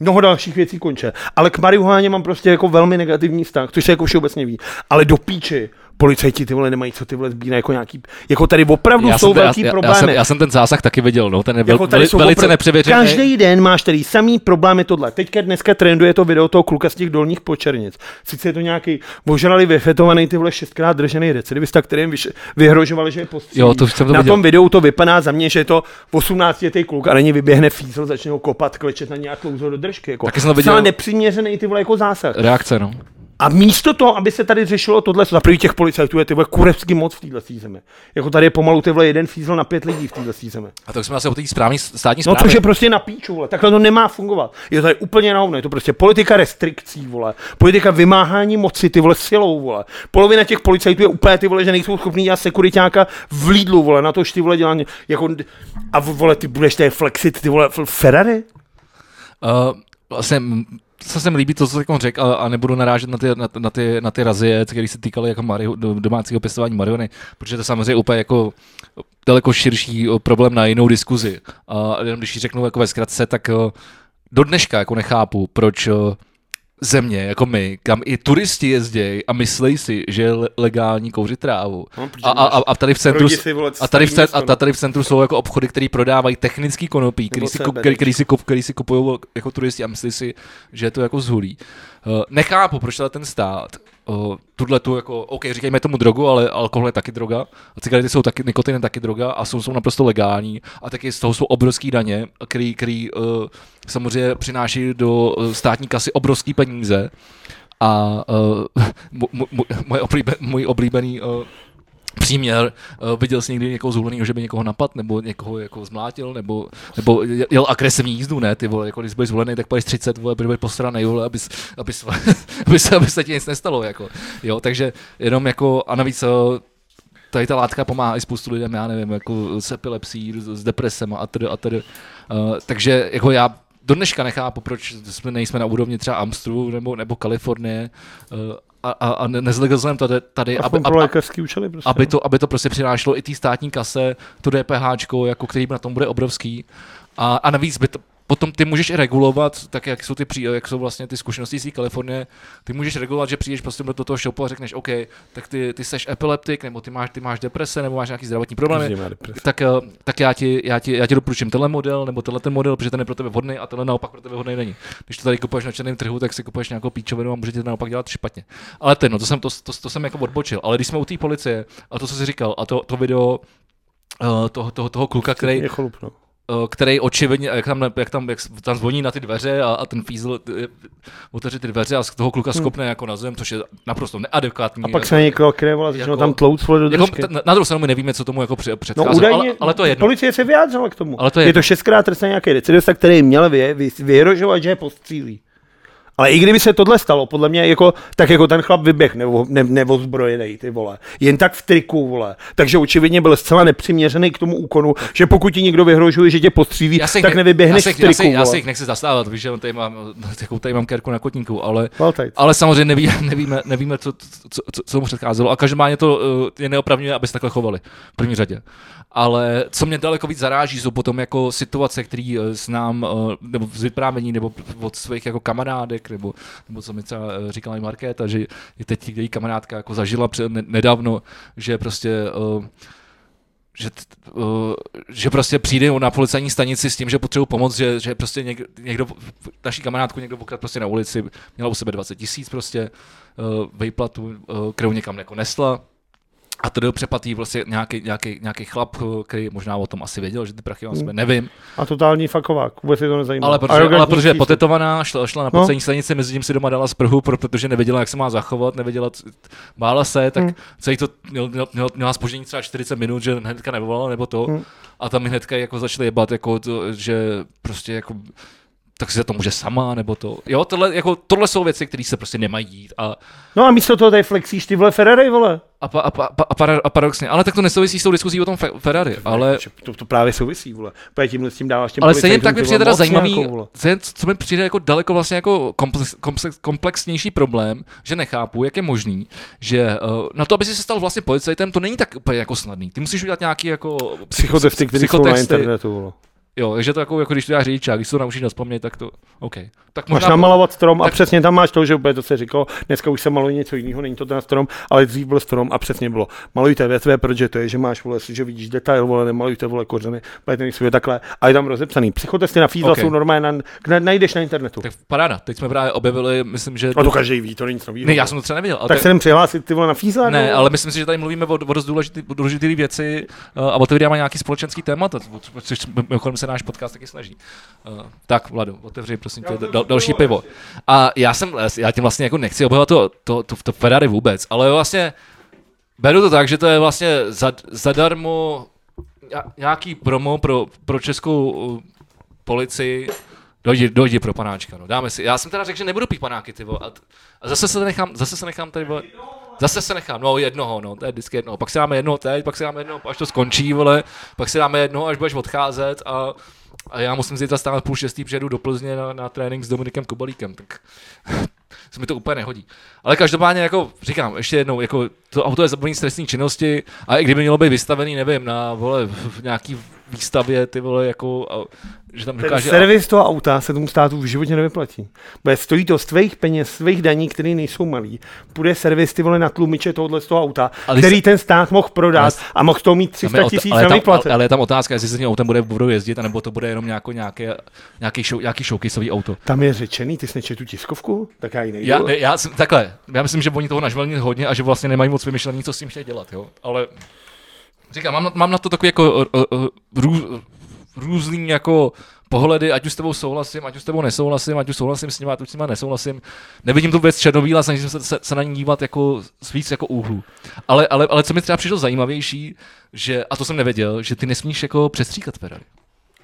Speaker 2: mnoho dalších věcí konče. Ale k marihuáně mám prostě jako velmi negativní vztah, což se jako všeobecně ví. Ale do píči, policajti ty vole nemají co ty vole sbírat jako nějaký, jako tady opravdu
Speaker 1: já,
Speaker 2: jsou
Speaker 1: jsem, já,
Speaker 2: velký
Speaker 1: já,
Speaker 2: problémy
Speaker 1: já, jsem, já jsem ten zásah taky viděl, no, ten je vel, veli,
Speaker 2: Jako jsou
Speaker 1: velice
Speaker 2: opravdu-
Speaker 1: nepřevěřený.
Speaker 2: Každý den máš tady samý problém je tohle. Teďka dneska trenduje to video toho kluka z těch dolních počernic. Sice je to nějaký ožralý, vyfetovaný ty vole šestkrát držený recidivista, kterým vyš- vyhrožovali, že je postřílí.
Speaker 1: Jo, to už jsem to
Speaker 2: Na
Speaker 1: viděl.
Speaker 2: tom videu to vypadá za mě, že je to 18 letý kluk a na něj vyběhne fízl, začne ho kopat, klečet na něj a klouzl do držky. Jako.
Speaker 1: Taky jsem to viděl.
Speaker 2: Zcela nepřiměřený ty vole jako zásah.
Speaker 1: Reakce, no.
Speaker 2: A místo toho, aby se tady řešilo tohle, za prvý těch policajtů je ty vole kurevský moc v této zemi. Jako tady je pomalu ty vole jeden fízl na pět lidí v této zemi.
Speaker 1: A tak jsme asi o té správní státní
Speaker 2: No
Speaker 1: správě.
Speaker 2: což je prostě na píču, vole. takhle to nemá fungovat. Je to tady úplně na hovno, je to prostě politika restrikcí, vole. politika vymáhání moci, ty vole silou, vole. Polovina těch policajtů je úplně ty vole, že nejsou schopní dělat sekuritáka v Lidlu, vole, na to, že ty vole dělá ně- jako, a vole, ty budeš tady flexit, ty vole, Ferrari?
Speaker 1: Uh, vlastně mm, se sem líbí to, co jsem řekl, a, a, nebudu narážet na ty, na, na ty, na ty razie, které se týkaly jako Mario, do- domácího pěstování mariony, protože to je samozřejmě úplně jako daleko širší o, problém na jinou diskuzi. A jenom když ji řeknu jako ve zkratce, tak o, do dneška jako nechápu, proč o, země jako my, kam i turisti jezdí a myslejí si, že je le- legální kouřit trávu. A, a, a- a tady v centru...
Speaker 2: Projdi si, vole,
Speaker 1: A tady, v
Speaker 2: starý
Speaker 1: centru,
Speaker 2: město,
Speaker 1: a tady v centru jsou jako obchody, které prodávají technický konopí, který
Speaker 2: Nebo
Speaker 1: si,
Speaker 2: CBD.
Speaker 1: kup, který, který, si kup, který si kupují jako turisti a myslí si, že je to jako zhulí. Uh, nechápu, proč tenhle ten stát uh, tuhle tu jako, OK, říkejme tomu drogu, ale alkohol je taky droga, a cigarety jsou taky, nikotin je taky droga a jsou, jsou naprosto legální a taky z toho jsou obrovský daně, který, který uh, samozřejmě přináší do uh, státní kasy obrovský peníze a uh, mu- mu- mu- moje oblíbe, můj oblíbený uh, příměr, eh, viděl jsi někdy někoho zhuleného, že by někoho napadl, nebo někoho jako zmlátil, nebo, nebo je- jel agresivní jízdu, ne, ty vole, jako když byl zvolený, tak půjdeš 30, vole, protože byl posranej, vole, abys, abys, abys, abys, se ti nic nestalo, jako, jo, takže jenom jako, a navíc eh, tady ta látka pomáhá i spoustu lidem, já nevím, jako s epilepsí, s s depresem a tedy a tedy. Uh, takže jako já do dneška nechápu, proč jsme nejsme na úrovni třeba Amstru nebo, nebo Kalifornie uh, a, a, a ne- nezlegalizujeme tady, tady
Speaker 2: Aspoň
Speaker 1: aby,
Speaker 2: pro
Speaker 1: aby,
Speaker 2: lékařský účely prostě.
Speaker 1: aby to, aby to prostě přinášelo i té státní kase, to DPH, jako který na tom bude obrovský. A, a navíc by to, potom ty můžeš i regulovat, tak jak jsou, ty, pří- jak jsou vlastně ty zkušenosti z té Kalifornie, ty můžeš regulovat, že přijdeš prostě do toho shopu a řekneš, OK, tak ty, ty seš epileptik, nebo ty máš, ty máš deprese, nebo máš nějaký zdravotní problémy,
Speaker 2: Každý má depresi.
Speaker 1: tak, eh, tak já, ti, já, ti, já ti doporučím tenhle model, nebo tenhle ten model, protože ten je pro tebe vhodný a tenhle naopak pro tebe vhodný není. Když to tady kupuješ na černém trhu, tak si kupuješ nějakou píčovinu a můžete to naopak dělat špatně. Ale ten, no, to jsem, to, to, to jsem jako odbočil. Ale když jsme u té policie, a to, co jsi říkal, a to, to video eh, toho, toho, toho kluka, který,
Speaker 2: Je cholup, no.
Speaker 1: eh, který očividně, jak tam, jak tam, jak tam zvoní na ty dveře a, a ten fízl eh, otevře ty dveře a z toho kluka skopne jako na zem, což je naprosto neadekvátní.
Speaker 2: Hmm. A pak se na někoho kryje, vole, začnou
Speaker 1: Jako-
Speaker 2: tam tlouc, vole, do
Speaker 1: jako,
Speaker 2: držky.
Speaker 1: t- na- na druhou stranu my nevíme, co tomu jako před-
Speaker 2: No
Speaker 1: předcházelo,
Speaker 2: údajně,
Speaker 1: ale, ale, to je jedno.
Speaker 2: policie se vyjádřila k tomu.
Speaker 1: Ale to je
Speaker 2: je
Speaker 1: jedno.
Speaker 2: to šestkrát trestný nějaký recidivista, který měl vy, vy, vyhrožovat, že je postřílí. Ale i kdyby se tohle stalo, podle mě, jako, tak jako ten chlap vyběh nebo, ne, nebo zbrojený, ty vole. Jen tak v triku, vole. Takže očividně byl zcela nepřiměřený k tomu úkonu, že pokud ti někdo vyhrožuje, že tě postřílí,
Speaker 1: Já se jich
Speaker 2: tak
Speaker 1: ne-
Speaker 2: nevyběhneš
Speaker 1: já
Speaker 2: v
Speaker 1: se,
Speaker 2: triku,
Speaker 1: já se, já se
Speaker 2: vole.
Speaker 1: jich nechci zastávat, víš, že tady mám, jakou tady mám kerku na kotníku, ale,
Speaker 2: Valtajc.
Speaker 1: ale samozřejmě neví, nevíme, nevíme co, co, co, co, mu předcházelo a každopádně to eh, je neopravňuje, aby se takhle chovali v první řadě. Ale co mě daleko víc zaráží, jsou potom jako situace, které eh, znám eh, nebo z vyprávění nebo od svých jako kamarádek, nebo, nebo co mi třeba eh, říkala i Markéta, že je teď její kamarádka jako zažila před, ne- nedávno, že prostě eh, že, t- uh, že prostě přijde na policajní stanici s tím, že potřebují pomoc, že, že prostě někdo, někdo, naší kamarádku někdo pokrad prostě na ulici, měla u sebe 20 tisíc prostě, uh, vejplatu, uh, kterou někam jako nesla. A to přepatý prostě nějaký, nějaký, nějaký chlap, eh, který možná o tom asi věděl, že ty prachy mám sebe, nevím.
Speaker 2: A totální fakovák, vůbec je to nezajímá.
Speaker 1: Ale protože,
Speaker 2: Arrogantní
Speaker 1: ale protože je
Speaker 2: přístup.
Speaker 1: potetovaná, šla, šla na
Speaker 2: No.
Speaker 1: policejní stanici, mezi tím si doma dala z prhu, pro- protože nevěděla, jak se má zachovat, nevěděla, c- bála se, tak hmm. celý to měl, měl- měl, měla spoždění třeba 40 minut, že hnedka nevolala nebo to. Hmm. A tam mi hnedka jako začaly jebat, jako to, že prostě jako tak si za to může sama, nebo to. Jo, tohle, jako, tohle jsou věci, které se prostě nemají dít. A,
Speaker 2: No a místo toho tady flexíš ty vole Ferrari, vole.
Speaker 1: a, pa- a, pa- a, para- a, paradoxně, ale tak to nesouvisí s tou diskuzí o tom Fe- Ferrari, ale...
Speaker 2: Že To, to právě souvisí, vole. Protože tímhle s tím dáváš těm
Speaker 1: Ale stejně
Speaker 2: policajtům,
Speaker 1: tak mi
Speaker 2: ty
Speaker 1: přijde
Speaker 2: vole,
Speaker 1: teda
Speaker 2: jako moc
Speaker 1: zajímavý,
Speaker 2: nějakou, vole.
Speaker 1: co je- co mi přijde jako daleko vlastně jako komplex, komplex, komplexnější problém, že nechápu, jak je možný, že uh, na to, aby si se stal vlastně policajtem, to není tak úplně jako snadný. Ty musíš udělat nějaký jako psy-
Speaker 2: Psychotesty, které jsou na
Speaker 1: psychotesty.
Speaker 2: internetu, vole.
Speaker 1: Jo, takže to jako, jako když to já řidičák, když se to naučíš naspomnět, tak to, OK. Tak
Speaker 2: Máš
Speaker 1: možná,
Speaker 2: namalovat strom a
Speaker 1: tak-
Speaker 2: přesně tam máš to, že úplně to se říkalo, dneska už se maluje něco jiného, není to ten strom, ale dřív byl strom a přesně bylo. Malujte větve, protože to je, že máš vole, že vidíš detail, vole, nemalujte vole kořeny, bude ten svět takhle a je tam rozepsaný. Psychotesty na fízla
Speaker 1: Ok.
Speaker 2: jsou normálně, na, kde najdeš na internetu.
Speaker 1: tak paráda, teď jsme právě objevili, myslím, že...
Speaker 2: A to každý ví, to není nic nového.
Speaker 1: Ne, já jsem to třeba neviděl. Ale
Speaker 2: tak
Speaker 1: to-
Speaker 2: se jdem přihlásit ty vole na fízla?
Speaker 1: Ne,
Speaker 2: no?
Speaker 1: ale myslím si, že tady mluvíme o, o dost důležitý, důležitý věci eh, a otevíráme nějaký společenský témata, co- což mimochodem se náš podcast taky snaží. Eh, Tak, Vladu, otevři prosím tě dal, další pivo. A já jsem, já tím vlastně jako nechci obhajovat to, to, to, to Ferrari vůbec, ale vlastně beru to tak, že to je vlastně za, zadarmo ně- nějaký promo pro, pro českou eh, policii, Dojdi, dojdi pro panáčka, no, dáme si. Já jsem teda řekl, že nebudu pít panáky, ty vole, a, t- a zase se nechám, zase se nechám tady, vole, zase se nechám, no, jednoho, no, to je vždycky jednoho, pak si dáme jednoho teď, pak si dáme jednoho, až to skončí, vole, pak si dáme jednoho, až budeš odcházet a, A já musím zítra stát půl šestý, přijedu do Plzně na, na trénink s Dominikem Kobalíkem, tak se mi to úplně nehodí. Ale každopádně, jako říkám, ještě jednou, jako to auto je zabavení stresní činnosti a i kdyby mělo být vystavený, nevím, na vole, v nějaký výstavě, ty vole, jako, a, že tam
Speaker 2: Ten
Speaker 1: dokáže...
Speaker 2: servis toho auta se tomu státu v životě nevyplatí. Bude stojí to z tvých peněz, svých daní, které nejsou malý. Půjde servis ty vole na tlumiče tohohle z toho auta,
Speaker 1: Ale
Speaker 2: který ten stát mohl
Speaker 1: Ale
Speaker 2: prodat
Speaker 1: s-
Speaker 2: a mohl to mít
Speaker 1: Tam je
Speaker 2: 300
Speaker 1: ota-
Speaker 2: tisíc
Speaker 1: ale,
Speaker 2: na
Speaker 1: tam,
Speaker 2: výplate.
Speaker 1: ale je tam otázka, jestli se tím autem bude budou jezdit, anebo to bude jenom nějako, nějaké, nějaký, show, nějaký showcaseový auto.
Speaker 2: Tam je řečený, ty jsi nečetl tu tiskovku? Tak já ji nejdu.
Speaker 1: Já, ne, já jsem, takhle, já myslím, že oni toho nažvelní hodně a že vlastně nemají moc vymyšlení, co s tím chtějí dělat, jo. Ale říkám, mám, na- mám na to takový jako uh, uh, rů, různý jako pohledy, ať už s tebou souhlasím, ať už s tebou nesouhlasím, ať už souhlasím s nima, ať už s nima nesouhlasím. Nevidím tu věc černobíla, snažím se, se, se na ní dívat jako z víc jako úhlu. Ale, ale, ale co mi třeba přišlo zajímavější, že, a to jsem nevěděl, že ty nesmíš jako přestříkat Ferrari.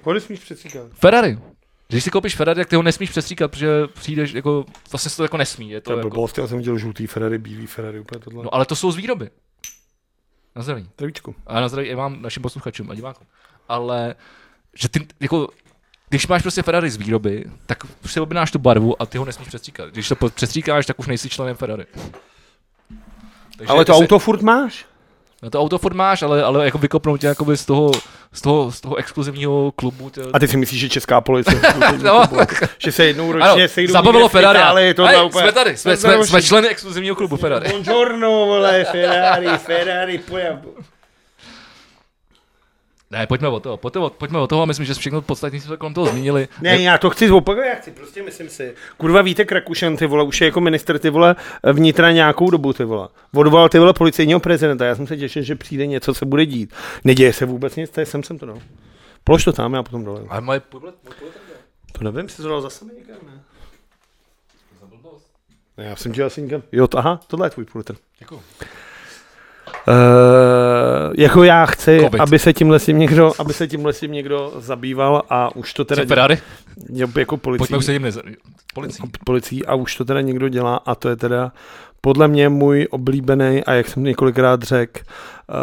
Speaker 2: Kolik smíš přecíkat?
Speaker 1: Ferrari. Když si koupíš Ferrari, tak ty ho nesmíš přestříkat, protože přijdeš jako, vlastně se to jako nesmí. Je to,
Speaker 2: To je
Speaker 1: jako,
Speaker 2: blbost, já jsem viděl žlutý Ferrari, bílý Ferrari, úplně tohle. No.
Speaker 1: No ale to jsou z výroby. Na zdraví.
Speaker 2: Travičku.
Speaker 1: A na zdraví i vám, našim posluchačům a divákům. Ale, že ty, jako, když máš prostě Ferrari z výroby, tak si objednáš tu barvu a ty ho nesmíš přestříkat. Když to po- přestříkáš, tak už nejsi členem Ferrari. Takže
Speaker 2: Ale to
Speaker 1: jestli-
Speaker 2: auto furt máš.
Speaker 1: No to auto furt máš, ale, ale jako vykopnou tě jakoby z toho, z toho, z toho exkluzivního klubu. Tě,
Speaker 2: A ty si myslíš, že česká policie,
Speaker 1: no,
Speaker 2: že se jednou
Speaker 1: ano,
Speaker 2: ročně sejdou
Speaker 1: zabavilo
Speaker 2: někde v
Speaker 1: Ferrari.
Speaker 2: Itálii, tohle
Speaker 1: Hej,
Speaker 2: úplně-
Speaker 1: jsme tady, jsme,
Speaker 2: To
Speaker 1: jsme, jsme
Speaker 2: zruší.
Speaker 1: členy exkluzivního klubu Ferrari.
Speaker 2: Buongiorno, vole, Ferrari, Ferrari, pojď.
Speaker 1: Ne, pojďme o toho, pojďme, o- pojďme o toho, myslím, že všechno podstatně jsme kolem toho zmínili.
Speaker 2: Ne, já to chci zopakovat, já chci, prostě myslím si. Kurva víte, Krakušan, ty vole, už je jako minister, ty vole, vnitra nějakou dobu, ty vole. Odvolal ty vole policejního prezidenta, já jsem se těšil, že přijde něco, se bude dít. Neděje se vůbec nic, tady jsem sem to dal. Polož to tam, já potom dole.
Speaker 1: Ale moje
Speaker 2: To nevím, si to dal zase někam, ne? Ne, já jsem dělal asi někam. Jo, to, aha, tohle je tvůj pulitr.
Speaker 1: Děkuju.
Speaker 2: Uh, jako já chci,
Speaker 1: Covid.
Speaker 2: aby se tímhle s tím někdo, aby se tímhle s tím někdo zabýval a už to teda
Speaker 1: Jsem Ferrari?
Speaker 2: děl, jako policie.
Speaker 1: Pojďme už se jim nez... Policií.
Speaker 2: policií a už to teda někdo dělá a to je teda podle mě můj oblíbený a jak jsem několikrát řekl, uh,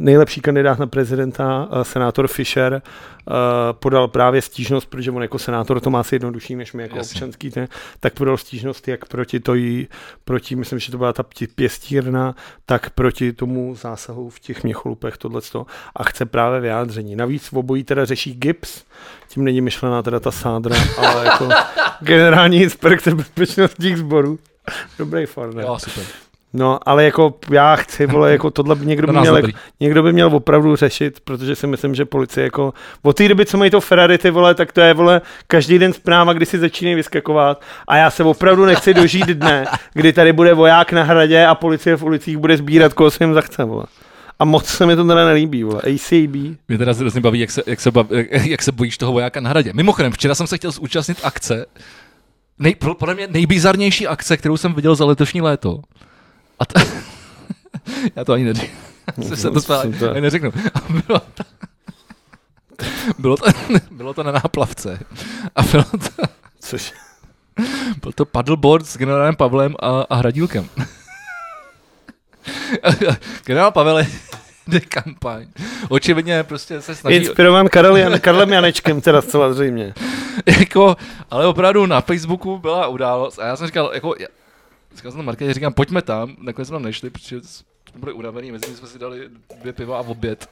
Speaker 2: nejlepší kandidát na prezidenta, uh, senátor Fischer, uh, podal právě stížnost, protože on jako senátor to má asi jednodušší než my jako
Speaker 1: Jasně.
Speaker 2: občanský, ne? tak podal stížnost jak proti tojí, proti, myslím, že to byla ta pti- pěstírna, tak proti tomu zásahu v těch měcholupech tohleto a chce právě vyjádření. Navíc v obojí teda řeší gips, tím není myšlená teda ta sádra, ale jako generální inspekce bezpečnostních sborů. Dobrý for, ne?
Speaker 1: Jo, super.
Speaker 2: No, ale jako já chci, vole, jako tohle by někdo,
Speaker 1: Do
Speaker 2: by
Speaker 1: nás
Speaker 2: měl,
Speaker 1: dobrý.
Speaker 2: někdo by měl opravdu řešit, protože si myslím, že policie jako od té doby, co mají to Ferrari, ty vole, tak to je, vole, každý den zpráva, kdy si začínají vyskakovat a já se opravdu nechci dožít dne, kdy tady bude voják na hradě a policie v ulicích bude sbírat, koho se jim zachce, vole. A moc se mi to teda nelíbí, vole. ACB.
Speaker 1: Mě teda hrozně baví, jak se, jak, se baví, jak se bojíš toho vojáka na hradě. Mimochodem, včera jsem se chtěl zúčastnit akce, nej, pro- podle mě nejbizarnější akce, kterou jsem viděl za letošní léto. A t- já to ani neřeknu. se to stále,
Speaker 2: Jsem to-
Speaker 1: ani neřeknu. A bylo, to, bylo, to, bylo to na náplavce. A bylo to,
Speaker 2: Což?
Speaker 1: byl to paddleboard s generálem Pavlem a, a Hradílkem. Generál Pavel jde kampaň. Očividně prostě se snaží,
Speaker 2: Inspirovan Karel Jan, Karlem Janečkem, teda zcela zřejmě.
Speaker 1: jako, ale opravdu na Facebooku byla událost a já jsem říkal, jako, já, říkal jsem to Markétě, říkám, pojďme tam, nakonec jsme tam nešli, protože jsme byli unavený, mezi tím jsme si dali dvě piva a oběd.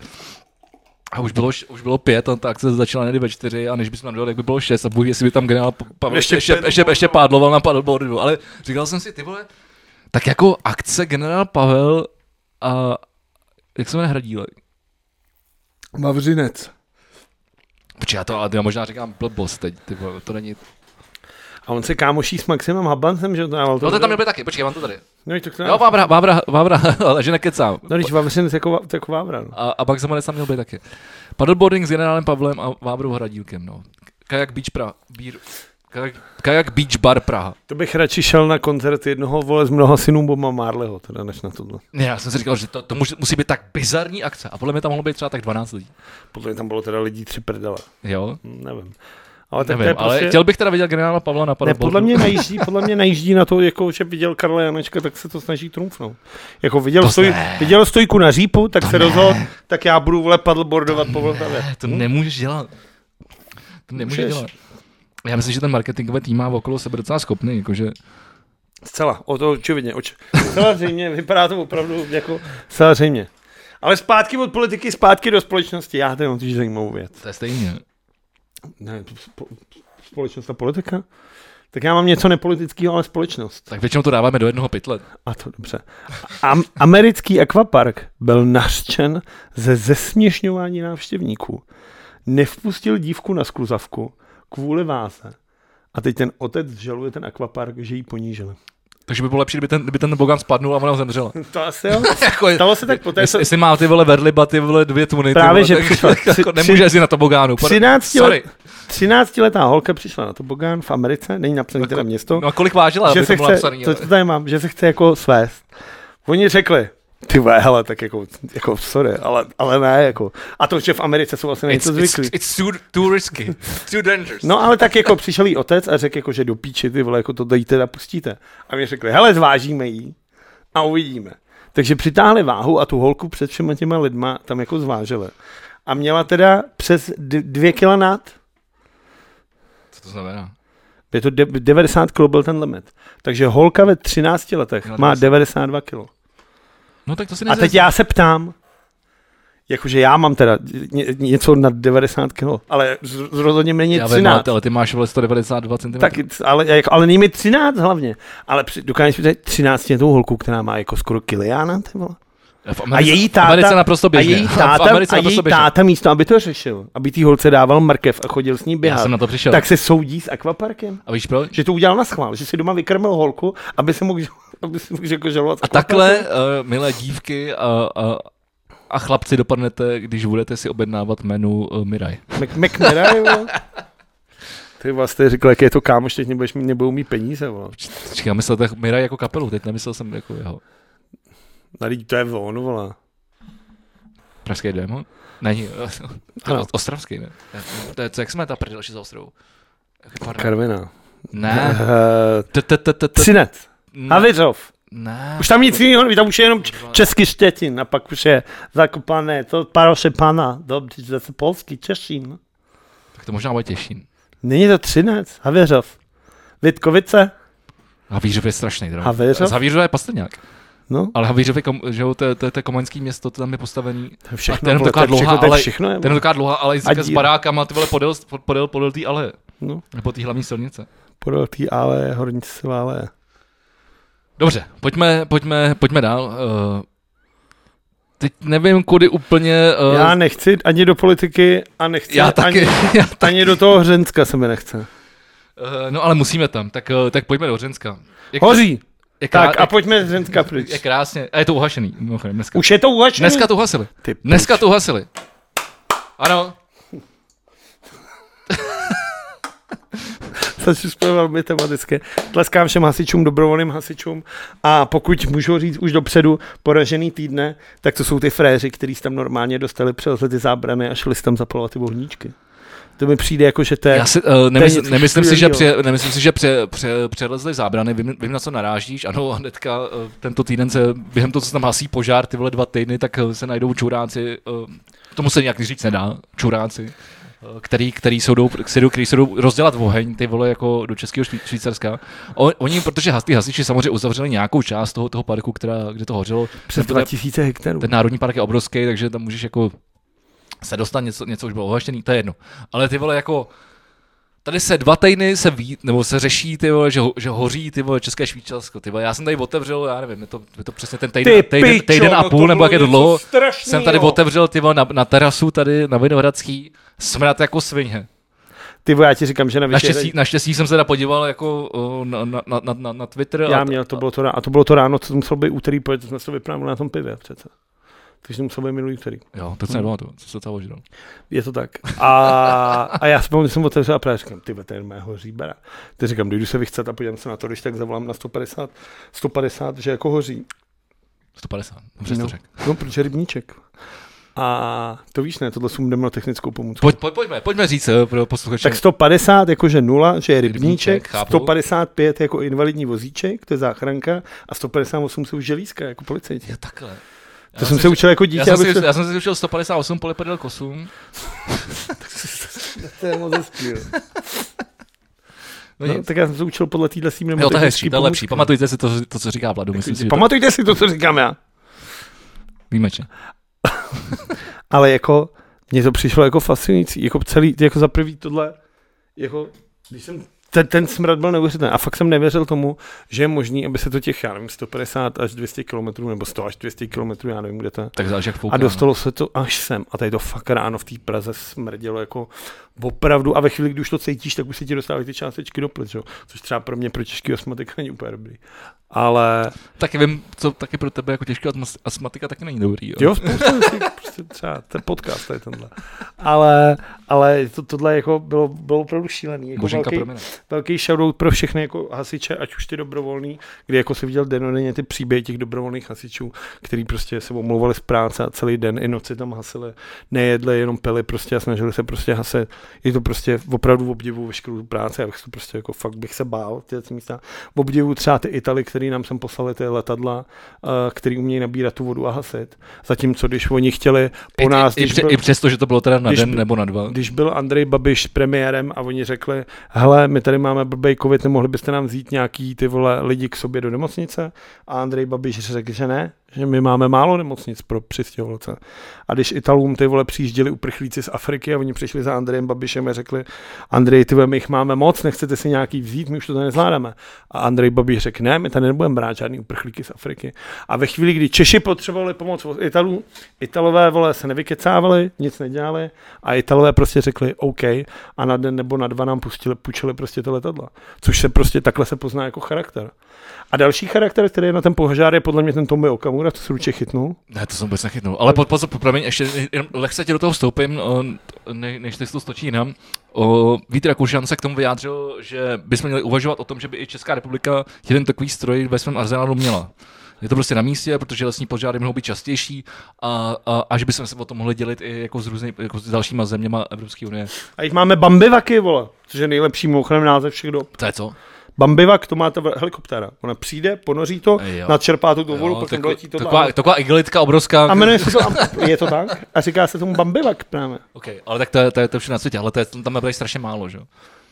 Speaker 1: A už bylo, š- už bylo pět, a ta akce začala někdy ve čtyři, a než bychom tam dojeli, jak by bylo šest, a bůh, ví, jestli by tam generál Pa- Pavel ještě, no.
Speaker 2: Ještě
Speaker 1: ještě,
Speaker 2: pět-
Speaker 1: ještě, ještě pádloval na paddleboardu, ale říkal jsem si, ty vole, tak jako akce generál Pavel a jak se jmenuje Hradílek?
Speaker 2: Mavřinec.
Speaker 1: Protože já to, ale já možná říkám blbost teď, ty vole, to není.
Speaker 2: A on se kámoší s Maximem Habancem, že jo, to dával.
Speaker 1: No to tam měl být taky, počkej, mám to tady.
Speaker 2: No, to
Speaker 1: Jo, Vávra, Vávra, Vávra, ale že nekecám.
Speaker 2: No, když Vavřinec jako, va- jako Vávra, no.
Speaker 1: A, a pak Zamanec tam měl být taky. Paddleboarding s generálem Pavlem a Vávrou Hradílkem, no. Kajak Beach Praha. Bír, kajak, kajak Beach Bar Praha.
Speaker 2: To bych radši šel na koncert jednoho vole z mnoha synů Boba Marleyho, teda než na tohle.
Speaker 1: Ne, já jsem si říkal, že to, to může, musí být tak bizarní akce. A podle mě tam mohlo být třeba tak 12 lidí.
Speaker 2: Podle mě tam bylo teda lidí tři prdele,
Speaker 1: Jo?
Speaker 2: Hm, nevím. Ale tak
Speaker 1: Nevím,
Speaker 2: to je prostě...
Speaker 1: ale chtěl bych teda vidět generála Pavla na
Speaker 2: Ne,
Speaker 1: paddleboardu.
Speaker 2: podle mě, najíždí, podle mě najíždí na to, jako, že viděl Karla Janečka, tak se to snaží trumfnout. Jako viděl,
Speaker 1: To
Speaker 2: stoj,
Speaker 1: ne.
Speaker 2: viděl stojku na řípu, tak se rozhodl, tak já budu vole paddleboardovat po Vltavě.
Speaker 1: To nemůžeš dělat. nemůže
Speaker 2: Můžeš.
Speaker 1: dělat. Já myslím, že ten marketingový tým má okolo sebe docela schopný, jakože
Speaker 2: Zcela, o to očividně. Oč... Zcela zřejmě, vypadá to opravdu jako... Zcela zřejmě. Ale zpátky od politiky, zpátky do společnosti. Já tady mám totiž zajímavou věc.
Speaker 1: to je stejně.
Speaker 2: Ne, spo... společnost a politika? Tak já mám něco nepolitického, ale společnost.
Speaker 1: Tak většinou to dáváme do jednoho pytle.
Speaker 2: A to dobře. Am- americký akvapark byl nařčen ze zesměšňování návštěvníků. Nevpustil dívku na skluzavku kvůli váze. A teď ten otec žaluje ten akvapark, že ji ponížil.
Speaker 1: Takže by bylo lepší, kdyby ten, kdyby ten Bogan spadnul a ona zemřela.
Speaker 2: To asi jo.
Speaker 1: jako,
Speaker 2: Stalo se tak poté, co
Speaker 1: jestli, jestli má ty vole vedliba, ty vole dvě tuny, ty
Speaker 2: Právě,
Speaker 1: vole,
Speaker 2: že
Speaker 1: tak,
Speaker 2: přišla.
Speaker 1: jako
Speaker 2: Tři-
Speaker 1: nemůže jezdit na tobogánu. Pardon.
Speaker 2: 13 let,
Speaker 1: Sorry.
Speaker 2: 13 letá holka přišla na tobogán v Americe, není napsané teda město,
Speaker 1: No a kolik vážila,
Speaker 2: že
Speaker 1: aby
Speaker 2: se
Speaker 1: to bylo
Speaker 2: chce,
Speaker 1: napsaný?
Speaker 2: to,
Speaker 1: ale-
Speaker 2: to tady mám, že se chce jako svést. Oni řekli, ty vole, hele, tak jako, jako sorry, ale, ale ne, jako. A to, že v Americe jsou asi na
Speaker 1: It's,
Speaker 2: něco
Speaker 1: it's,
Speaker 2: zvyklí.
Speaker 1: it's too, too risky. It's too dangerous.
Speaker 2: No ale tak jako přišel jí otec a řekl jako, že do píči, ty vole, jako to tady teda pustíte. A mi řekli, hele, zvážíme jí a uvidíme. Takže přitáhli váhu a tu holku před všema těma lidma tam jako zváželi. A měla teda přes d- dvě kila nad,
Speaker 1: Co to znamená?
Speaker 2: je to de- 90 kg byl ten limit. Takže holka ve 13 letech
Speaker 1: No,
Speaker 2: má
Speaker 1: tak-
Speaker 2: 92 kg.
Speaker 1: No tak to si
Speaker 2: A teď já se ptám, jakože já mám teda ně, něco nad 90 kg, ale z, z rozhodně méně
Speaker 1: já
Speaker 2: 13.
Speaker 1: ale ty máš vole 192 cm.
Speaker 2: Tak, ale, jako, ale není mi 13 hlavně. Ale při, dokážeš mi 13 tou holku, která má jako skoro Kiliána, ty vole.
Speaker 1: v
Speaker 2: A
Speaker 1: Americe,
Speaker 2: její
Speaker 1: v Americe
Speaker 2: táta,
Speaker 1: naprosto
Speaker 2: a
Speaker 1: běžně.
Speaker 2: její
Speaker 1: v
Speaker 2: táta,
Speaker 1: Americe
Speaker 2: a její
Speaker 1: naprosto běžně.
Speaker 2: táta místo, aby to řešil, aby té holce dával mrkev a chodil s ní
Speaker 1: já
Speaker 2: běhat,
Speaker 1: jsem na to přišel.
Speaker 2: tak se soudí s akvaparkem.
Speaker 1: A víš proč?
Speaker 2: Že to udělal na schvál, že si doma vykrmil holku, aby se mohl, aby se mohl jako žalovat. s
Speaker 1: A
Speaker 2: akvaparkem.
Speaker 1: takhle, uh, milé dívky a, a, a chlapci, dopadnete, když budete si objednávat menu uh, Miraj.
Speaker 2: Mac- McMurray, vole. Ty vlastně říkal, jak je to kámoš, teď nebudeš mít, nebudou mít peníze, vole.
Speaker 1: Čekaj, já myslel tak Miraj jako kapelu, teď nemyslel jsem jako jeho.
Speaker 2: Tady to je on, vole.
Speaker 1: Pražský démon? Není, to je
Speaker 2: Ano.
Speaker 1: o- ostravský, ne? To je, co, jak jsme ta prdelši z ostrovu? Pardon.
Speaker 2: Karvina.
Speaker 1: Ne.
Speaker 2: Eh,
Speaker 1: T- t- t- t- t-
Speaker 2: Třinec.
Speaker 1: ne,
Speaker 2: Haviřov.
Speaker 1: Ne.
Speaker 2: Už tam nic jiného, neví, tam už je jenom č- český štětin a pak už je zakopané, to paroše pana, dobře, zase polský, Češín.
Speaker 1: Tak to možná bude Těšín.
Speaker 2: Není to Třinec, Haviřov. Vitkovice,
Speaker 1: Havířov je strašný. Teda.
Speaker 2: Havířov?
Speaker 1: Z Havířova je pastrňák.
Speaker 2: no,
Speaker 1: Ale Havířov je, kom, že jo, to, je- to, je- to, je komoňský město, to tam je postavený.
Speaker 2: to je
Speaker 1: A to je
Speaker 2: všechno,
Speaker 1: jenom
Speaker 2: vole, to je
Speaker 1: taková
Speaker 2: všechno,
Speaker 1: dlouhá,
Speaker 2: to je
Speaker 1: ale-
Speaker 2: všechno, je,
Speaker 1: Ten je taková dlouhá ale
Speaker 2: A
Speaker 1: s
Speaker 2: díl.
Speaker 1: barákama, ty vole, podél, podél, podél té ale.
Speaker 2: no,
Speaker 1: Nebo té hlavní silnice.
Speaker 2: podle tý ale, hornice svále.
Speaker 1: Dobře, pojďme, pojďme, pojďme dál. Uh, teď nevím, kudy úplně... Uh,
Speaker 2: Já nechci ani do politiky a nechci
Speaker 1: já taky.
Speaker 2: ani,
Speaker 1: Já,
Speaker 2: ani do toho Hřenska se mi nechce.
Speaker 1: uh, no ale musíme tam, tak, uh, tak pojďme do Hřenska. Jak,
Speaker 2: Hoří,
Speaker 1: jak,
Speaker 2: tak a
Speaker 1: jak,
Speaker 2: pojďme z Hřenska
Speaker 1: jak
Speaker 2: pryč.
Speaker 1: krásně. A je to uhašený, mimochodem, dneska.
Speaker 2: Už je to uhačený?
Speaker 1: Dneska to uhasili.
Speaker 2: Ty
Speaker 1: Dneska to uhasili. Ano,
Speaker 2: Což jsme velmi tematické. Tleskám všem hasičům, dobrovolným hasičům a pokud můžu říct už dopředu poražený týdne, tak to jsou ty fréři, kteří tam normálně dostali přelezli ty zábrany a šli si tam zapalovat ty ohníčky. To mi přijde jako, že to je...
Speaker 1: já si, uh, nemysl,
Speaker 2: něco
Speaker 1: nemyslím, si, že
Speaker 2: skvělýho.
Speaker 1: pře, nemyslím si, že pře, pře, přelezli zábrany, vím, vím, na co narážíš, ano, hnedka uh, tento týden se, během toho, co se tam hasí požár, tyhle dva týdny, tak eh, se najdou čuráci, uh, tomu se nějak říct nedá, čuráci, eh, který, který, jsou jdou, který, jdou- který jsou jdou rozdělat oheň, ty vole, jako do Českého Švý- Švýcarska. O, oni, protože has- ty hasiči samozřejmě uzavřeli nějakou část toho, toho parku, která, kde to hořelo,
Speaker 2: přes
Speaker 1: ten- ten-
Speaker 2: 2000 hektarů.
Speaker 1: ten národní park je obrovský, takže tam můžeš jako se dostat, něco, něco už bylo ohaštěný, to je jedno. Ale ty vole jako, tady se dva týdny se ví, nebo se řeší, ty vole, že, ho, že hoří, ty vole, České Švýcarsko, ty vole, já jsem tady otevřel, já nevím, je to, je to přesně ten týden,
Speaker 2: Ty
Speaker 1: týden,
Speaker 2: pičo,
Speaker 1: týden a
Speaker 2: no
Speaker 1: půl,
Speaker 2: to
Speaker 1: nebo
Speaker 2: bylo
Speaker 1: jak je to
Speaker 2: něco
Speaker 1: dlouho,
Speaker 2: strašnýho.
Speaker 1: jsem tady otevřel, ty vole, na, na terasu tady na Vinohradský, smrad jako svině.
Speaker 2: Ty vole, já ti říkám, že na
Speaker 1: Naštěstí,
Speaker 2: Vyšehradě...
Speaker 1: naštěstí jsem se teda podíval jako o, na, na, na, na, na Twitter. a-
Speaker 2: Já měl, to bylo to, rá- a to bylo to ráno, co to muselo být úterý, protože jsme se to vyprávili na tom pivě přece. Takže to muselo být minulý úterý.
Speaker 1: Jo,
Speaker 2: Hm.
Speaker 1: to se nepamatuju, co se to ožral.
Speaker 2: Je to tak. A, a já si pamatuju, že jsem otevřel a právě říkám, ty vole, to je mého říbera. Ty říkám, dojdu se vychcet a podívám se na to, když tak zavolám na 150, 150, že jako hoří.
Speaker 1: 150, dobře jsi
Speaker 2: No.
Speaker 1: to řekl.
Speaker 2: No, protože rybníček. A to víš, ne, tohle jsem na technickou pomůcku.
Speaker 1: Pojď, pojď, pojďme, pojďme říct eh, pro posluchače.
Speaker 2: Tak 150 jakože nula, že je
Speaker 1: Rybníček,
Speaker 2: rybníček,
Speaker 1: chápu.
Speaker 2: 155 jako invalidní vozíček, to je záchranka, a 158 jsou želízka jako policajti.
Speaker 1: Jo, takhle. Já
Speaker 2: To jsem se učil jako
Speaker 1: Já
Speaker 2: dítě,
Speaker 1: jsem,
Speaker 2: aby
Speaker 1: si,
Speaker 2: se...
Speaker 1: já jsem si učil 158 polepedel kosům.
Speaker 2: To je moc hezký, jo.
Speaker 1: No,
Speaker 2: no,
Speaker 1: no,
Speaker 2: tak já jsem se učil podle téhle símy.
Speaker 1: jo, to je hezčí, to je lepší. Pamatujte si to, to co říká Vladu, myslím si, že to
Speaker 2: Pamatujte si to, co říkám já.
Speaker 1: výjimečně.
Speaker 2: Ale jako, mně to přišlo jako fascinující, jako celý, jako za prvý tohle, jako, když jsem, ten, ten smrad byl neuvěřitelný a fakt jsem nevěřil tomu, že je možný, aby se to těch, já nevím, 150 až 200 kilometrů, nebo 100 až 200 kilometrů, já nevím, kde to je.
Speaker 1: Tak záleží, jak fouká. no.
Speaker 2: A dostalo se to až sem. A tady to fakt ráno v té Praze smrdělo jako opravdu. A ve chvíli, kdy už to cítíš, tak už se ti dostávají ty částečky do plic, že jo? což třeba pro mě pro český osmatik není úplně dobrý. Ale
Speaker 1: No. Taky vím, co taky pro tebe jako těžký astma- astmatika taky není dobrý. Jo.
Speaker 2: jo, spousta věcí, prostě třeba ten podcast, tady tenhle. Ale, ale to, tohle jako bylo, bylo opravdu šílený. Jako
Speaker 1: Boženka
Speaker 2: velký,
Speaker 1: pro mě.
Speaker 2: velký shoutout pro všechny jako hasiče, ať už ty dobrovolný, kdy jako si viděl denodenně ty příběhy těch dobrovolných hasičů, který prostě se omlouvali z práce a celý den i noci tam hasili, nejedli, jenom pili prostě a snažili se prostě hasit. Je to prostě opravdu v obdivu veškerou tu práci, já bych to prostě jako fakt bych se bál tyhle místa. V obdivu třeba ty Italy, který nám sem poslali ty letadla, eh, který umějí nabírat tu vodu a hasit. Zatímco když oni chtěli po nás,
Speaker 1: I, i,
Speaker 2: když
Speaker 1: pře-
Speaker 2: byl-
Speaker 1: I přesto, že to bylo teda na
Speaker 2: když
Speaker 1: den
Speaker 2: by-
Speaker 1: nebo na dva.
Speaker 2: když byl Andrej Babiš premiérem a oni řekli, hele, my tady máme blbej covid, nemohli byste nám vzít nějaký ty vole lidi k sobě do nemocnice? A Andrej Babiš řekl, že ne, že my máme málo nemocnic pro přistěhovalce. A když Italům ty vole přijížděli uprchlíci z Afriky a oni přišli za Andrejem Babišem a řekli, Andrej, ty vole, my jich máme moc, nechcete si nějaký vzít, my už to tady nezvládáme. A Andrej Babiš řekl, ne, my tady nebudeme brát žádný uprchlíky z Afriky. A ve chvíli, kdy Češi potřebovali pomoc od Italů, Italové vole se nevykecávali, nic nedělali a Italové prostě řekli OK a na den nebo na dva nám pustili, půjčili prostě ty letadla. Což se prostě takhle se pozná jako charakter. A další charakter, který je na ten pohořár, je podle mě ten Tomio Okamura, co se ruče chytnul.
Speaker 1: Ne, to jsem vůbec nechytnul. Ale po, pozor, promiň, ještě jenom lehce ti do toho vstoupím, o, ne, než teď to stočí jinam. O, Vít Rakušan se k tomu vyjádřil, že bychom měli uvažovat o tom, že by i Česká republika jeden takový stroj ve svém arzenálu měla. Je to prostě na místě, protože lesní požáry mohou být častější a, a, a že bychom se o tom mohli dělit i jako s, různý, jako s dalšíma zeměma Evropské unie.
Speaker 2: A jich máme Bambivaky, vole, což je nejlepší mouchrem název všech dob.
Speaker 1: To je co?
Speaker 2: Bambivak, to má ta vr- helikoptéra. Ona přijde, ponoří to,
Speaker 1: Jo.
Speaker 2: nadčerpá tu vodu,
Speaker 1: Jo,
Speaker 2: potom
Speaker 1: taková,
Speaker 2: doletí to
Speaker 1: taková, taková igelitka obrovská.
Speaker 2: A jmenuje se to, a je to tak? A říká se tomu Bambivak právě.
Speaker 1: Okay, ale tak to je, to je to je všude na světě, ale to je, tam je tady strašně málo, že? jo?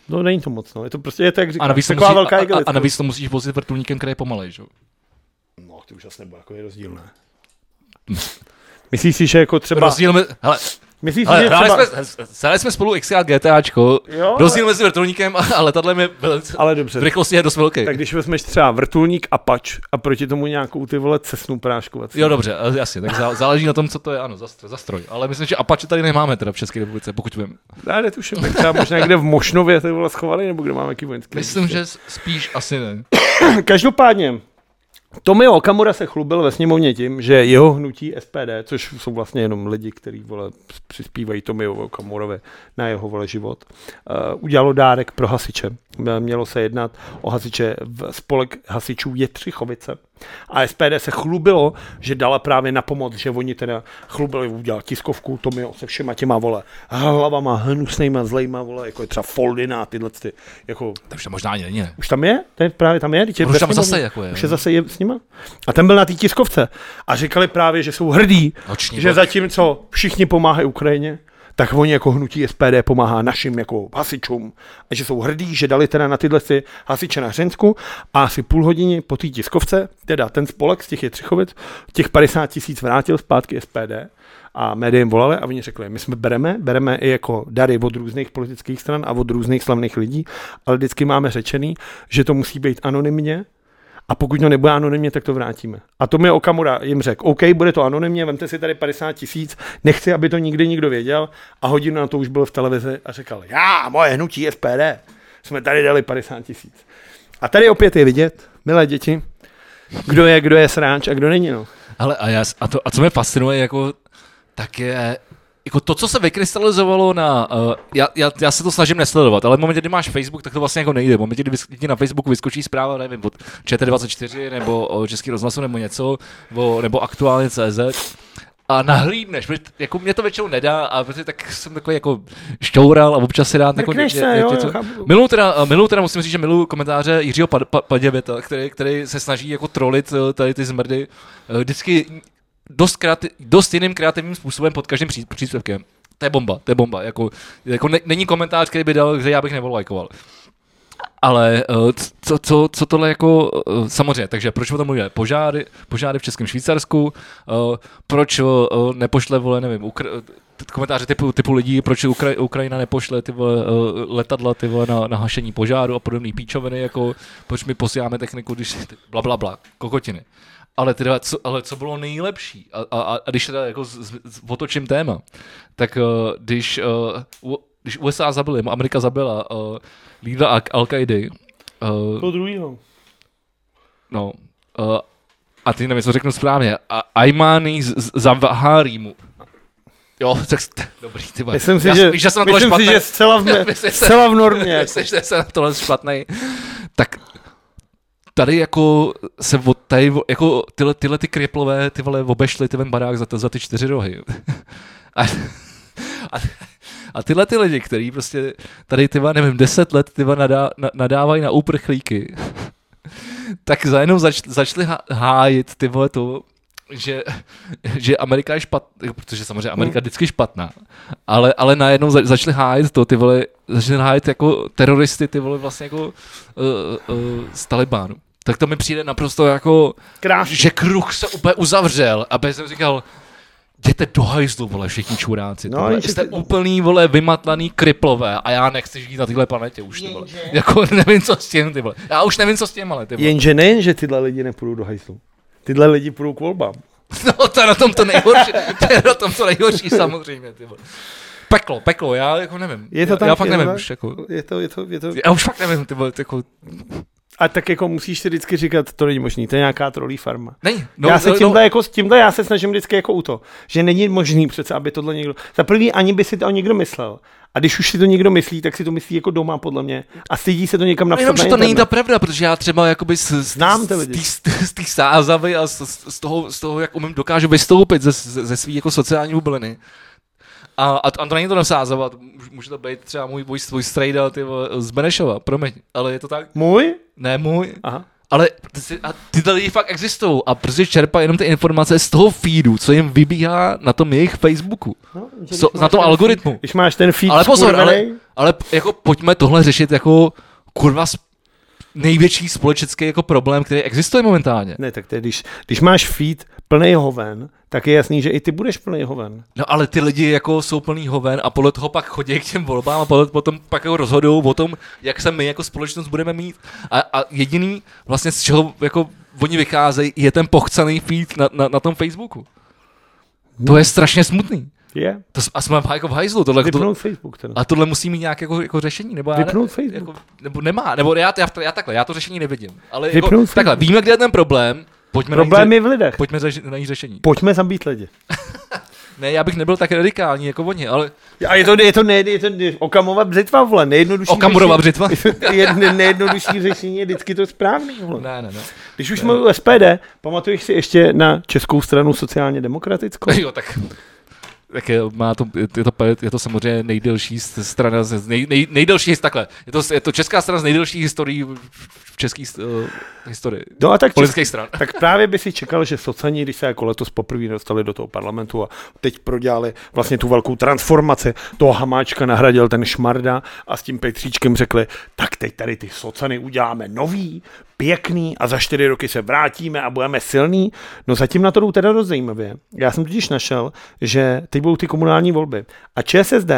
Speaker 2: No není to moc, no. Je to prostě, je to jak
Speaker 1: A
Speaker 2: říkáš,
Speaker 1: navíc, to
Speaker 2: taková
Speaker 1: musí,
Speaker 2: velká
Speaker 1: a, a,
Speaker 2: igelitka.
Speaker 1: a navíc to musíš vozit vrtulníkem, který je pomalej, že? jo?
Speaker 2: No, ty už asi nebyl jako je rozdíl, ne? Myslíš si, že jako třeba...
Speaker 1: Rozdíl mezi, hele,
Speaker 2: Myslíš si,
Speaker 1: hele
Speaker 2: že
Speaker 1: hráli,
Speaker 2: třeba...
Speaker 1: jsme, hráli jsme spolu xkrát GTAčko,
Speaker 2: Jo, ale-
Speaker 1: rozdíl mezi vrtulníkem a, a letadlem je velice,
Speaker 2: Ale
Speaker 1: v
Speaker 2: dobře,
Speaker 1: rychlosti je dost velký.
Speaker 2: tak když vezmeš třeba vrtulník a pač a proti tomu nějakou ty vole cesnu práškovací.
Speaker 1: Jo, dobře, ale jasně, tak zá- záleží na tom, co to je, ano, za, stro- za stroj. Ale myslím, že Apache tady nemáme teda v České republice, pokud vím.
Speaker 2: Já netuším, tak třeba možná někde v Mošnově ty vole schovali, nebo kde máme jaký vojenský.
Speaker 1: Myslím, že s- spíš asi ne.
Speaker 2: Každopádně, Tomio Okamura se chlubil ve sněmovně tím, že jeho hnutí SPD, což jsou vlastně jenom lidi, kteří vole přispívají Tomio Okamurovi na jeho vole život, uh, udělalo dárek pro hasiče. Eh, Mělo se jednat o hasiče v spolek hasičů Jetřichovice. A SPD se chlubilo, že dala právě na pomoc, že oni teda chlubili, udělal tiskovku Tomio se všema těma vole hlavama, hnusnýma, zlejma vole, jako je třeba Foldina a tyhle ty, jako
Speaker 1: To už to možná ani není, ne?
Speaker 2: už tam je? Ten právě tam je? Teď je
Speaker 1: On už
Speaker 2: ve
Speaker 1: tam
Speaker 2: sněmovně.
Speaker 1: zase jako je,
Speaker 2: Už je
Speaker 1: no.
Speaker 2: zase je s nima. A ten byl na té tiskovce. A říkali právě, že jsou hrdí,
Speaker 1: Noční
Speaker 2: že
Speaker 1: vlak.
Speaker 2: zatímco všichni pomáhají Ukrajině, tak oni jako hnutí SPD pomáhá našim jako hasičům. A že jsou hrdí, že dali teda na tyhle si hasiče na Hřensku a asi půl hodiny po té tiskovce, teda ten spolek z těch Jetřichovic, těch 50 tisíc vrátil zpátky SPD a média jim volali a oni řekli, my jsme bereme, bereme i jako dary od různých politických stran a od různých slavných lidí, ale vždycky máme řečený, že to musí být anonymně, a pokud to nebude anonymně, tak to vrátíme. A to mi Okamura jim řekl, OK, bude to anonymně, vemte si tady 50 tisíc, nechci, aby to nikdy nikdo věděl. A hodinu na to už byl v televizi a říkal, já, moje hnutí SPD, jsme tady dali 50 tisíc. A tady opět je vidět, milé děti, kdo je, kdo je sráč a kdo není. No.
Speaker 1: Ale a, já, a, to, a co mě fascinuje, jako, tak je jako to, co se vykrystalizovalo na... Uh, já, já, já, se to snažím nesledovat, ale v momentě, kdy máš Facebook, tak to vlastně jako nejde. V momentě, kdy vys- ti na Facebooku vyskočí zpráva, nevím, od ČT24 nebo o Český rozhlasu nebo něco, o, nebo aktuálně CZ, a nahlídneš, protože t- jako mě to většinou nedá, a protože tak jsem takový jako šťoural a občas si dám takový...
Speaker 2: Mrkneš se, jo, jo, chápu.
Speaker 1: Milu teda, eh, milu teda musím říct, že milu komentáře Jiřího Pad- Pa- Paděvěta, který, který se snaží jako trolit eh, tady ty zmrdy eh, vždycky dost, kreati- dost jiným kreativním způsobem pod každým pří- příspěvkem. to je bomba, to je bomba. Jako, jako ne, není komentář, který by dal, že já bych nevolajkoval. Ale eh, c- co, co, co tohle jako, eh, samozřejmě, takže proč o tom mluvíme? Požáry, požáry v Českém Švýcarsku, eh, proč eh, nepošle, vole, nevím, Ukr- t- komentáře typu, typu lidí, proč Ukra- Ukrajina nepošle ty vole, eh, letadla ty vole, na, na hašení požáru a podobné píčoviny, jako proč my posíláme techniku, když ty- bla, bla, bla, kokotiny. Ale, teda, co, ale co bylo nejlepší, a, a, a- a když teda jako z, z, z, otočím téma, tak eh, když, uh, když USA zabili, nebo Amerika zabila uh, lídra Al- Al-Qaidy, uh,
Speaker 4: Toho druhýho.
Speaker 1: no, uh, a ty nevím, co řeknu správně, a Aymani z- z- Zawahiri mu. Jo, tak s- t- dobrý, ty vole.
Speaker 2: Myslím si,
Speaker 1: já,
Speaker 2: že-
Speaker 1: víš, jsem na tohle
Speaker 2: Myslím si,
Speaker 1: špatný.
Speaker 2: že zcela v, ne-
Speaker 1: Myslím, že-
Speaker 2: zcela v normě.
Speaker 1: Myslím, že jsem na tohle špatný. Tak tady jako se od tady, jako tyhle, tyhle ty kriplové, ty vole obešly ty ven barák za, to, za ty čtyři rohy. A, a, a tyhle ty lidi, který prostě tady ty vole, nevím, deset let ty vole nadá, na, nadávají na uprchlíky, tak zajednou zač, začali há- hájit ty vole to, že, že Amerika je špatná, protože samozřejmě Amerika je vždycky špatná, ale, ale najednou za, začali hájit to, ty vole, začali hájit jako teroristy, ty vole vlastně jako uh, uh, z Talibánu. Tak to mi přijde naprosto jako,
Speaker 4: Krásný.
Speaker 1: že kruh se úplně uzavřel a bez jsem říkal, jděte do hajzlu, vole, všichni čuráci.
Speaker 2: No,
Speaker 1: No, vole,
Speaker 2: jenže
Speaker 1: jste
Speaker 2: ty-
Speaker 1: úplný, vole, vymatlaný kriplové a já nechci žít na téhle planetě už, ty vole. Jako nevím, co s tím, ty vole. Já už nevím, co s tím, ale ty vole.
Speaker 2: Jenže nejen, že tyhle lidi nepůjdou do hajzlu. Tyhle lidi půjdou k volbám.
Speaker 1: No, to je na tom to nejhorší, to je na tom to nejhorší samozřejmě, ty vole. Peklo, peklo, já jako nevím.
Speaker 2: Je to
Speaker 1: já,
Speaker 2: tak,
Speaker 1: já fakt
Speaker 2: je to
Speaker 1: nevím
Speaker 2: tak.
Speaker 1: už, jako.
Speaker 2: Je to, je to, je to.
Speaker 1: Já už fakt nevím, ty vole, ty jako,
Speaker 2: A tak jako musíš si vždycky říkat, to není možný, to je nějaká trolí farma.
Speaker 1: není.
Speaker 2: No, já se
Speaker 1: no,
Speaker 2: no, tímhle, no. Jako, s tímhle já se snažím vždycky jako u to, že není možný přece, aby tohle někdo, za prvý ani by si to někdo myslel. A když už si to někdo myslí, tak si to myslí jako doma, podle mě. A stydí se to někam
Speaker 1: No,
Speaker 2: napsat
Speaker 1: jenom,
Speaker 2: na
Speaker 1: že to není ta
Speaker 2: internet.
Speaker 1: pravda, protože já třeba jakoby z, z,
Speaker 2: Znám ty
Speaker 1: z,
Speaker 2: lidi.
Speaker 1: tý- z, z té sázavy a z, z, z, toho, z toho, jak umím, dokážu vystoupit ze, ze, ze svý jako sociální bubliny. A, a, to, a to není to nesázava, to může- může to být třeba můj, můj, můj strejda ty vole, z Benešova, promiň, ale je to tak?
Speaker 2: Můj?
Speaker 1: Ne můj,
Speaker 2: Aha.
Speaker 1: Ale ty si- a tyhle lidi fakt existují a prostě čerpají jenom ty informace z toho feedu, co jim vybíhá na tom jejich Facebooku,
Speaker 2: No, že když
Speaker 1: co, na
Speaker 2: máš
Speaker 1: tom
Speaker 2: ten
Speaker 1: algoritmu.
Speaker 2: Když máš ten feed
Speaker 1: Ale pozor, ale,
Speaker 2: skurvenej,
Speaker 1: ale jako pojďme tohle řešit jako kurva s- největší společenský jako problém, který existuje momentálně.
Speaker 2: Ne, tak to je, když, když máš feed plný hoven, tak je jasný, že i ty budeš plný hoven.
Speaker 1: No ale ty lidi jako jsou plný hoven a podle toho pak chodí k těm volbám a podle, potom pak jako rozhodují o tom, jak se my jako společnost budeme mít. A, a jediný vlastně z čeho jako oni vycházejí je ten pochcený feed na, na, na tom Facebooku. To je strašně smutný.
Speaker 2: Je.
Speaker 1: To, s- a jsme jako v hajzlu, tohle, to,
Speaker 2: Vypnout Facebook teda.
Speaker 1: a tohle musí mít nějaké jako, jako řešení, nebo já ne,
Speaker 2: Vypnout Facebook.
Speaker 1: jako, nebo nemá, nebo já, já, já, takhle, já to řešení nevidím. Ale jako,
Speaker 2: Vypnout
Speaker 1: takhle, víme, kde je ten problém, pojďme
Speaker 2: Problém
Speaker 1: na
Speaker 2: je v lidech.
Speaker 1: jí, pojďme řeš, najít řešení.
Speaker 2: Pojďme zabít lidi.
Speaker 1: Ne, já bych nebyl tak radikální jako oni, ale
Speaker 2: A je to, je to, ne, je to ne, Okamova břitva, vole, nejjednodušší
Speaker 1: Okamurova břitva.
Speaker 2: řešení, je, ne, nejjednodušší řešení je vždycky to správný, vole.
Speaker 1: Ne, ne, ne.
Speaker 2: Když už jsme u SPD, pamatuješ si ještě na Českou stranu sociálně demokratickou?
Speaker 1: Jo, tak, tak je, má to, je, to, je to samozřejmě nejdelší s- strana, z- z nej, nej, nejdelší, takhle, je to, je to česká strana z nejdelší historií v- v české uh, historii.
Speaker 2: No a tak,
Speaker 1: Politických stran.
Speaker 2: tak právě by si čekal, že socani, když se jako letos poprvé dostali do toho parlamentu a teď prodělali vlastně tu velkou transformaci, toho Hamáčka nahradil ten Šmarda a s tím Petříčkem řekli, tak teď tady ty socany uděláme nový, pěkný a za čtyři roky se vrátíme a budeme silný. No zatím na to jdou teda dost zajímavě. Já jsem totiž našel, že teď budou ty komunální volby a ČSSD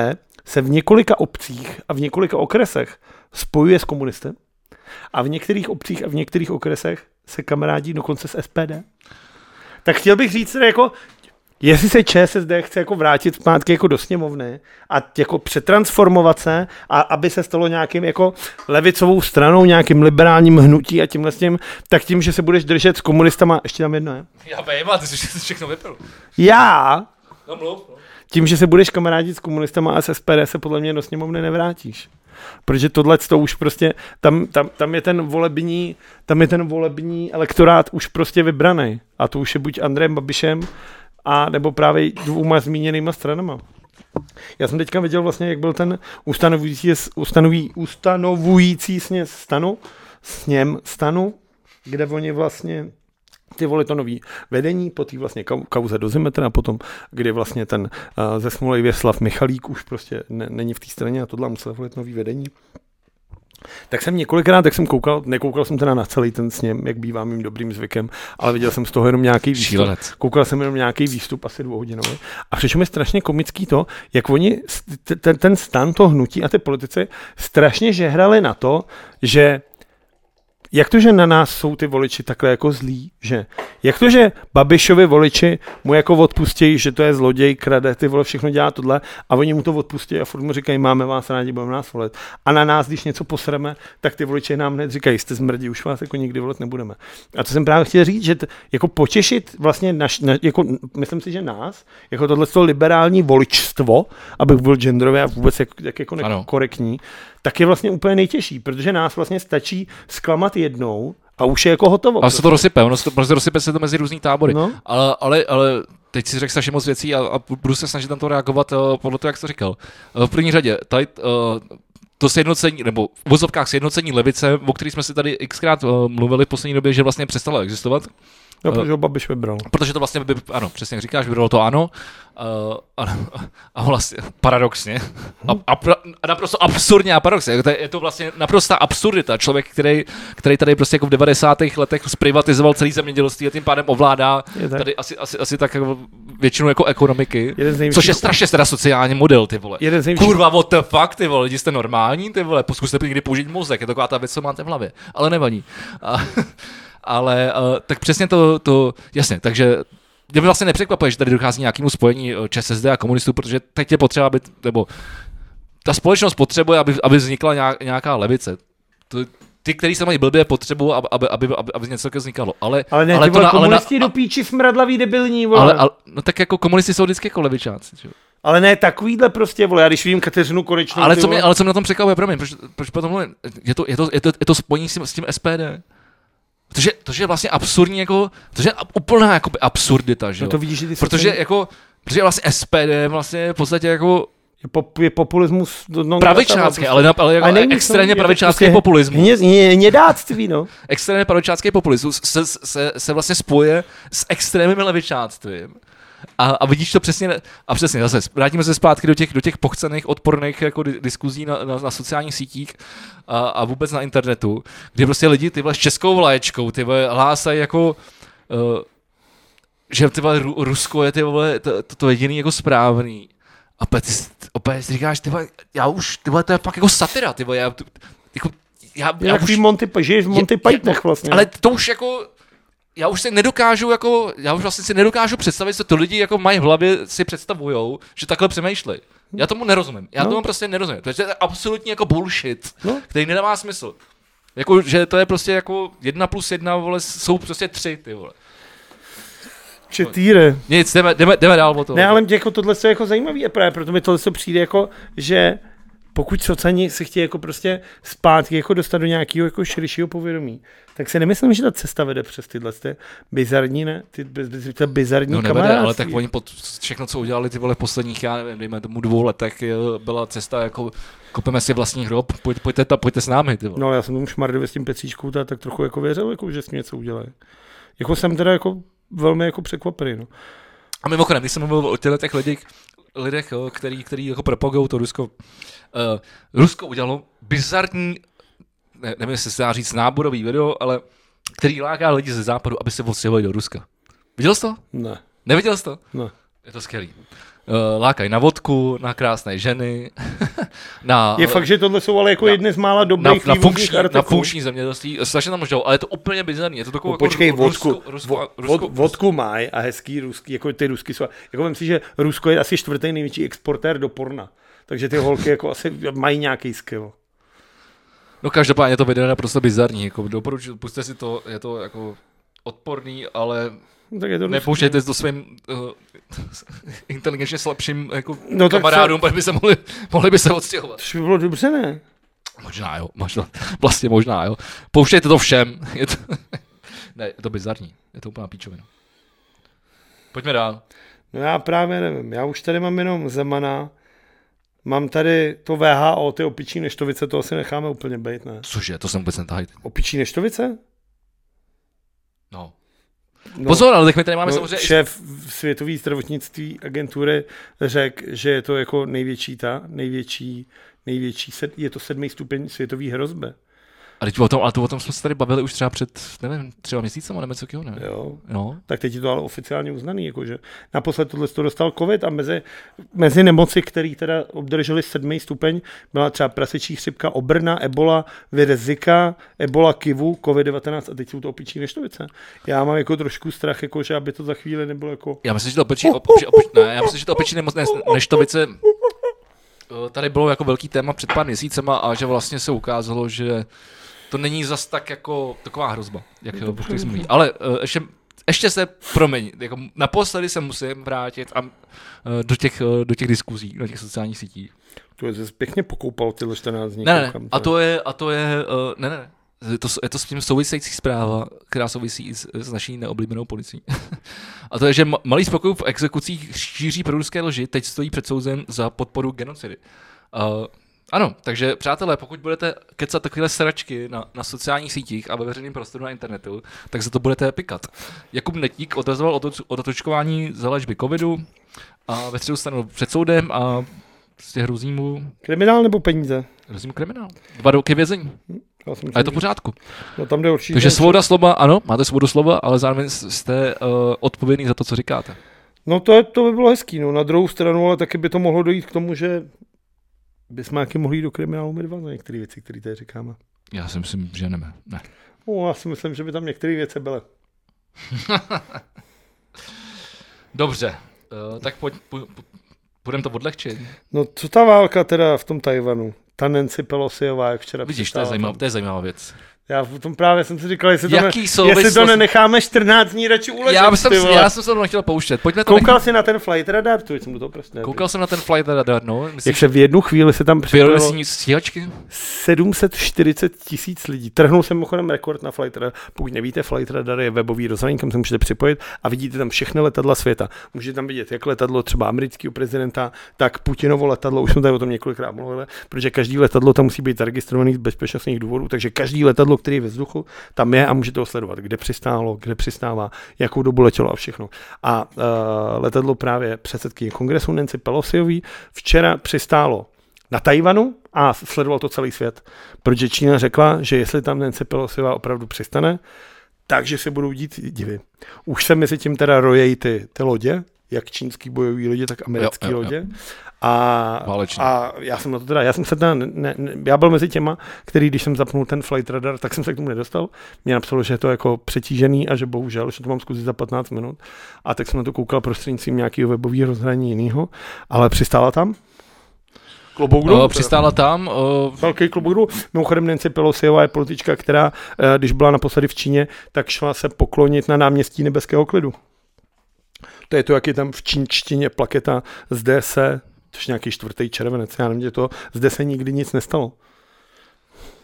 Speaker 2: se v několika obcích a v několika okresech spojuje s komunisty. A v některých obcích a v některých okresech se kamarádí dokonce s SPD. Tak chtěl bych říct, teda jako, jestli se ČSSD chce jako vrátit zpátky jako do sněmovny a t- jako přetransformovat se a aby se stalo nějakým jako levicovou stranou, nějakým liberálním hnutí a tímhle s tím, tak tím, že se budeš držet s komunistama, ještě tam jedno je.
Speaker 1: Já vím, a ty jsi jsi všechno vypil.
Speaker 2: Já,
Speaker 1: No mluv, no.
Speaker 2: tím, že se budeš kamarádit s komunistama a s SPD, se podle mě do sněmovny nevrátíš. Protože tohle to už prostě, tam, tam, tam, je ten volební, tam je ten volební elektorát už prostě vybraný. A to už je buď Andrejem Babišem, a nebo právě dvouma zmíněnýma stranama. Já jsem teďka viděl vlastně, jak byl ten ustanovující, ustanovují, ustanovující sně stanu, sněm stanu, kde oni vlastně ty vole to nový vedení, po té vlastně kau- kauze do Zimetra a potom, kdy vlastně ten uh, zesmulej Věslav Michalík už prostě ne, není v té straně a tohle musel volit nový vedení. Tak jsem několikrát, tak jsem koukal, nekoukal jsem teda na celý ten sněm, jak bývá mým dobrým zvykem, ale viděl jsem z toho jenom nějaký výstup.
Speaker 1: Šílenec.
Speaker 2: Koukal jsem jenom nějaký výstup, asi dvouhodinový. A přišlo mi strašně komický to, jak oni, s- t- ten, ten stan, to hnutí a ty politici strašně žehrali na to, že jak to, že na nás jsou ty voliči takhle jako zlí, že? Jak to, že Babišovi voliči mu jako odpustějí, že to je zloděj, krade, ty vole, všechno dělá tohle a oni mu to odpustí a furt mu říkají, máme vás rádi, budeme nás volit. A na nás, když něco posreme, tak ty voliči nám hned říkají, jste zmrdi, už vás jako nikdy volit nebudeme. A to jsem právě chtěl říct, že t, jako potěšit vlastně, naš, na, jako, myslím si, že nás, jako tohle liberální voličstvo, abych byl genderově a vůbec jak, jak jako ne-
Speaker 1: Ano.
Speaker 2: korektní, tak je vlastně úplně nejtěžší, protože nás vlastně stačí zklamat jednou a už je jako hotovo.
Speaker 1: Ale se to rozsype, ono se to, prostě rozsype se to mezi různý tábory.
Speaker 2: No.
Speaker 1: Ale, ale, ale teď si řekl strašně moc věcí a, a budu se snažit na to reagovat uh, podle toho, jak jsi to říkal. Uh, v první řadě, tady, uh, to sjednocení, nebo v vozovkách sjednocení levice, o který jsme si tady xkrát uh, mluvili v poslední době, že vlastně přestala existovat,
Speaker 2: No, protože
Speaker 1: eh,
Speaker 2: ho Babiš vybral.
Speaker 1: Protože to vlastně by, ano, přesně jak říkáš, bylo to ano. Uh, a, a vlastně paradoxně. A, a, pra- a naprosto absurdně a paradoxně. To je, je to vlastně naprostá absurdita. Člověk, který, který tady prostě jako v 90. letech zprivatizoval celý zemědělství a tím pádem ovládá
Speaker 2: Je tak.
Speaker 1: tady asi, asi, asi tak jako většinu jako ekonomiky.
Speaker 2: Jeden z
Speaker 1: Což je
Speaker 2: nejvyšších-
Speaker 1: strašně teda sociální model, ty vole.
Speaker 2: Jeden z nejvyšších-
Speaker 1: Kurva, what the fuck, ty vole, lidi jste normální, ty vole, zkuste někdy použít mozek, je to taková ta věc, co máte v hlavě, ale nevadí. A, ale uh, tak přesně to, to, jasně, takže mě vlastně nepřekvapuje, že tady dochází k nějakému spojení eh, ČSSD a komunistů, protože teď je potřeba, aby, nebo ta společnost potřebuje, aby, aby vznikla nějak, nějaká levice. To, ty, kteří se mají blbě, potřebují, aby, aby, aby, aby, aby něco takého vznikalo. Ale,
Speaker 2: Ale ne, ale ty
Speaker 1: to
Speaker 2: vole,
Speaker 1: na- ale, na-
Speaker 2: komunisti do píči smradlavý debilní, vole.
Speaker 1: ale, ale, no tak jako komunisti jsou vždycky jako levičáci. Že? jo.
Speaker 2: Ale ne takovýhle prostě, vole, já když vím Kateřinu Konečnou,
Speaker 1: Ale
Speaker 2: ty
Speaker 1: co,
Speaker 2: vole,
Speaker 1: mě, ale co mě na tom překvapuje, promiň, proč, proč potom mluvím? Je to, je to, je to, je to spojení s tím, s tím SPD. To, že, to, že je vlastně absurdní, jako, to, že je ab- úplná jakoby absurdita, že
Speaker 2: No
Speaker 1: jo?
Speaker 2: to vidíš, že ty
Speaker 1: protože
Speaker 2: sociální-
Speaker 1: jako, protože vlastně SPD vlastně v podstatě jako
Speaker 2: je, pop, je populismus do- non grata
Speaker 1: pravičácký,
Speaker 2: vlastně.
Speaker 1: ale, na- ale jako
Speaker 2: není to-
Speaker 1: extrémně
Speaker 2: je to
Speaker 1: pravičácký
Speaker 2: prostě
Speaker 1: populismus.
Speaker 2: Hně, hně, hnědáctví, no.
Speaker 1: Extrémně pravičácký populismus se, se, se vlastně spoje s extrémním levičáctvím. A, a vidíš to přesně, a přesně zase, vrátíme se zpátky do těch, do těch pochcených, odporných jako di- diskuzí na, na, na sociálních sítích a, a, vůbec na internetu, kdy prostě lidi ty vole, s českou vlaječkou ty vole, hlásají jako, uh, že ty vole, Ru, Rusko je ty vole, to, to, to jediný jako správný. A pak ty, si- opět si říkáš, ty vole, já už, ty vole, to je pak jako satira, ty vole, já, tu- jako, já,
Speaker 2: Je
Speaker 1: já
Speaker 2: takový
Speaker 1: už,
Speaker 2: Monty, žiješ v Monty
Speaker 1: je-
Speaker 2: Pythonech vlastně.
Speaker 1: ale to už jako, já už si nedokážu jako, já už vlastně si nedokážu představit, co to lidi jako mají v hlavě si představujou, že takhle přemýšlej. Já tomu nerozumím. Já
Speaker 2: No.
Speaker 1: no. tomu prostě nerozumím. To je- to je absolutně jako bullshit,
Speaker 2: No.
Speaker 1: no. který nedává smysl. Jako, že to je prostě jako jedna plus jedna, vole, jsou prostě tři, ty vole.
Speaker 2: Četýre.
Speaker 1: Nic, jdeme, jdeme, jdeme dál o to.
Speaker 2: Ne, ale mě jako tohle je jako zajímavý a právě proto mi tohle přijde jako, že pokud socani se chtějí jako prostě zpátky jako dostat do nějakého jako širšího povědomí, tak si nemyslím, že ta cesta vede přes tyhle ty bizarní, ne? Ty, ty, ty, ty bizarní
Speaker 1: No nevede,
Speaker 2: kamarádství.
Speaker 1: ale tak oni pod všechno, co udělali ty vole posledních, já nevím, dejme tomu dvou letech, je- byla cesta jako kopeme si vlastní hrob, pojď, pojďte, ta, pojďte s námi, ty vole.
Speaker 2: No ale já jsem tomu Šmardovi s tím Petříčkou teda tak trochu jako věřil, jako, že s tím něco udělají. Jako jsem teda jako velmi jako překvapený. No.
Speaker 1: A mimochodem, když jsem mluvil o těchto těch lidích, lidech, jo, který, který jako propagují to Rusko, uh, Rusko udělalo bizarní, ne, nevím, jestli se dá říct náborový video, ale který láká lidi ze západu, aby se odstěhovali do Ruska. Viděl jsi to?
Speaker 2: Ne,
Speaker 1: Neviděl jsi to?
Speaker 2: ne.
Speaker 1: Je to skvělý. Uh, lákají na vodku, na krásné ženy, na...
Speaker 2: Je fakt, že tohle jsou ale jako jedny z mála
Speaker 1: na,
Speaker 2: dobrých
Speaker 1: na,
Speaker 2: vývozních
Speaker 1: funkční, na
Speaker 2: artefaktů.
Speaker 1: funkční zemědělství, strašně tam možnou, ale je to úplně bizarní, je to takovou
Speaker 2: No, počkej,
Speaker 1: jako Rusko-
Speaker 2: vodku,
Speaker 1: Rusko,
Speaker 2: vo-
Speaker 1: Rusko, Rusko,
Speaker 2: vod, vodku mají a hezký ruský, jako ty rusky jsou. Jako vím si, že Rusko je asi čtvrtý největší exportér do porna. Takže ty holky jako asi mají nějaký skill.
Speaker 1: No každopádně to video je naprosto bizarní, jako doporučuji, puste si to, je to jako odporný, ale
Speaker 2: No, tak je to ruský.
Speaker 1: nepouštějte to svým uh, inteligenčně slabším jako
Speaker 2: No
Speaker 1: no,
Speaker 2: tak
Speaker 1: kamarádům, protože by se mohli, mohli by se odstěhovat.
Speaker 2: Což by bylo dobře, ne?
Speaker 1: Možná jo, možná, vlastně možná jo. Pouštějte to všem, je to, ne, je to bizarní, je to úplná píčovina. Pojďme dál.
Speaker 2: No já právě nevím. Já už tady mám jenom Zemana. Mám tady to VHO, ty opičí neštovice, to asi necháme úplně být, ne?
Speaker 1: Cože, to jsem vůbec netahajte.
Speaker 2: Opičí neštovice?
Speaker 1: No.
Speaker 2: No,
Speaker 1: Pozor, ale tak my tady máme samozřejmě... i-
Speaker 2: šéf světové zdravotnictví agentury řekl, že je to jako největší ta, největší, největší, sed, je to sedmý stupeň světové hrozby.
Speaker 1: A teď o tom, ale to o tom jsme se tady bavili už třeba před, nevím, třeba měsícem, nebo něco takového, ne?
Speaker 2: Jo.
Speaker 1: No,
Speaker 2: Tak teď je to ale oficiálně uznaný, jakože naposled tohle to dostal covid a mezi, mezi nemoci, které teda obdržely sedmý stupeň, byla třeba prasečí chřipka, obrna, ebola, vir Zika, ebola kivu, covid-19 a teď jsou to opičí neštovice. Já mám jako trošku strach, jakože aby to za chvíli nebylo jako
Speaker 1: já myslím, že to opečí, op, opečí, opečí, ne, já myslím, že to opečí nemoc, ne, neštovice, eh, tady bylo jako velký téma před pár měsícema a že vlastně se ukázalo, že to není zas tak jako taková hrozba, jak jo, o který jsme mluví. Ale eh, ještě, ještě se promiň, jako naposledy se musím vrátit a, eh, do, těch, eh, do těch diskuzí, na těch sociálních sítích.
Speaker 2: To je zase pěkně pokoupal tyhle 14 dní.
Speaker 1: Ne, ne,
Speaker 2: koukám,
Speaker 1: a to je, a to je, uh, ne, ne, ne. Je to, s- je to s tím související zpráva, která souvisí i s, s naší neoblíbenou policií. a to je, že ma- malý spokoj v exekucích šíří proruské lži, teď stojí před souzem za podporu genocidy. Uh, ano, takže přátelé, pokud budete kecat takovéhle sračky na, na sociálních sítích a ve veřejném prostoru na internetu, tak se to budete pikat. Jakub Netík odrazoval od, od otočkování za léčby covidu a ve středu stanul před soudem a prostě hrozí mu,
Speaker 2: Kriminál nebo peníze?
Speaker 1: hrozí mu kriminál. Dva roky vězení.
Speaker 2: Já si
Speaker 1: A
Speaker 2: myslím,
Speaker 1: je to v
Speaker 2: že-
Speaker 1: pořádku.
Speaker 2: No tam jde určitě.
Speaker 1: Takže svoboda slova, ano, máte svobodu slova, ale zároveň jste uh, odpovědný za to, co říkáte.
Speaker 2: No to, je- to by bylo hezký, no na druhou stranu, ale taky by to mohlo dojít k tomu, že bychom nějaký mohli jít do kriminálu my dva za některé věci, které tady říkáme.
Speaker 1: Já si myslím, že ne. ne.
Speaker 2: No, já si myslím, že by tam některé věci byly.
Speaker 1: Dobře, uh, tak pojď, půjdeme to odlehčit.
Speaker 2: No co ta válka teda v tom Tajvanu? Ta Nancy Pelosiová, jak včera
Speaker 1: Vidíš, to je,
Speaker 2: přistála
Speaker 1: zajímavá,
Speaker 2: tam.
Speaker 1: to je zajímavá věc.
Speaker 2: Já v tom právě jsem si říkal, jestli,
Speaker 1: Jaký
Speaker 2: to, ne, jestli to
Speaker 1: souvislost-
Speaker 2: nenecháme 14 dní radši uležet.
Speaker 1: Já jsem,
Speaker 2: ty
Speaker 1: si-
Speaker 2: vole.
Speaker 1: já jsem se to nechtěl pouštět. Pojďme to
Speaker 2: Koukal
Speaker 1: nechat.
Speaker 2: jsi na ten flight radar? Tu jsem do toho prostě nebyl.
Speaker 1: Koukal jsem na ten flight radar, no.
Speaker 2: Jak
Speaker 1: Myslíš,
Speaker 2: se v jednu chvíli se tam
Speaker 1: vyjeli
Speaker 2: připojilo
Speaker 1: si nic stíhačky?
Speaker 2: 740 tisíc lidí. Trhnul jsem mimochodem rekord na Flight Radar. Pokud nevíte, Flight Radar je webový rozhraní, kam se můžete připojit a vidíte tam všechny letadla světa. Můžete tam vidět jak letadlo třeba amerického prezidenta, tak Putinovo letadlo, už jsme tady o tom několikrát mluvili, protože každý letadlo tam musí být zaregistrovaný z bezpečnostních důvodů, takže každý letadlo, který je ve vzduchu, tam je a můžete ho sledovat, kde přistálo, kde přistává, jakou dobu letělo a všechno. A uh, letadlo právě předsedkyně kongresu Nancy Pelosiový včera přistálo na Tajvanu a sledoval to celý svět, protože Čína řekla, že jestli tam Nancy Pelosiová opravdu přistane, takže se budou dít divy. Už se mezi tím teda rojejí ty, ty lodě, jak čínský bojový lodě, tak americký
Speaker 1: Jo, jo, jo.
Speaker 2: lodě. A,
Speaker 1: Váleční.
Speaker 2: a já jsem na to teda, já jsem se teda, ne, ne, já byl mezi těma, který když jsem zapnul ten flight radar, tak jsem se k tomu nedostal. Mě napsalo, že je to jako přetížený a že bohužel, že to mám zkusit za 15 minut. A tak jsem na to koukal prostřednictvím nějakého webového rozhraní jiného, ale přistála tam. Klobouk dolů.
Speaker 1: Uh,
Speaker 2: teda.
Speaker 1: přistála tam, uh,
Speaker 2: Velký klub hru. Mimochodem Nancy Pelosiová je politička, která, eh, když byla naposledy v Číně, tak šla se poklonit na náměstí nebeského klidu. To je to, jak je tam v čínštině plaketa zde se, což nějaký čtvrtý červenec, já nevím, že to, zde se nikdy nic nestalo.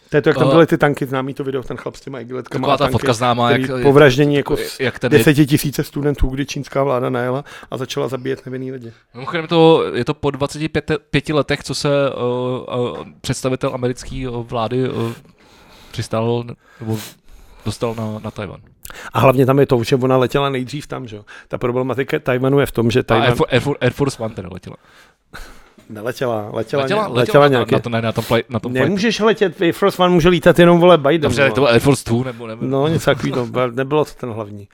Speaker 2: To je to, jak tam
Speaker 1: Eh,
Speaker 2: byly ty tanky, známý to video, ten chlap s těma igletkama
Speaker 1: taková
Speaker 2: a
Speaker 1: ta
Speaker 2: tanky,
Speaker 1: fotka známá, jak,
Speaker 2: který povraždění jako
Speaker 1: jak tady
Speaker 2: desetitisíce studentů, kdy čínská vláda najela a začala zabíjet nevinný lidi.
Speaker 1: Mimochodem to, je to po 25 pěti letech, co se uh, uh, představitel americké uh, vlády uh, přistál nebo dostal na, na Tajvan.
Speaker 2: A hlavně tam je to, že ona letěla nejdřív tam, že jo. Ta problematika Tajvanu je v tom, že
Speaker 1: A Air,
Speaker 2: Tajvan...
Speaker 1: Fo- Air, Force, Air Force One teda letěla.
Speaker 2: Neletěla,
Speaker 1: Letěla,
Speaker 2: letěla, letěla, letěla, letěla
Speaker 1: na,
Speaker 2: nějaké.
Speaker 1: na, to, ne, na tom, play, na tom flightu.
Speaker 2: Nemůžeš letět, Air Force One může lítat jenom vole Biden.
Speaker 1: Dobře,
Speaker 2: vole.
Speaker 1: tak to byl Air Force Two nebo nebo.
Speaker 2: No, něco takového, be- nebylo to ten hlavní.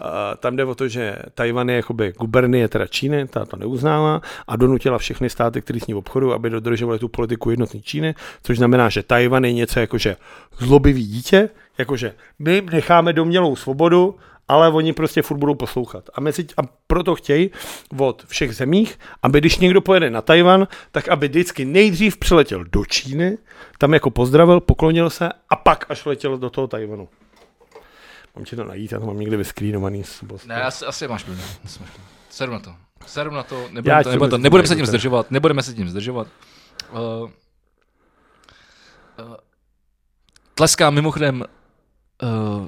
Speaker 2: Uh, tam jde o to, že Tajvan je jakoby gubernie teda Číny, ta to neuznává a donutila všechny státy, které s ní obchodují, aby dodržovaly tu politiku jednotné Číny, což znamená, že Tajvan je něco jakože zlobivý dítě, jakože my jim necháme domělou svobodu, ale oni prostě furt budou poslouchat. A, mezi, a proto chtějí od všech zemích, aby když někdo pojede na Tajvan, tak aby vždycky nejdřív přiletěl do Číny, tam jako pozdravil, poklonil se a pak až letěl do toho Tajvanu. Mám ti to najít, já to mám někde vyskrýnovaný. z-
Speaker 1: Ne, asi, asi máš pravdu. asi máš pravdu. Seru na to. Seru na to.
Speaker 2: Já
Speaker 1: Nebudeme, to,
Speaker 2: ti
Speaker 1: nebudeme, to,
Speaker 2: vůbec
Speaker 1: nebudeme se
Speaker 2: nejdu
Speaker 1: tím
Speaker 2: teda.
Speaker 1: zdržovat. Nebudeme se tím zdržovat. Uh, uh, tleskám eh, mimochodem uh,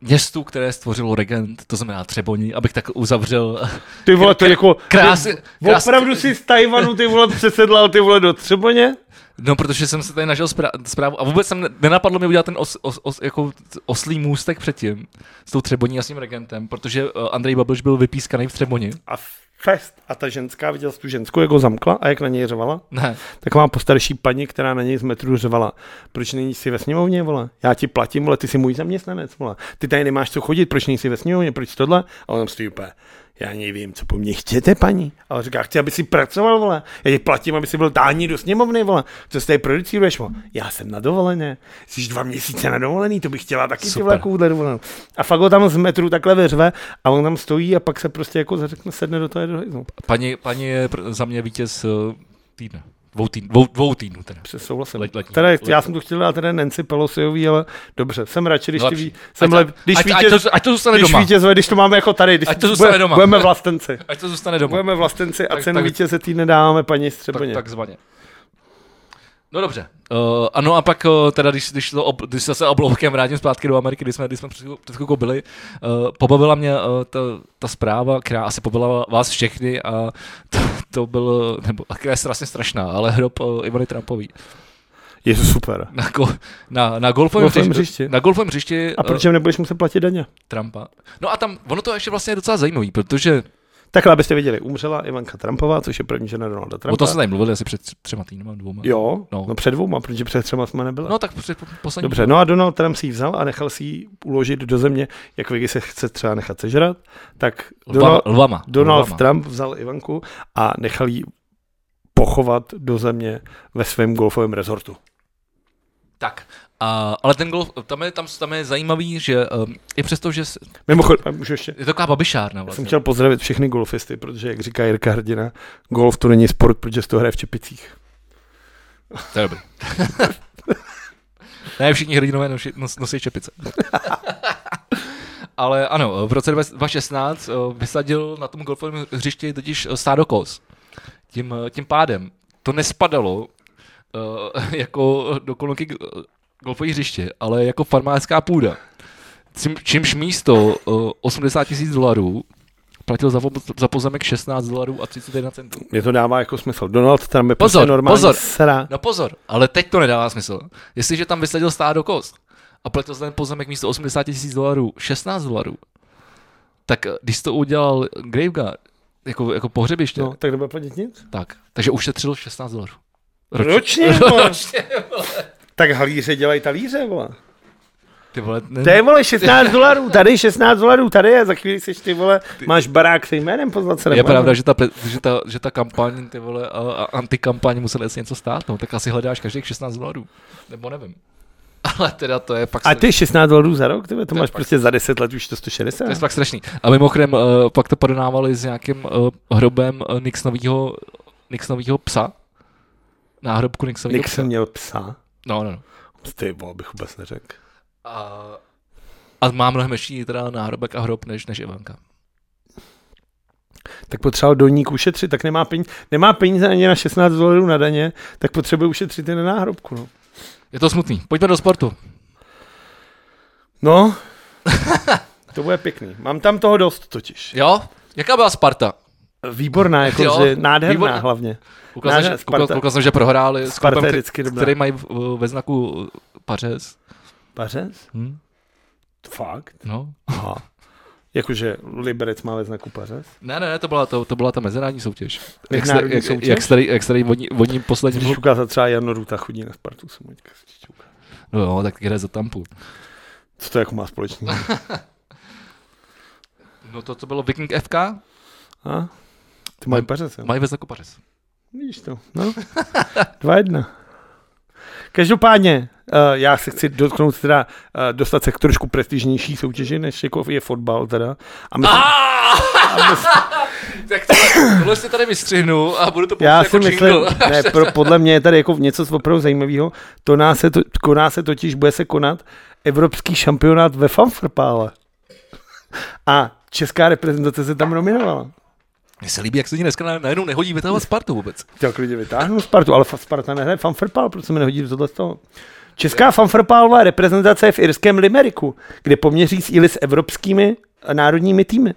Speaker 1: městu, které stvořilo regent, to znamená Třeboní, abych tak uzavřel.
Speaker 2: Ty vole, to je jako...
Speaker 1: Krás, krás,
Speaker 2: Opravdu si z Tajvanu ty vole přesedlal ty vole do Třeboně?
Speaker 1: No, protože jsem se tady našel zpra- zprávu a vůbec jsem ne- nenapadlo mi udělat ten os, os, os, jako t- oslý můstek předtím s tou Třeboní a s tím regentem, protože uh, Andrej Babiš byl vypískaný v Třeboni.
Speaker 2: A fest. A ta ženská, viděl jsi tu ženskou, jak ho zamkla a jak na něj řvala?
Speaker 1: Ne,
Speaker 2: Taková postarší paní, která na něj z metru řvala. Proč není si ve sněmovně, vole? Já ti platím, vole, ty jsi můj zaměstnanec, vole. Ty tady nemáš co chodit, proč nejsi ve sněmovně, proč tohle? A on tam stojí úplně. Já nevím, co po mně chtěte, paní. A on říká, chci, aby si pracoval, vole. Já ti platím, aby si byl tání do sněmovny, vole. Co se tady producíruješ, vole? Já jsem na dovolené. Jsi dva měsíce na dovolený, to bych chtěla taky ty
Speaker 1: Super.
Speaker 2: vole, kůdle, vole. A fakt ho tam z metru takhle veřve a on tam stojí a pak se prostě jako zařekne, sedne do no. toho jednoho.
Speaker 1: paní, paní je pr- za mě vítěz uh, týdne. Dvou, týdn, dvou, dvou týdnů teda.
Speaker 2: Přes souhlasím.
Speaker 1: Let- letní.
Speaker 2: teda,
Speaker 1: Let-
Speaker 2: já jsem to chtěl dát teda Nancy Pelosiový, ale dobře, jsem radši, když ty
Speaker 1: Lepší.
Speaker 2: ví, jsem
Speaker 1: No Ať-
Speaker 2: lep, když
Speaker 1: ať,
Speaker 2: vítěz,
Speaker 1: ať, to, ať to zůstane
Speaker 2: když,
Speaker 1: doma.
Speaker 2: vítěz, když to máme jako tady, když
Speaker 1: Ať to zůstane
Speaker 2: budeme-
Speaker 1: doma.
Speaker 2: budeme vlastenci.
Speaker 1: Ať to zůstane doma.
Speaker 2: Budeme vlastenci a
Speaker 1: Tak-
Speaker 2: cenu
Speaker 1: tak-
Speaker 2: vítěze týdne dáme paní
Speaker 1: tak,
Speaker 2: Střeboně.
Speaker 1: takzvaně. No dobře. Uh, ano a pak uh, teda, když, když, to ob, když se zase obloukem vrátím zpátky do Ameriky, když jsme, když jsme před, chvilkou- před chvilkou byli, uh, pobavila mě uh, ta, ta zpráva, která asi pobavila vás všechny a to, to bylo, nebo a která je strašně strašná, ale hrob uh, Ivany Trumpový.
Speaker 2: Je to super.
Speaker 1: Na, go, na, na golfovém
Speaker 2: Golfovém
Speaker 1: hřišti-
Speaker 2: hřišti.
Speaker 1: Na golfovém hřišti eh,
Speaker 2: A proč jim nebudeš muset platit daně?
Speaker 1: Trumpa. No a tam, ono to ještě vlastně je docela zajímavý, protože,
Speaker 2: Takhle, abyste věděli, umřela Ivanka Trumpová, což je první žena Donalda
Speaker 1: o
Speaker 2: Trumpa.
Speaker 1: tom jsme tady mluvili asi před třema týdnama, dvouma.
Speaker 2: Jo,
Speaker 1: No.
Speaker 2: no. no před dvouma, protože před třema jsme nebyli.
Speaker 1: No tak před poslední.
Speaker 2: Dobře, no a Donald Trump si ji vzal a nechal si ji uložit do země, jak Vicky se chce třeba nechat sežrat, tak
Speaker 1: Lvama.
Speaker 2: Donald,
Speaker 1: Lvama.
Speaker 2: Donald
Speaker 1: lvama.
Speaker 2: Trump vzal Ivanku a nechal ji pochovat do země ve svém golfovém rezortu.
Speaker 1: Tak, a, ale ten golf, tam je, tam, tam je zajímavý, že um, i přesto, že s-
Speaker 2: Mimochodem, můžu ještě?
Speaker 1: je to taková babišárna
Speaker 2: Já jsem
Speaker 1: vlastně.
Speaker 2: chtěl pozdravit všechny golfisty, protože, jak říká Jirka Hrdina, golf to není sport, protože se to hraje v Čepicích.
Speaker 1: To je dobrý. ne, všichni hrdinové nosí, nos, nosí čepice. ale ano, v roce 2016 eh, vysadil na tom golfovém hřišti totiž eh, stádo koz. Tím, eh, tím pádem to nespadalo eh, jako do kolonky eh, golfové hřiště, ale jako farmářská půda. Čím, čímž místo eh, 80 tisíc dolarů platil za, vo- za pozemek 16 dolarů a 31 centů.
Speaker 2: Mě to dává jako smysl. Donald Trump je
Speaker 1: Pozor,
Speaker 2: prostě normální
Speaker 1: pozor.
Speaker 2: sra.
Speaker 1: No pozor, ale teď to nedává smysl. Jestliže tam vysadil stádo kost a platil za ten pozemek místo 80 tisíc dolarů 16 dolarů, tak eh, když to udělal Graveguard, jako, jako pohřebiště,
Speaker 2: No,
Speaker 1: no.
Speaker 2: tak nebude platit nic?
Speaker 1: tak, takže ušetřil 16 dolarů.
Speaker 2: Ročně, vole.
Speaker 1: Ročně.
Speaker 2: Tak halíře dělají talíře, vole.
Speaker 1: Ty vole, ne,
Speaker 2: To je, vole, 16 dolarů, tady 16 dolarů, tady a za chvíli seš ty, vole, máš barák se jménem pozvat se
Speaker 1: je pravda, že ta, pre- že ta, že ta kampaň, ty vole, a, a antikampaň musela asi něco stát, no, tak asi hledáš každých 16 dolarů, nebo nevím. Ale teda to je pak
Speaker 2: A
Speaker 1: strašný.
Speaker 2: ty 16 dolarů za rok, ty vole, to
Speaker 1: je
Speaker 2: máš
Speaker 1: fakt.
Speaker 2: prostě za 10 let už to 160.
Speaker 1: To je fakt strašný. A mimochodem, uh, pak to porovnávali s nějakým uh, hrobem uh, Nixonovýho, Nixonovýho psa. Náhrobku Nixonovýho
Speaker 2: Nixon
Speaker 1: psa.
Speaker 2: měl psa.
Speaker 1: No, no, no.
Speaker 2: Ty vole, bych vůbec neřekl.
Speaker 1: A, a má mnohem větší teda náhrobek a hrob než, než Ivanka.
Speaker 2: Tak potřeboval dolník ušetřit, tak nemá peníze, nemá peníze ani na 16 dolarů na daně, tak potřebuje ušetřit i na náhrobku. No,
Speaker 1: Je to smutný. Pojďme do sportu.
Speaker 2: no. to bude pěkný. Mám tam toho dost totiž.
Speaker 1: Jo? Jaká byla Sparta?
Speaker 2: Výborná, jako
Speaker 1: Jo,
Speaker 2: že nádherná
Speaker 1: výborná.
Speaker 2: výborná. hlavně.
Speaker 1: Koukal jsem,
Speaker 2: Ne,
Speaker 1: že,
Speaker 2: Sparta.
Speaker 1: koukal, koukal jsem, že prohráli s
Speaker 2: Sparta
Speaker 1: klubem,
Speaker 2: je
Speaker 1: který-
Speaker 2: vždycky dobrá.
Speaker 1: který mají eh, ve znaku eh, pařez.
Speaker 2: Pařez?
Speaker 1: Hm?
Speaker 2: Fakt?
Speaker 1: No.
Speaker 2: Aha. Jakože Liberec má ve znaku pařez?
Speaker 1: Ne, ne, ne, to byla, to, to byla ta mezinárodní soutěž. Jak, se-
Speaker 2: Mezinárodní
Speaker 1: jak,
Speaker 2: soutěž?
Speaker 1: jak, starý, jak starý vodní, vodní poslední
Speaker 2: Když ukázat třeba Jan Ruta chodí na Spartu, jsem mu teďka zjistil.
Speaker 1: No jo, tak jde za tampu.
Speaker 2: Co to jako má společný?
Speaker 1: No to, co bylo Viking FK,
Speaker 2: A? Ty
Speaker 1: Mají-
Speaker 2: mají pařez, jo?
Speaker 1: mají ve znaku Pařez.
Speaker 2: Vidíš to, no. Dva jedna. Každopádně, uh, já se chci dotknout teda, uh, dostat se k trošku prestižnější soutěži, než jako je fotbal teda. A my,
Speaker 1: Ah, tak tohle, tohle si tady vystřihnu a budu to pouštět
Speaker 2: já
Speaker 1: jako
Speaker 2: si myslím,
Speaker 1: jingle.
Speaker 2: ne, pro, podle mě je tady jako něco z opravdu zajímavého. To nás se to, koná se totiž, bude se konat evropský šampionát ve Fanfrpále. A česká reprezentace se tam nominovala.
Speaker 1: Mně se líbí, jak se ti dneska na- najednou nehodí vytahovat Spartu vůbec.
Speaker 2: Tak lidi vytáhnu Spartu, ale fa- Sparta nehraje fanfrpál, proč se mi nehodí do tohle z toho? Česká fanfrpálová reprezentace je v irském Limeriku, kde poměří síly s evropskými národními týmy.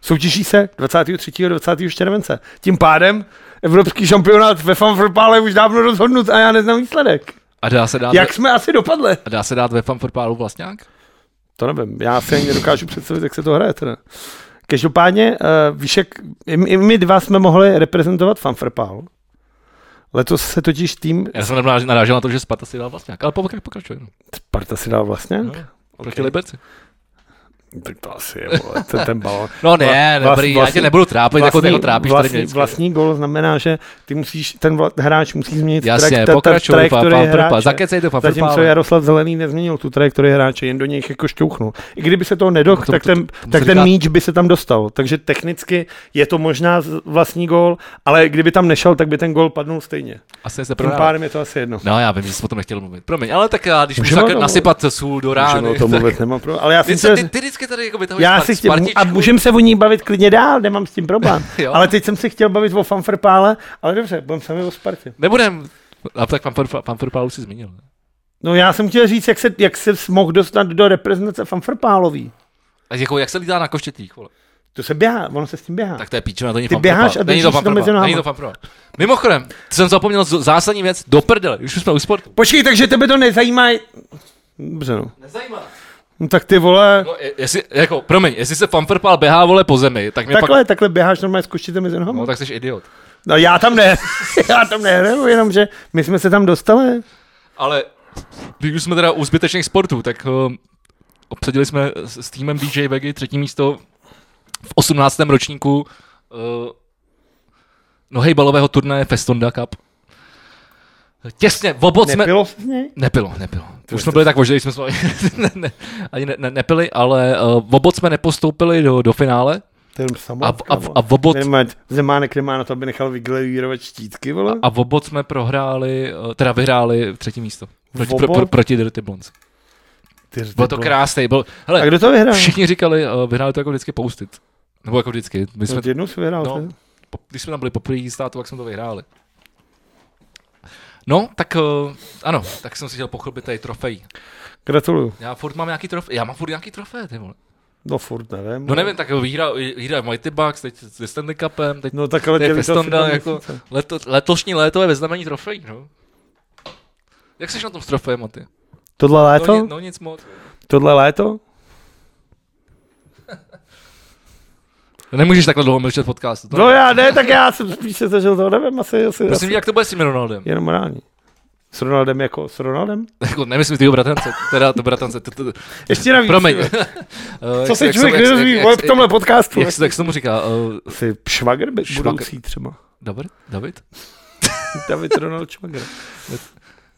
Speaker 2: Soutěží se 23. a 24. července. Tím pádem evropský šampionát ve fanfrpále už dávno rozhodnut a já neznám výsledek.
Speaker 1: A dá se dát,
Speaker 2: Jak jsme asi dopadli?
Speaker 1: a dá se dát ve fanforpálu vlastňák?
Speaker 2: To nevím, já si ani nedokážu představit, jak se to hraje teda. Každopádně, uh, víš, jak, i, i my dva jsme mohli reprezentovat fanfrpál. Letos se totiž tým...
Speaker 1: Já jsem narážel- narážel na to, že Sparta si dal vlastňák, ale pokračuj, pokračuj. No.
Speaker 2: Sparta si dal vlastně?
Speaker 1: No, Proti Liberci.
Speaker 2: Tak to asi je, vole, ten, ten balon.
Speaker 1: No ne,
Speaker 2: Vla- vlastně-
Speaker 1: dobrý, já
Speaker 2: vlastní-
Speaker 1: tě nebudu trápit, jako ty jako trápíš tady
Speaker 2: vlastní,
Speaker 1: vždycky.
Speaker 2: vlastní gol znamená, že ty musíš, ten vla, hráč musí změnit
Speaker 1: Jasně,
Speaker 2: ta- ta-
Speaker 1: pokračuj, pan
Speaker 2: trajektorii
Speaker 1: Fanforpál.
Speaker 2: hráče.
Speaker 1: Zakecej to, pan
Speaker 2: Zatímco
Speaker 1: Fanforpál.
Speaker 2: Jaroslav Zelený nezměnil tu trajektorii hráče, jen do něj jako šťouchnul. I kdyby se toho nedohl,
Speaker 1: No to-
Speaker 2: tak
Speaker 1: to-
Speaker 2: ten,
Speaker 1: tomu
Speaker 2: tak
Speaker 1: se
Speaker 2: ten
Speaker 1: říká-
Speaker 2: míč by se tam dostal. Takže technicky je to možná z- vlastní gól, ale kdyby tam nešel, tak by ten gól padnul stejně.
Speaker 1: Asi se
Speaker 2: Tím
Speaker 1: prodává.
Speaker 2: pádem je to asi jedno.
Speaker 1: No já vím, že jsi o tom nechtěl mluvit. Promiň, ale tak já, když můžu
Speaker 2: Můžeme o
Speaker 1: tak
Speaker 2: tom
Speaker 1: nasypat sůl do
Speaker 2: Můžeme
Speaker 1: rány.
Speaker 2: o tom mluvit, nemám problém. Ale já
Speaker 1: Ty,
Speaker 2: jsem
Speaker 1: se,
Speaker 2: chtěl-
Speaker 1: ty, ty vždycky tady jako vytahuješ
Speaker 2: Já
Speaker 1: Spart-
Speaker 2: si chtěl, a
Speaker 1: Spartičku.
Speaker 2: můžeme se o ní bavit klidně dál, nemám s tím problém.
Speaker 1: Jo.
Speaker 2: ale teď jsem se chtěl bavit o fanfrpále, ale dobře, budem sami o Spartě.
Speaker 1: Nebudem. A tak pan, Fr- pan Frpál už si zmínil. ne?
Speaker 2: No já jsem chtěl říct, jak se, jak se mohl dostat do reprezentace fanfrpálový.
Speaker 1: A jako, jak se lítá na koštětích, vole?
Speaker 2: To se běhá, ono se s tím běhá.
Speaker 1: Tak to je píčo, to není
Speaker 2: Ty
Speaker 1: fan
Speaker 2: běháš
Speaker 1: Frpál.
Speaker 2: a
Speaker 1: není
Speaker 2: držíš
Speaker 1: to
Speaker 2: to
Speaker 1: pan
Speaker 2: mezi
Speaker 1: Frpál,
Speaker 2: náma.
Speaker 1: není to pan Frpál. Mimochodem, to jsem zapomněl z- zásadní věc, do prdele, už jsme u sportu.
Speaker 2: Počkej, takže tebe to nezajímá. Dobře, no.
Speaker 1: Nezajímá.
Speaker 2: no tak ty vole,
Speaker 1: No, je- jestli, jako, promiň, jestli se pan Frpál běhá, vole, po zemi, tak mě
Speaker 2: takhle, takhle běháš normálně s koštětem mezi
Speaker 1: pak...
Speaker 2: nohama.
Speaker 1: No, tak jsi idiot.
Speaker 2: No já tam ne, já tam nehraju, jenomže my jsme se tam dostali.
Speaker 1: Ale když už jsme teda u zbytečných sportů, tak um, obsadili jsme s, s týmem DJ Vegy třetí místo v 18. ročníku uh, nohejbalového turnaje Festonda Cup. Těsně, v obod jsme...
Speaker 2: Nepilo se z něj?
Speaker 1: Nepilo, nepilo.
Speaker 2: To
Speaker 1: Už
Speaker 2: je
Speaker 1: jsme byli tak voždej, jsme se ne, ne, ani ne, ne, nepili, ale uh, v obod jsme nepostoupili do, do finále
Speaker 2: To je jenom
Speaker 1: a, v- a, v- a, v obod,
Speaker 2: Nemá, Zemánek nemá na to, aby nechal vyglejírovat štítky, vole.
Speaker 1: a v obod jsme prohráli, eh, teda vyhráli třetí místo. Proti, pro,
Speaker 2: Obod?
Speaker 1: pro, proti Dirty Blondes.
Speaker 2: Ty jsi
Speaker 1: Bylo to
Speaker 2: blbl.
Speaker 1: krásný. Byl,
Speaker 2: A
Speaker 1: hele,
Speaker 2: kdo to vyhrál?
Speaker 1: Všichni říkali, uh, vyhráli to jako vždycky postit. Nebo jako vždycky. My jsme,
Speaker 2: No, jednou jsi vyhrál.
Speaker 1: no,
Speaker 2: No.
Speaker 1: po- když jsme tam byli poprvé státu, tak jsme to vyhráli. No, tak uh, ano, tak jsem si chtěl pochlubit tady trofej.
Speaker 2: Gratuluju.
Speaker 1: Já furt mám nějaký trofej, já mám furt nějaký trofej, ty vole.
Speaker 2: No furt nevím.
Speaker 1: No nevím, tak výhra, výhra v Mighty Bucks, teď se Stanley Cupem, teď
Speaker 2: No tak ale
Speaker 1: to je
Speaker 2: těli to asi
Speaker 1: Festonda,
Speaker 2: dva
Speaker 1: jako
Speaker 2: měsíce.
Speaker 1: leto, letošní léto je ve znamení trofejí, no. Jak jsi na tom s trofejem, ty?
Speaker 2: Tohle
Speaker 1: No,
Speaker 2: léto?
Speaker 1: ni- no nic moc.
Speaker 2: Tohle léto?
Speaker 1: Nemůžeš takhle dlouho mlčet v podcastu. to
Speaker 2: No
Speaker 1: ne.
Speaker 2: já ne, tak já jsem spíš se zažil to, nevím, asi, asi,
Speaker 1: Prosím, tě,
Speaker 2: asi
Speaker 1: jak to bude s tím Ronaldem?
Speaker 2: jenom morální. S Ronaldem jako s Ronaldem?
Speaker 1: Jako nemyslím ty bratrance, teda to bratrance, to, to,
Speaker 2: Ještě navíc.
Speaker 1: promiň.
Speaker 2: vole.
Speaker 1: Eh,
Speaker 2: Co
Speaker 1: jak-
Speaker 2: se
Speaker 1: jak
Speaker 2: člověk
Speaker 1: se- jak-
Speaker 2: nedozví
Speaker 1: jak-
Speaker 2: vole, v
Speaker 1: jak-
Speaker 2: tomhle podcastu?
Speaker 1: Jak, se- jak se tomu říká? Uh,
Speaker 2: Jsi švagr by-
Speaker 1: Švagr.
Speaker 2: budoucí třeba.
Speaker 1: David? David?
Speaker 2: David Ronald Švagr.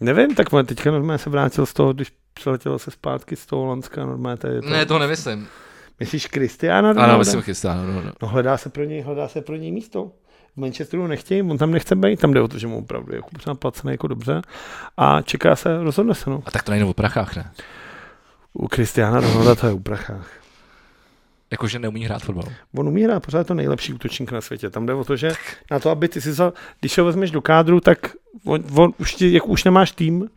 Speaker 2: Nevím, tak vole, teďka normálně se vrátil z toho, když přiletěl se zpátky z toho Holandska, normálně tady je to.
Speaker 1: Ne, to nemyslím.
Speaker 2: Myslíš Kristiána
Speaker 1: Ano,
Speaker 2: Ronalda?
Speaker 1: myslím chystá. No, no, no.
Speaker 2: No hledá se pro něj, hledá se pro něj místo. V Manchesteru ho nechtějí, on tam nechce být, tam jde o to, že mu opravdu je jako placený jako dobře a čeká se, rozhodne se no.
Speaker 1: A tak to nejde o prachách, ne?
Speaker 2: U Kristiána Ronalda to je u prachách.
Speaker 1: Jakože neumí hrát fotbal.
Speaker 2: On umí hrát, pořád je to nejlepší útočník na světě. Tam jde o to, že na to, aby ty si za, když ho vezmeš do kádru, tak on, on už, ti, jak už nemáš tým,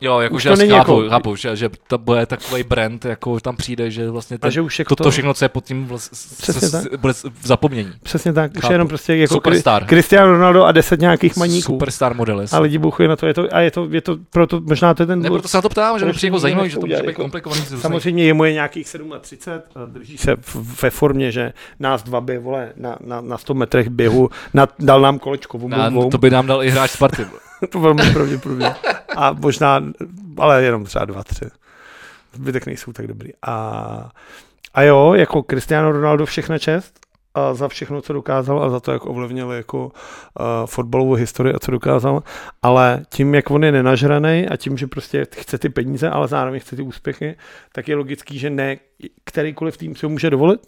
Speaker 1: Jo,
Speaker 2: Už
Speaker 1: jakože
Speaker 2: to
Speaker 1: já
Speaker 2: není
Speaker 1: chápu,
Speaker 2: jako-
Speaker 1: chápu, že, že to bude takový brand, jako tam přijde, že vlastně
Speaker 2: a
Speaker 1: ten,
Speaker 2: že už jako
Speaker 1: to,
Speaker 2: to,
Speaker 1: to všechno, co je pod tím, vlast,
Speaker 2: Přesně
Speaker 1: s, s, bude s- v zapomnění.
Speaker 2: přesně tak, už
Speaker 1: Chápu.
Speaker 2: je jenom prostě jako
Speaker 1: Superstar.
Speaker 2: Cristiano Ronaldo a deset nějakých maníků.
Speaker 1: Superstar modely.
Speaker 2: A lidi bouchují na to, je to, a je to, je to proto možná to je ten
Speaker 1: Ne,
Speaker 2: důvod.
Speaker 1: proto se na to ptám, že mi
Speaker 2: Proč
Speaker 1: přijde jako
Speaker 2: to
Speaker 1: zajímavý,
Speaker 2: nechci
Speaker 1: že to
Speaker 2: udělat,
Speaker 1: může být
Speaker 2: jako-
Speaker 1: komplikovaný. z různých-
Speaker 2: Samozřejmě jemu je nějakých 37 a drží se v- ve formě, že nás dva by, vole, na, na, na 100 metrech běhu, na, dal nám kolečko v
Speaker 1: Na-
Speaker 2: obou
Speaker 1: To by nám dal i hráč Sparty.
Speaker 2: to velmi pravděpodobně. A možná, ale jenom třeba dva, tři. Zbytek nejsou tak dobrý. A, a jo, jako Cristiano Ronaldo všechna čest a za všechno, co dokázal a za to, jak ovlivnil jako uh, fotbalovou historii a co dokázal, ale tím, jak on je nenažraný a tím, že prostě chce ty peníze, ale zároveň chce ty úspěchy, tak je logický, že ne kterýkoliv tým si ho může dovolit.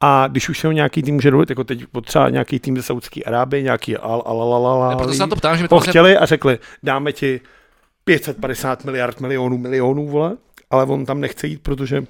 Speaker 2: A když už se ho nějaký tým může dovolit, jako teď potřeba nějaký tým ze Saudské Arábie, nějaký al, al, al, al, al,
Speaker 1: Ne, Proto se na to ptám, že mi to
Speaker 2: ho
Speaker 1: vlastně
Speaker 2: chtěli a řekli, dáme ti 550 miliard milionů milionů, vole, ale on tam nechce jít, protože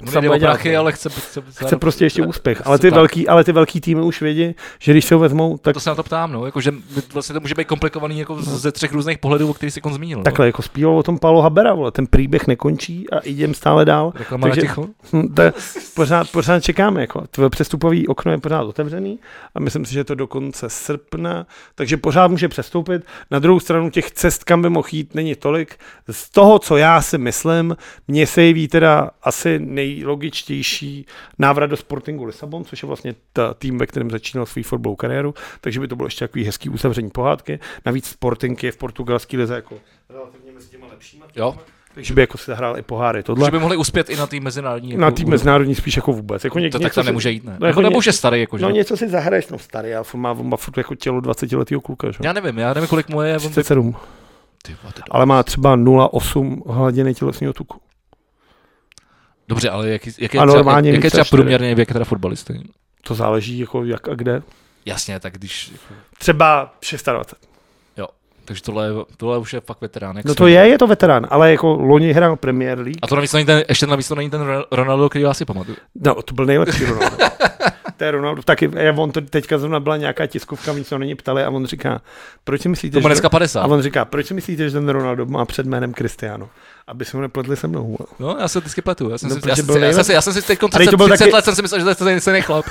Speaker 1: On
Speaker 2: samé
Speaker 1: jde o
Speaker 2: dělá.
Speaker 1: prachy, ale chce, chce,
Speaker 2: Chce prostě ještě úspěch. Ale
Speaker 1: chce
Speaker 2: ty,
Speaker 1: tak.
Speaker 2: velký, ale ty velký týmy už vědí, že když se ho vezmou, tak
Speaker 1: To se na to ptám, no, jako, že my- vlastně to může být komplikovaný jako z- ze třech různých pohledů, o kterých si kon zmínil. no.
Speaker 2: Takhle, jako zpíval o tom Paulo Habera, vole, ten příběh nekončí a jdem stále dál.
Speaker 1: No. Reklama Takže...
Speaker 2: Takže-
Speaker 1: na ticho?
Speaker 2: Hm, To, je- pořád, pořád čekáme, jako. Tvoje přestupový okno je pořád otevřený a myslím si, že to do konce srpna, takže pořád může přestoupit. Na druhou stranu těch cest, kam by mohl jít, není tolik. Z toho, co já si myslím, mně se jeví teda asi nejlogičtější návrat do Sportingu Lisabon, což je vlastně ta tým, ve kterém začínal svou fotbalovou kariéru, takže by to bylo ještě takový hezký uzavření pohádky. Navíc Sporting je v portugalské lize jako relativně mezi těma lepšíma,
Speaker 1: Jo.
Speaker 2: takže by jako se zahrál i poháry. Tohle
Speaker 1: Že by mohli uspět i na té mezinárodní.
Speaker 2: na
Speaker 1: jako
Speaker 2: tý
Speaker 1: úrovni.
Speaker 2: mezinárodní spíš jako vůbec. Jako něk,
Speaker 1: To tak
Speaker 2: něco
Speaker 1: tam
Speaker 2: si-
Speaker 1: nemůže jít, ne?
Speaker 2: No,
Speaker 1: Jako,
Speaker 2: jako
Speaker 1: nebo
Speaker 2: ně-
Speaker 1: už je starý, jako, že?
Speaker 2: No něco si zahraješ, no starý, ale furt má, má furt jako tělo 20-letého kluka, že?
Speaker 1: Já nevím, já nevím, kolik mu je. on by-
Speaker 2: 37.
Speaker 1: Ty vole, to je
Speaker 2: Ale má třeba 0,8 hladiny tělesního tuku.
Speaker 1: Dobře, ale jaký, jaký, je
Speaker 2: A
Speaker 1: třeba,
Speaker 2: normálně
Speaker 1: jaký je
Speaker 2: víc
Speaker 1: třeba
Speaker 2: než čtyři.
Speaker 1: průměrný věk teda fotbalisty?
Speaker 2: To záleží jako jak a kde.
Speaker 1: Jasně, tak když...
Speaker 2: Třeba 26.
Speaker 1: Takže tohle, je- tohle už je fakt veterán. jak
Speaker 2: No
Speaker 1: se-
Speaker 2: to je, je to veterán, ale jako loni hrál Premier League.
Speaker 1: A to navíc není ten, ještě navíc to není ten Ro- Ronaldo, který já si pamatuju.
Speaker 2: No, to byl nejlepší Ronaldo. to je Ronaldo. Taky, eh, on to teďka zrovna byla nějaká tiskovka, my se ho na ní ptali a on říká, proč si myslíte,
Speaker 1: To má
Speaker 2: že...
Speaker 1: dneska
Speaker 2: A
Speaker 1: 50.
Speaker 2: on říká, proč si myslíte, že ten Ronaldo má před jménem Cristiano? Aby se ho nepletli se mnou.
Speaker 1: No, já se vždycky pletu. Já jsem,
Speaker 2: No,
Speaker 1: si,
Speaker 2: protože
Speaker 1: já, jsem
Speaker 2: byl
Speaker 1: si, já, jsem
Speaker 2: nejlepší.
Speaker 1: si, já jsem si teď
Speaker 2: Ale
Speaker 1: 30,
Speaker 2: to byl
Speaker 1: 30
Speaker 2: taky-
Speaker 1: let jsem si myslel, že to je ten stejný chlap.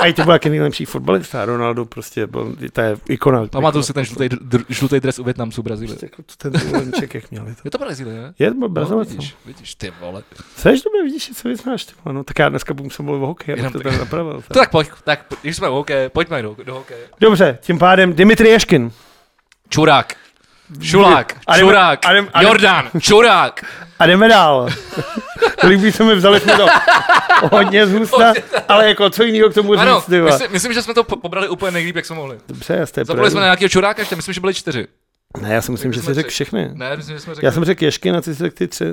Speaker 2: A i to byl taky nejlepší fotbalista. Ronaldo prostě byl, to je ikona.
Speaker 1: Pamatuju si ten žlutý, dr- žlutý dres u Větnamců Brazílie.
Speaker 2: Prostě jako to ten Lenček, jak měli to.
Speaker 1: Je to Brazílie, ne?
Speaker 2: Je to byl Brazilec.
Speaker 1: No,
Speaker 2: No,
Speaker 1: vidíš, vidíš, ty vole.
Speaker 2: Seš dobře, vidíš, že se vyznáš. Ty, vole, no, tak já dneska budu se mluvit o hokeji, abych
Speaker 1: Jenom
Speaker 2: to
Speaker 1: tak.
Speaker 2: tady napravil.
Speaker 1: To tak pojď, tak když jsme v hokeje, pojďme do, do hokeje.
Speaker 2: Dobře, tím pádem Dimitri Ješkin.
Speaker 1: Čurák. Šulák,
Speaker 2: A jdeme-
Speaker 1: čurák,
Speaker 2: a jdeme- a jdeme-
Speaker 1: Jordan, čurák.
Speaker 2: A jdeme dál. Líbí se mi, vzali jsme to hodně z ústa, ale jako co jiného k tomu
Speaker 1: Ano,
Speaker 2: říct, ty vole.
Speaker 1: myslím, myslím, že jsme to po- pobrali úplně nejlíp, jak jsme mohli.
Speaker 2: Dobře, já jste
Speaker 1: Zapomněli jsme na nějakého čuráka ještě, myslím, že byli čtyři.
Speaker 2: Ne, já si myslím,
Speaker 1: Tak
Speaker 2: že
Speaker 1: jsme
Speaker 2: jsi řekl
Speaker 1: tři.
Speaker 2: všechny.
Speaker 1: Ne, myslím, že jsme řekli.
Speaker 2: Já jsem řekl Ješkin a ty jsi řekl ty tři.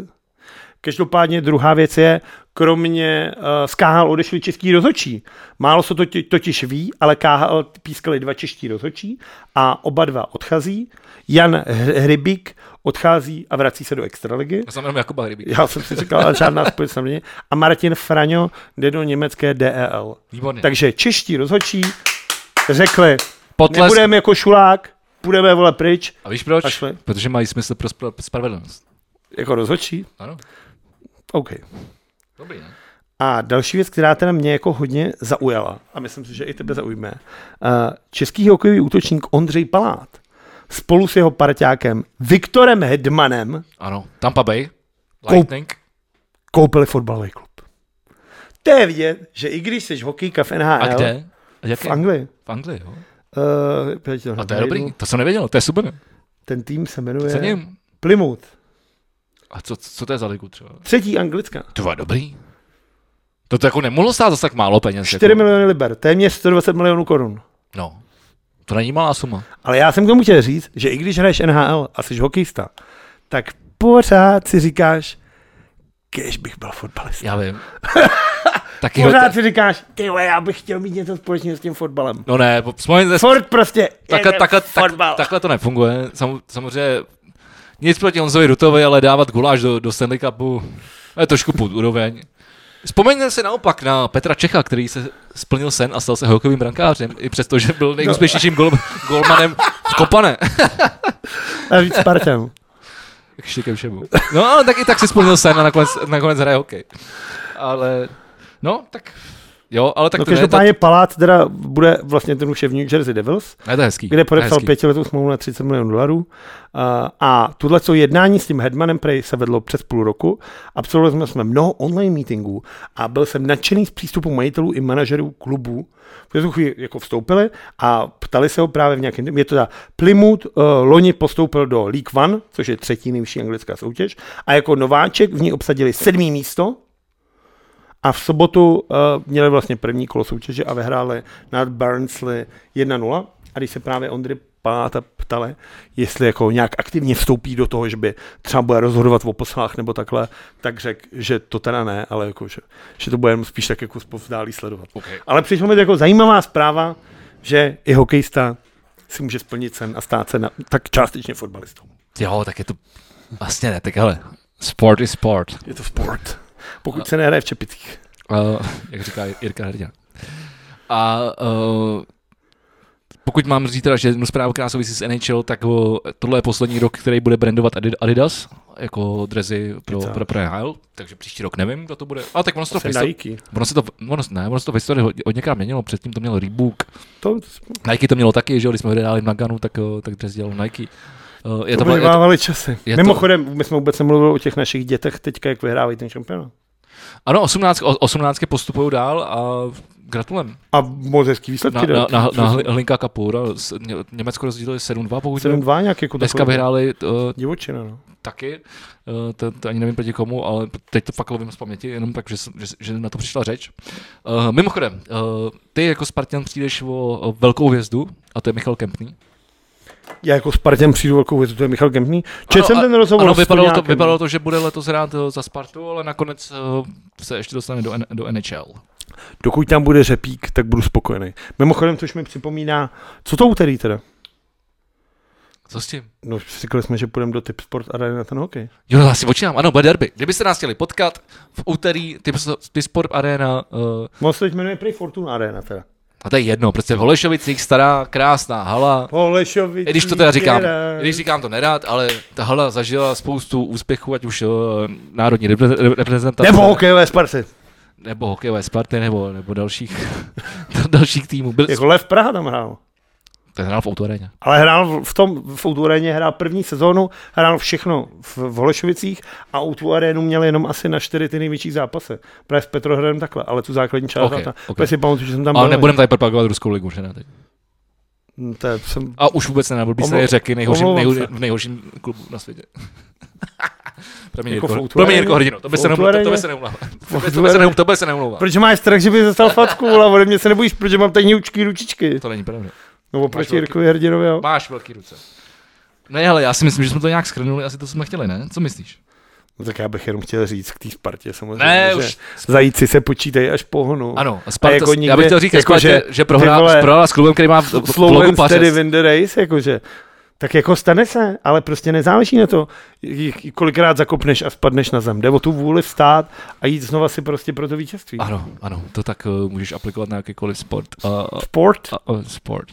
Speaker 2: Každopádně druhá věc je, kromě uh, z KHL odešli český rozhodčí. Málo se to ti- totiž ví, ale KHL pískali dva čeští rozhodčí a oba dva odchází. Jan H- Hrybík odchází a vrací se do extraligy.
Speaker 1: Já jsem jmenuji Jakuba Hrybík.
Speaker 2: Já jsem si říkal, ale žádná spojit samozřejmě. A Martin Fraňo jde do německé DEL.
Speaker 1: Výborně. Tak
Speaker 2: Takže čeští rozhodčí řekli,
Speaker 1: potlesk.
Speaker 2: nebudeme jako šulák, půjdeme vole pryč,
Speaker 1: A víš proč?
Speaker 2: A šli.
Speaker 1: Protože mají smysl pro spra- spravedlnost.
Speaker 2: jako rozhodčí.
Speaker 1: Ano.
Speaker 2: OK.
Speaker 1: Dobrý, ne?
Speaker 2: A další věc, která teda mě jako hodně zaujala, a myslím si, že i tebe zaujme, eh, český hokejový útočník Ondřej Palát spolu s jeho parťákem Viktorem Hedmanem
Speaker 1: Ano. Tampa Bay. Lightning.
Speaker 2: koupili fotbalový klub. To je vidět, že i když jsi hokejka v NHL,
Speaker 1: A kde? A jaké?
Speaker 2: v Anglii,
Speaker 1: v Anglii, jo.
Speaker 2: eh, já ti
Speaker 1: A to je
Speaker 2: najdu.
Speaker 1: dobrý. To jsem nevěděl, to je super.
Speaker 2: ten tým se jmenuje
Speaker 1: Cením.
Speaker 2: Plymouth,
Speaker 1: A co, co to je za ligu třeba?
Speaker 2: třetí anglická.
Speaker 1: To je dobrý. To to jako nemohlo stát zase tak málo peněz.
Speaker 2: 4
Speaker 1: jako.
Speaker 2: miliony liber, téměř 120 milionů korun.
Speaker 1: No. To není malá suma.
Speaker 2: Ale já jsem k tomu chtěl říct, že i když hraješ NHL a jsi hokejista, tak pořád si říkáš, kež bych byl fotbalista.
Speaker 1: Já vím. Taky ho...
Speaker 2: Pořád si říkáš, ty vole, já bych chtěl mít něco společného s tím fotbalem.
Speaker 1: No ne, po- vzpomeňte
Speaker 2: Ford prostě
Speaker 1: takhle,
Speaker 2: jede
Speaker 1: takhle,
Speaker 2: fotbal.
Speaker 1: tak, takhle to nefunguje. Sam, samozřejmě nic proti Honzovi Rutovi, ale dávat guláš do, do Stanley Cupu je trošku pod úroveň. Vzpomeňte si naopak na Petra Čecha, který se splnil sen a stal se hokejovým brankářem, i přesto, že byl nejúspěšnějším gol, golmanem v Kopane.
Speaker 2: A víc Spartan.
Speaker 1: Ještě ke všemu. No ale tak i tak si splnil sen a nakonec, nakonec hraje hokej. Ale no, tak jo, ale tak
Speaker 2: No
Speaker 1: to, ne, to,
Speaker 2: každopádně Palác teda bude vlastně ten už je v New Jersey Devils,
Speaker 1: ne, to je hezký.
Speaker 2: kde
Speaker 1: to je
Speaker 2: podepsal
Speaker 1: hezký.
Speaker 2: pětiletou smlouvu na 30 milionů dolarů. A, a tuhle co jednání s tím headmanem Prej se vedlo přes půl roku. Absolvovali jsme, jsme mnoho online meetingů a byl jsem nadšený z přístupu majitelů i manažerů klubů. V tu chvíli jako vstoupili a ptali se ho právě v nějakém... Je to ta Plymouth uh, loni postoupil do League One, což je třetí nejvyšší anglická soutěž, a jako nováček v ní obsadili sedmý místo, a v sobotu uh, měli vlastně první kolo soutěže a vyhráli nad Barnsley 1-0. A když se právě Ondry Paláta ptali, jestli jako nějak aktivně vstoupí do toho, že by třeba bude rozhodovat o poslách nebo takhle, tak řekl, že to teda ne, ale jako, že, že to bude jenom spíš tak jako zpovzdálí sledovat.
Speaker 1: Okay.
Speaker 2: Ale přišlo mi to jako zajímavá zpráva, že i hokejista si může splnit sen a stát se na, tak částečně fotbalistou.
Speaker 1: Jo, tak je to vlastně ne, tak hele, sport is sport.
Speaker 2: Je to sport. Pokud se nehraje v Čepicích.
Speaker 1: Uh, jak říká Jirka Hrdina. A uh, pokud mám říct teda, že jednu zprávu, která souvisí s NHL, tak uh, tohle je poslední rok, který bude brandovat Adi- Adidas jako drezy pro,
Speaker 2: Kecáš.
Speaker 1: pro, pro NHL, takže příští rok nevím, kdo to bude. A tak ono se to, v
Speaker 2: Jsem
Speaker 1: histori-
Speaker 2: Nike.
Speaker 1: ono se to, ono, ne, ono se to v historii hodně- hodněkrát měnilo, předtím to mělo Reebok,
Speaker 2: To,
Speaker 1: Nike to mělo taky, že jo, když jsme hledali Naganu, tak, uh, tak dres dělal Nike. Uh, je
Speaker 2: to
Speaker 1: to, je to,
Speaker 2: byly časy.
Speaker 1: je to-
Speaker 2: Mimochodem, my jsme vůbec nemluvili o těch našich dětech teďka, jak vyhrávají ten šampionát.
Speaker 1: ano, 18, 18 postupují dál a gratulujem.
Speaker 2: A moc hezký výsledky.
Speaker 1: Na, na, na,
Speaker 2: dali.
Speaker 1: na Hli- Hlinka Kapura, s- Ně- Německo rozdílili 7-2, pokud jde.
Speaker 2: 7-2 nějak jako
Speaker 1: Dneska
Speaker 2: takový.
Speaker 1: vyhráli uh,
Speaker 2: Divočina, no.
Speaker 1: taky, uh, to, to ani nevím proti komu, ale teď to fakt lovím z paměti, jenom tak, že, jsem- že, že na to přišla řeč. Uh, mimochodem, uh, ty jako Spartan přijdeš o, o velkou hvězdu, a to je Michal Kempný.
Speaker 2: Já jako Spartan přijdu velkou hvězdu, to je Michal Kempný. Četl jsem
Speaker 1: a-
Speaker 2: ten rozhovor
Speaker 1: Ano,
Speaker 2: s
Speaker 1: vypadalo to,
Speaker 2: Plňákem.
Speaker 1: vypadalo to, že bude letos hrát eh, za Spartu, ale nakonec uh, se ještě dostane do, N- do NHL.
Speaker 2: Dokud tam bude řepík, tak budu spokojený. Mimochodem, což mi připomíná, co to úterý teda?
Speaker 1: Co s tím?
Speaker 2: No, říkali jsme, že půjdeme do Tip Sport Arena na ten hokej.
Speaker 1: Jo, já si počínám, ano, bude derby. Kdybyste nás chtěli potkat v úterý, ty Sport Arena, uh,
Speaker 2: No, se teď jmenuje Prej Fortuna Arena teda.
Speaker 1: a to je jedno, prostě v Holešovicích stará, krásná hala,
Speaker 2: Holešovic.
Speaker 1: I když to teda říkám, i když říkám to nerad, ale ta hala zažila spoustu úspěchů, ať už eh, národní repre- re- reprezentace,
Speaker 2: Nebo hokejové Sparty.
Speaker 1: nebo hokejové Sparty, nebo, nebo dalších, dalších týmů. Byl,
Speaker 2: Jako Lev Praha tam hrál.
Speaker 1: ten hrál v autoréně.
Speaker 2: Ale hrál v- v tom, v Outu Areně hrál první sezónu, hrál všechno v, v Holešovicích a Outu Arenu měl jenom asi na čtyři ty největší zápase. Právě s Petrohradem takhle, ale tu základní část.
Speaker 1: Ok,
Speaker 2: Okay, ta,
Speaker 1: ok.
Speaker 2: okay. si pamatuju, že jsem tam byl.
Speaker 1: Ale nebudem tady propagovat ruskou ligu, že ne? teď.
Speaker 2: Hm, To je, jsem,
Speaker 1: A už vůbec ne, na blbý
Speaker 2: Omlou-
Speaker 1: straně řeky, nejhorším,
Speaker 2: omlouvám
Speaker 1: nejhorším,
Speaker 2: se.
Speaker 1: v nejhorším klubu na světě. pro mě
Speaker 2: Jako v
Speaker 1: Jirko,
Speaker 2: Outu
Speaker 1: pro mě
Speaker 2: Areně?
Speaker 1: Jirko Hrdino, to by se
Speaker 2: V Outu
Speaker 1: neumluvil, to
Speaker 2: Areně?
Speaker 1: by se neumluvil. To by- to
Speaker 2: Outu
Speaker 1: by se
Speaker 2: Areně?
Speaker 1: neum- To by se neumluvil.
Speaker 2: proč máš strach, že bys dostal facku, ale ode mě se nebojíš, protože mám tady hůčký ručičky.
Speaker 1: To není pravda.
Speaker 2: Nebo
Speaker 1: Máš
Speaker 2: proti
Speaker 1: velký-
Speaker 2: Jirkovi Hrdinovi, jo.
Speaker 1: Máš velký ruce. Ne, ale já si myslím, že jsme to nějak skrnuli, asi to jsme chtěli, ne? Co myslíš?
Speaker 2: No, tak já bych jenom chtěl říct k té Spartě samozřejmě.
Speaker 1: Ne,
Speaker 2: že
Speaker 1: už-
Speaker 2: Zajíci se počítají až po honu.
Speaker 1: Ano, a
Speaker 2: A
Speaker 1: Sparta,
Speaker 2: jako
Speaker 1: jako
Speaker 2: nikde-
Speaker 1: já bych chtěl říct,
Speaker 2: jako
Speaker 1: jako že,
Speaker 2: že
Speaker 1: že prohrála,
Speaker 2: ty vole-
Speaker 1: prohrála s klubem, který má v, v, v logu
Speaker 2: Slovens tedy
Speaker 1: Pařec.
Speaker 2: win the race, jakože. Tak jako stane se, ale prostě nezáleží na to, j- kolikrát zakopneš a spadneš na zem. Jde o tu vůli vstát a jít znova si prostě pro to vítězství.
Speaker 1: Ano, ano, to tak uh, můžeš aplikovat na jakýkoliv sport. Uh,
Speaker 2: Sport,
Speaker 1: uh, uh, sport.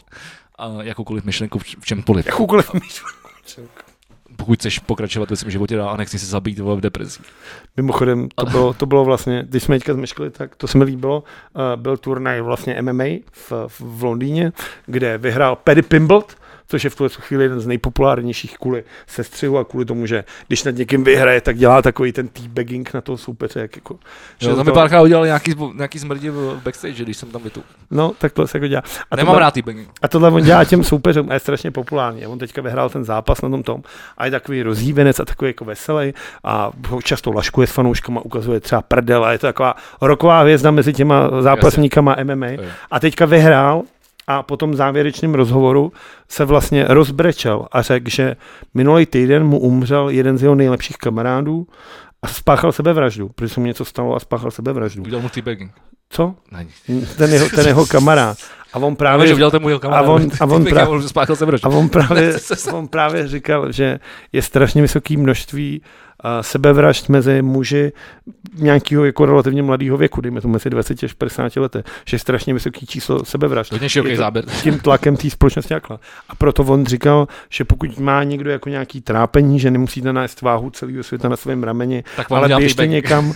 Speaker 1: Uh, jakoukoliv myšlenku v, v čemkoliv.
Speaker 2: jakoukoliv
Speaker 1: Pokud chceš pokračovat ve svém životě dál a nechci se zabít vole, v depresi.
Speaker 2: Mimochodem, to bylo, to bylo vlastně, když jsme teďka zmeškali, tak to se mi líbilo. Uh, byl turnaj vlastně MMA v, v, v Londýně, kde vyhrál Paddy Pimblett, což je v tuhle chvíli jeden z nejpopulárnějších kvůli sestřihu a kvůli tomu, že když nad někým vyhraje, tak dělá takový ten t-bagging na toho soupeře. Jak jako, že
Speaker 1: Jo, tam mi
Speaker 2: to-
Speaker 1: párkrát udělal nějaký, nějaký smrdi v v backstage, když jsem tam vytu.
Speaker 2: No, tak to se jako dělá. A
Speaker 1: Nemám
Speaker 2: tohle-
Speaker 1: rád týbengy.
Speaker 2: a tohle on dělá těm soupeřům a je strašně populární. A On teďka vyhrál ten zápas na tom tom a je takový rozhýbenec a takový jako veselý a ho často laškuje s fanouškama, ukazuje třeba prdel a je to taková roková hvězda mezi těma zápasníkama MMA.
Speaker 1: Jo.
Speaker 2: A teďka vyhrál a po tom závěrečném rozhovoru se vlastně rozbrečel a řekl, že minulý týden mu umřel jeden z jeho nejlepších kamarádů a spáchal sebevraždu, protože se mu něco stalo a spáchal sebevraždu.
Speaker 1: Udělal mu týbegging.
Speaker 2: Co?
Speaker 1: Ne, nic.
Speaker 2: Ten jeho, ten jeho kamarád. A on
Speaker 1: Ale
Speaker 2: právě...
Speaker 1: Jako, že udělal ten můj kamarád.
Speaker 2: on- a on
Speaker 1: týbegging,
Speaker 2: pra-
Speaker 1: on spáchal jsem roč.
Speaker 2: A on právě,
Speaker 1: Ne, co se-
Speaker 2: on právě říkal, že je strašně vysoké množství a sebevražd mezi muži nějakého jako relativně mladého věku, dejme to mezi 20 až 50 lety, že je strašně vysoký číslo sebevražd.
Speaker 1: Hodně široký
Speaker 2: Je to-
Speaker 1: záběr.
Speaker 2: Tím tlakem té společnosti takhle. A proto on říkal, že pokud má někdo jako nějaký trápení, že nemusíte naést váhu celého světa na svém rameni,
Speaker 1: Tak vám
Speaker 2: ale
Speaker 1: udělám
Speaker 2: běžte
Speaker 1: týbegging.
Speaker 2: někam,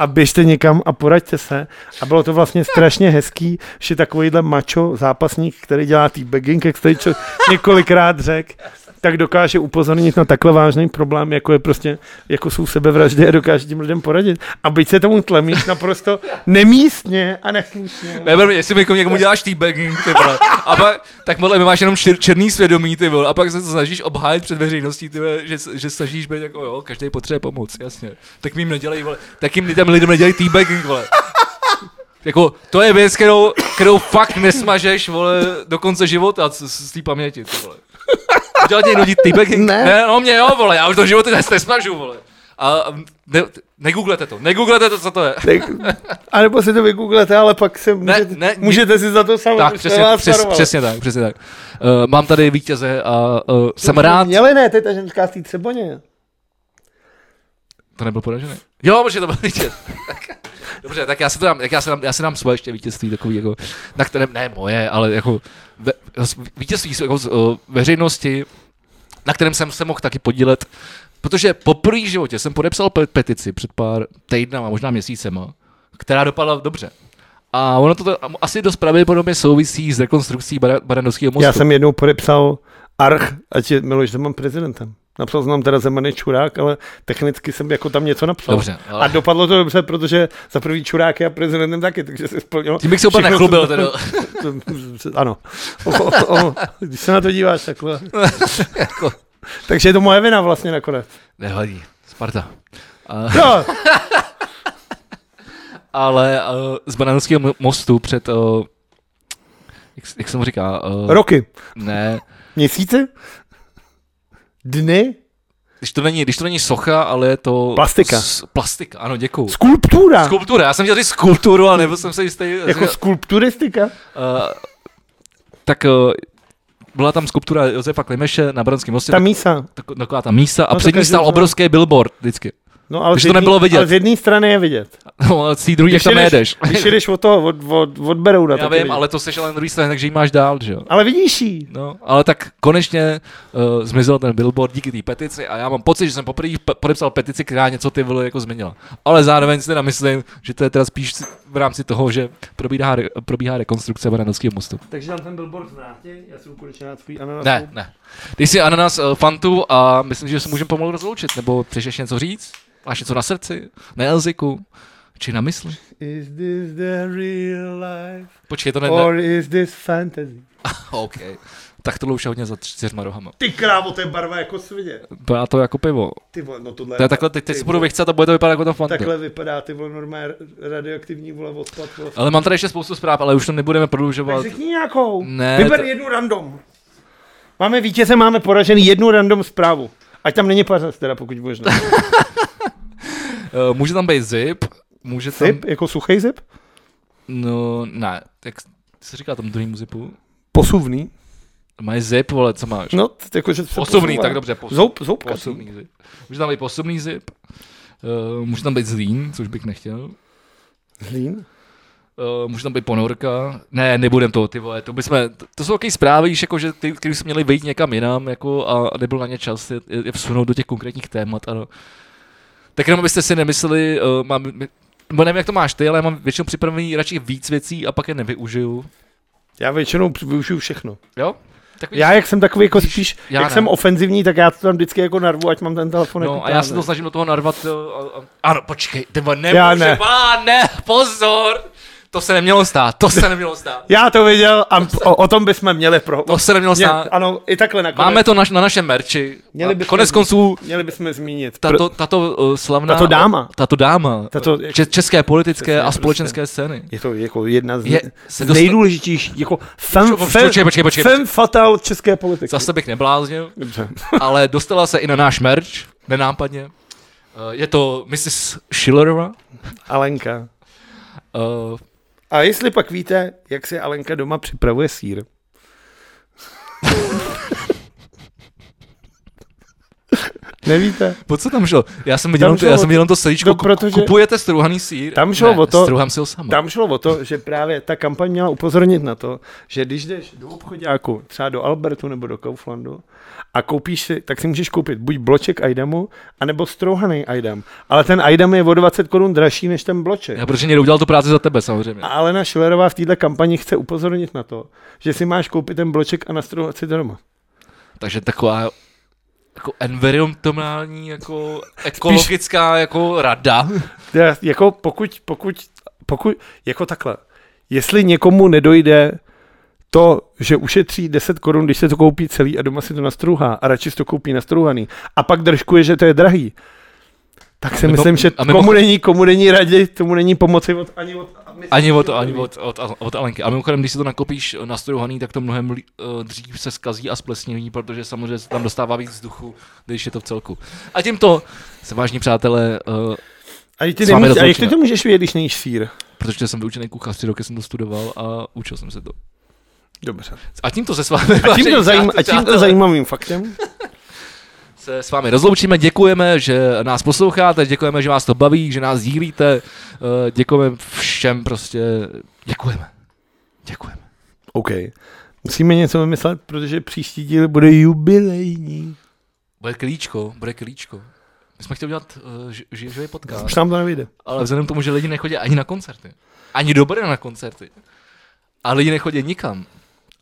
Speaker 2: a běžte někam a poraďte se. A bylo to vlastně strašně hezký, že takovýhle mačo zápasník, který dělá tý bagging, jak jste čo- několikrát řekl, tak dokáže upozornit na takhle vážný problém, jako je prostě, jako jsou sebevraždy a dokáže tím lidem poradit. A byť se tomu tlemíš naprosto nemístně a neslušně.
Speaker 1: Ne, bro, jestli mi jako někomu děláš teabagging, ty vole, a pak, tak podle mě máš jenom čir, černý svědomí, ty vole, a pak se to snažíš obhájit před veřejností, ty vole, že, že snažíš být jako, jo, každý potřebuje pomoc, jasně. Tak mi jim nedělej, vole, tak jim lidem, lidem nedělej teabagging, vole. Jako, to je věc, kterou, kterou fakt nesmažeš, vole, do konce života z, z té paměti, ty vole. Udělat někdo dít teabagging?
Speaker 2: Ne.
Speaker 1: ne, no mě jo, vole, já už do života nes- nesmažu, vole. A a ne, negooglete to, negooglete to, co to je.
Speaker 2: Tak, a nebo si to vygooglete, ale pak se můžete,
Speaker 1: ne,
Speaker 2: můžete si za to sami,
Speaker 1: Tak,
Speaker 2: protože
Speaker 1: přesně,
Speaker 2: vás
Speaker 1: přes,
Speaker 2: varovali.
Speaker 1: přesně tak, přesně tak. Uh, mám tady vítěze a uh, jsem rád.
Speaker 2: Měli ne, to je ta ženská z té Třeboně.
Speaker 1: To nebyl poražený. Jo, protože to byl vítěz. Tak, Dobře, tak já si, to dám, jak já, si dám, já si dám svoje ještě vítězství, takový jako, na kterém, ne moje, ale jako ve, s- vítězství s- jako z, o, veřejnosti, na kterém jsem se mohl taky podílet, protože po první životě jsem podepsal pe- petici před pár týdnama, možná měsícema, která dopadla dobře. A ono to, to asi dost pravděpodobně souvisí s rekonstrukcí Bara- Barandovského mostu.
Speaker 2: Já jsem jednou podepsal arch, ať je Miloš Zeman prezidentem. Napsal jsem tam teda Zeman je čurák, ale technicky jsem jako tam něco napsal.
Speaker 1: Dobře, ale...
Speaker 2: A dopadlo to dobře, protože za první čurák je a prezidentem taky, takže se splnilo.
Speaker 1: Tím bych se úplně
Speaker 2: Všechno
Speaker 1: nechlubil,
Speaker 2: jsem-
Speaker 1: teda.
Speaker 2: ano. O, o, o, když se na to díváš takhle. Takže je to moje vina vlastně nakonec.
Speaker 1: Nevadí, Sparta. A...
Speaker 2: No,
Speaker 1: ale uh, z Bananovského mo- mostu před, uh, jak, s- jak jsem říká, uh,
Speaker 2: roky,
Speaker 1: ne,
Speaker 2: měsíce, dny,
Speaker 1: když to, není, když to není socha, ale je to...
Speaker 2: Plastika.
Speaker 1: S, plastika, ano, děkuju.
Speaker 2: skulptura.
Speaker 1: Skulptura, já jsem chtěl říct skulpturu, ale nebyl jsem se jistý.
Speaker 2: Jako
Speaker 1: uh,
Speaker 2: skulpturistika.
Speaker 1: tak uh, byla tam skulptura Josefa Klimeše na Baranském mostě,
Speaker 2: Ta
Speaker 1: tam,
Speaker 2: mísa.
Speaker 1: taková ta mísa a no,
Speaker 2: No, to
Speaker 1: před ní
Speaker 2: každý
Speaker 1: stál
Speaker 2: zná.
Speaker 1: obrovský billboard vždycky.
Speaker 2: No, ale
Speaker 1: Když
Speaker 2: z
Speaker 1: to
Speaker 2: jedný-
Speaker 1: nebylo vidět.
Speaker 2: Ale z jedné strany je vidět.
Speaker 1: No, ale z té druhé
Speaker 2: Když
Speaker 1: tam
Speaker 2: jedeš-
Speaker 1: jedeš.
Speaker 2: Když jdeš od toho, od, od, od Berouna.
Speaker 1: Já
Speaker 2: tak je
Speaker 1: vím,
Speaker 2: vidět.
Speaker 1: ale to seš ale na druhé straně, takže ji máš dál, že jo.
Speaker 2: ale vidíš jí.
Speaker 1: No, ale tak konečně uh, zmizel ten billboard díky té petici a já mám pocit, že jsem poprvé pe- podepsal petici, která něco ty vole jako změnila. Ale zároveň si teda myslím, že to je teda spíš v rámci toho, že probíhá, re- probíhá rekonstrukce Baranovského mostu.
Speaker 4: Takže tam ten billboard vrátě, já si konečně rád svůj ananas.
Speaker 1: Ne, ne. Dej si ananas uh, fantu a myslím, že se můžeme pomalu rozloučit, nebo chceš ještě něco říct? Máš něco na srdci, na jazyku, či na mysli?
Speaker 4: Is this the real life?
Speaker 1: Počkej, to ne, ne.
Speaker 4: Or is this fantasy?
Speaker 1: OK. Tak tohle už je hodně za tři- čtyřma rohama.
Speaker 4: Ty krávo, to je barva jako svině.
Speaker 1: To já to jako pivo.
Speaker 4: Ty vole, no tohle
Speaker 1: To je takhle, teď, teď
Speaker 4: ty
Speaker 1: si budu
Speaker 4: vole,
Speaker 1: vychcet a bude to vypadat jako ta fanta.
Speaker 4: Takhle vypadá ty vole normálně radioaktivní vole odpad. Vole.
Speaker 1: Ale mám tady ještě spoustu zpráv, ale už to nebudeme prodlužovat.
Speaker 4: Tak řekni nějakou.
Speaker 1: Ne,
Speaker 2: Vyber
Speaker 1: to-
Speaker 2: jednu random. Máme vítěze, máme poražený jednu random zprávu. Ať tam není pařas teda, pokud možno.
Speaker 1: Eh, může tam být zip, může tam...
Speaker 2: Zip? Jako suchý zip?
Speaker 1: No, ne, jak se říká tomu druhému zipu?
Speaker 2: Posuvný.
Speaker 1: Máš zip, vole, co máš?
Speaker 2: No, t- jakože se
Speaker 1: Posuvný,
Speaker 2: posouvá.
Speaker 1: tak dobře, posu-
Speaker 2: Zoub, zoubka.
Speaker 1: Posuvný zip. Může tam být posuvný zip, eh, může tam být zlín, což bych nechtěl.
Speaker 2: Zlín.
Speaker 1: Uh, může tam být ponorka. Ne, nebudem to, ty vole, to bychom, to, to jsou takové zprávy, víš, jako, že ty, které jsme měli vejít někam jinam, jako, a nebyl na ně čas je, je vsunout do těch konkrétních témat, ano. Tak jenom abyste si nemysleli, uh, mám, my- nebo nevím, jak to máš ty, ale já mám většinou připravený radši víc věcí a pak je nevyužiju.
Speaker 2: Já většinou p- využiju všechno.
Speaker 1: Jo? Tak vidíš.
Speaker 2: Já, jak jsem takový jako spíš,
Speaker 1: já
Speaker 2: jak
Speaker 1: ne.
Speaker 2: jsem ofenzivní, tak já to tam vždycky jako narvu, ať mám ten telefon. jako
Speaker 1: No a já se
Speaker 2: prázdný.
Speaker 1: to snažím do toho narvat. eh, A, a, ano, počkej, ty vole, nemůže,
Speaker 2: Já ne.
Speaker 1: Pá, ne, pozor! To se nemělo stát, to se nemělo stát.
Speaker 2: Já to viděl a o, o tom bychom měli pro...
Speaker 1: To se nemělo
Speaker 2: Mě,
Speaker 1: stát.
Speaker 2: ano, i takhle nakonec.
Speaker 1: Máme to na, na našem merči.
Speaker 2: Měli bychom-
Speaker 1: Konec konců
Speaker 2: Měli bychom zmínit.
Speaker 1: tato, tato uh, slavná...
Speaker 2: Tato dáma.
Speaker 1: Tato dáma.
Speaker 2: Tato-
Speaker 1: Tato, če- české politické
Speaker 2: Přesně,
Speaker 1: a společenské scény.
Speaker 2: Je to jako jedna z, je,
Speaker 1: Je-
Speaker 2: z
Speaker 1: se dostat-
Speaker 2: nejdůležitějších, jako fem,
Speaker 1: Počkej,
Speaker 2: fem,
Speaker 1: počkej, počkej, počkej.
Speaker 2: fem fatal české politiky.
Speaker 1: Zase bych nebláznil,
Speaker 2: Dobře.
Speaker 1: ale dostala se i na náš merch, nenápadně. Uh, je to Mrs. Schillerová.
Speaker 2: Alenka.
Speaker 1: Uh,
Speaker 2: A jestli pak víte, jak si Alenka doma připravuje sír? Nevíte?
Speaker 1: po co tam šlo? Já jsem viděl,
Speaker 2: Tam
Speaker 1: to,
Speaker 2: šlo
Speaker 1: já
Speaker 2: o-
Speaker 1: jsem viděl to srdíčko,
Speaker 2: no,
Speaker 1: no,
Speaker 2: protože-
Speaker 1: protože... kupujete struhaný sír.
Speaker 2: Tam šlo
Speaker 1: ne,
Speaker 2: o to-
Speaker 1: Struhám si ho sama.
Speaker 2: Tam šlo o to, že právě ta kampaň měla upozornit na to, že když jdeš do obchodáku, třeba do Albertu nebo do Kauflandu, a koupíš si, tak si můžeš koupit buď bloček Aidamu, anebo strouhaný Aidam. Ale ten Aidam je o 20 korun dražší než ten bloček.
Speaker 1: Já, protože někdo udělal tu práci za tebe, samozřejmě.
Speaker 2: A Alena Šilerová v této kampani chce upozornit na to, že si máš koupit ten bloček a nastrouhat si to doma.
Speaker 1: Takže taková jako environmentální, jako ekologická jako rada.
Speaker 2: Já, jako pokud, pokud, pokud, jako takhle, jestli někomu nedojde to, že ušetří 10 korun, když se to koupí celý a doma si to nastruhá a radši si to koupí nastruhaný a pak držkuje, že to je drahý, tak si
Speaker 1: mimo-
Speaker 2: myslím, že
Speaker 1: a mimo-
Speaker 2: komu není, komu není radě, tomu není pomoci od, ani od... a myslím,
Speaker 1: Ani
Speaker 2: že
Speaker 1: od, ani
Speaker 2: neví.
Speaker 1: od, od, od Alenky. A mimochodem, když si to nakoupíš nastruhaný, tak to mnohem lí- eh, dřív se skazí a splesniví, protože samozřejmě se tam dostává víc vzduchu, když je to v celku. A tímto se vážní přátelé, eh,
Speaker 2: A, ty
Speaker 1: s vámi
Speaker 2: nemůže, a jak ty
Speaker 1: rozloučíme.
Speaker 2: to můžeš vědět, když nejíš sír?
Speaker 1: protože jsem vyučený kuchař, tři roky jsem to studoval a učil jsem se to.
Speaker 2: Dobře.
Speaker 1: A tímto se s vámi
Speaker 2: A
Speaker 1: vážení
Speaker 2: tímto, zajím, a
Speaker 1: přátelé,
Speaker 2: tímto zajímavým faktem
Speaker 1: se se s vámi rozloučíme, děkujeme, že nás posloucháte, děkujeme, že vás to baví, že nás dílíte, eh, děkujeme všem prostě, děkujeme, děkujeme.
Speaker 2: OK. Musíme něco vymyslet, protože příští díl bude jubilejní.
Speaker 1: Bude klíčko, bude klíčko. My jsme chtěli udělat uh, živý podcast,
Speaker 2: Už nám to nevyjde.
Speaker 1: ale vzhledem k tomu, že lidi nechodí ani na koncerty, ani do Brna na koncerty, a lidi nechodí nikam,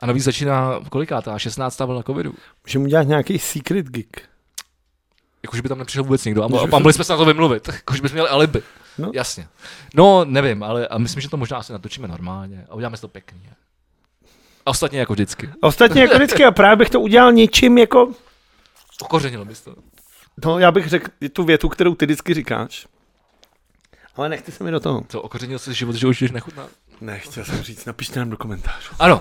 Speaker 1: a navíc začíná kolikátá, 16. vlna covidu.
Speaker 2: Můžeme udělat nějaký secret gig.
Speaker 1: Jakože Jako, by tam nepřišel vůbec nikdo. A,
Speaker 2: Může-
Speaker 1: mo- a mohli jsme se na to vymluvit. Jakože bychom měli alibi. No.
Speaker 2: No.
Speaker 1: Jasně. No, nevím, ale a myslím, že to možná asi natočíme normálně a uděláme si to pěkně. A ostatně jako vždycky.
Speaker 2: A Ostatně jako vždycky, a právě bych to udělal něčím jako...
Speaker 1: Okořenilo bys to.
Speaker 2: No, já bych řekl tu větu, kterou ty vždycky říkáš. Ale nechci se mi do toho.
Speaker 1: Co, okořenil jsi život, že už jdeš nechutná?
Speaker 2: Ne, chtěl jsem říct, napište nám do komentářů.
Speaker 1: Ano.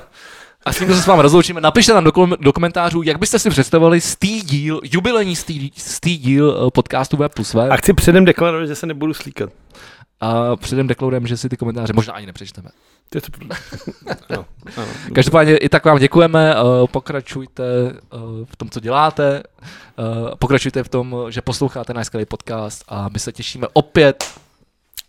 Speaker 1: A s tímto se s vámi rozloučíme. Napište nám do, kom- do komentářů, jak byste si představovali stý díl, jubilejní stý, stý díl eh, podcastu Web plus Web.
Speaker 2: A chci předem deklarovat, že se nebudu slíkat.
Speaker 1: A předem deklarujeme, že si ty komentáře možná ani nepřečteme.
Speaker 2: To no, je to... ano, ano.
Speaker 1: Každopádně i tak vám děkujeme, eh, pokračujte eh, v tom, co děláte, eh, pokračujte v tom, že posloucháte náš skvělý podcast a my se těšíme opět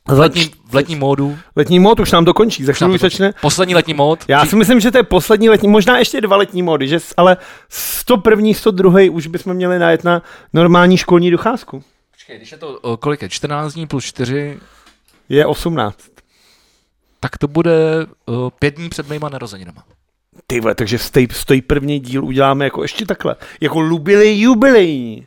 Speaker 1: v letním, v letním módu,
Speaker 2: Letní mód už nám dokončí, za
Speaker 1: nám
Speaker 2: chvíli už
Speaker 1: dokončí.
Speaker 2: začne.
Speaker 1: poslední letní mód.
Speaker 2: Já
Speaker 1: Při-
Speaker 2: si myslím, že to je poslední letní, možná ještě dva letní módy, že, s- ale 101. 102. už bychom měli najet na normální školní docházku.
Speaker 1: Počkej, když je to, eh, kolik je, 14 dní plus 4,
Speaker 2: Je 18.
Speaker 1: tak to bude eh, pět dní před mýma narozeninama.
Speaker 2: Ty vole, takže stej, stojí první díl uděláme jako ještě takhle. Jako lubili jubilejní.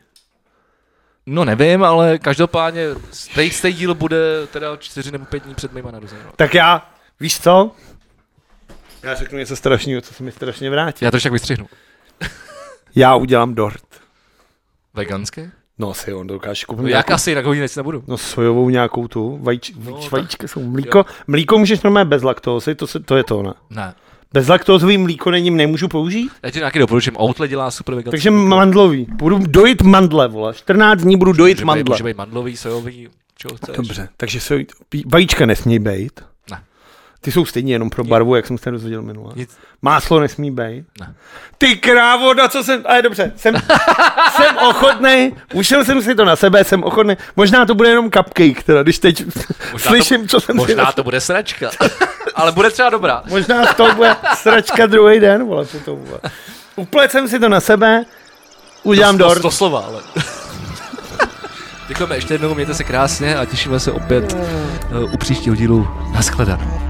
Speaker 1: No nevím, ale každopádně stej, stej díl bude teda 4 nebo 5 dní před mýma narozeninama.
Speaker 2: Tak já, víš co? Já řeknu něco strašného, co se mi strašně vrátí.
Speaker 1: Já to však vystřihnu.
Speaker 2: Já udělám dort.
Speaker 1: Veganské?
Speaker 2: No si on dokáže koupit
Speaker 1: No, jak asi, jinak ho nic nebudu.
Speaker 2: No sojovou nějakou tu, vajíč,
Speaker 1: No,
Speaker 2: no,
Speaker 1: tak-
Speaker 2: vajíčka jsou mlíko. Mlíko můžeš normálně bez laktózy, to, se, to je to ona.
Speaker 1: Ne.
Speaker 2: Bezlaktózový mlíko není, nemůžu použít?
Speaker 1: Já ti nějaký doporučím, Outle dělá super veganské.
Speaker 2: Takže mandlový. Budu dojit mandle, vole. 14 dní budu dojit
Speaker 1: Může Být,
Speaker 2: mandle.
Speaker 1: může být mandlový, sojový, čeho chceš.
Speaker 2: Dobře, takže se, pí- vajíčka nesmí být.
Speaker 1: Ne.
Speaker 2: Ty jsou stejně jenom pro barvu, jak jsem se dozvěděl minule.
Speaker 1: Nic.
Speaker 2: Máslo nesmí být.
Speaker 1: Ne.
Speaker 2: Ty krávo, na co jsem... Ale dobře, jsem, jsem ochotný, ušel jsem si to na sebe, jsem ochotný. Možná to bude jenom cupcake, teda, když teď
Speaker 1: Možná to-
Speaker 2: slyším, co jsem si...
Speaker 1: Možná to bude sračka, ale bude třeba dobrá.
Speaker 2: Možná z toho bude sračka druhý den, vole, potom, vole. Uplet jsem si to na sebe, udělám
Speaker 1: To- to-
Speaker 2: dort.
Speaker 1: To slova, ale. Děkujeme ještě jednou, mějte se krásně a těšíme se opět eh, u příštího dílu. Naschledanou.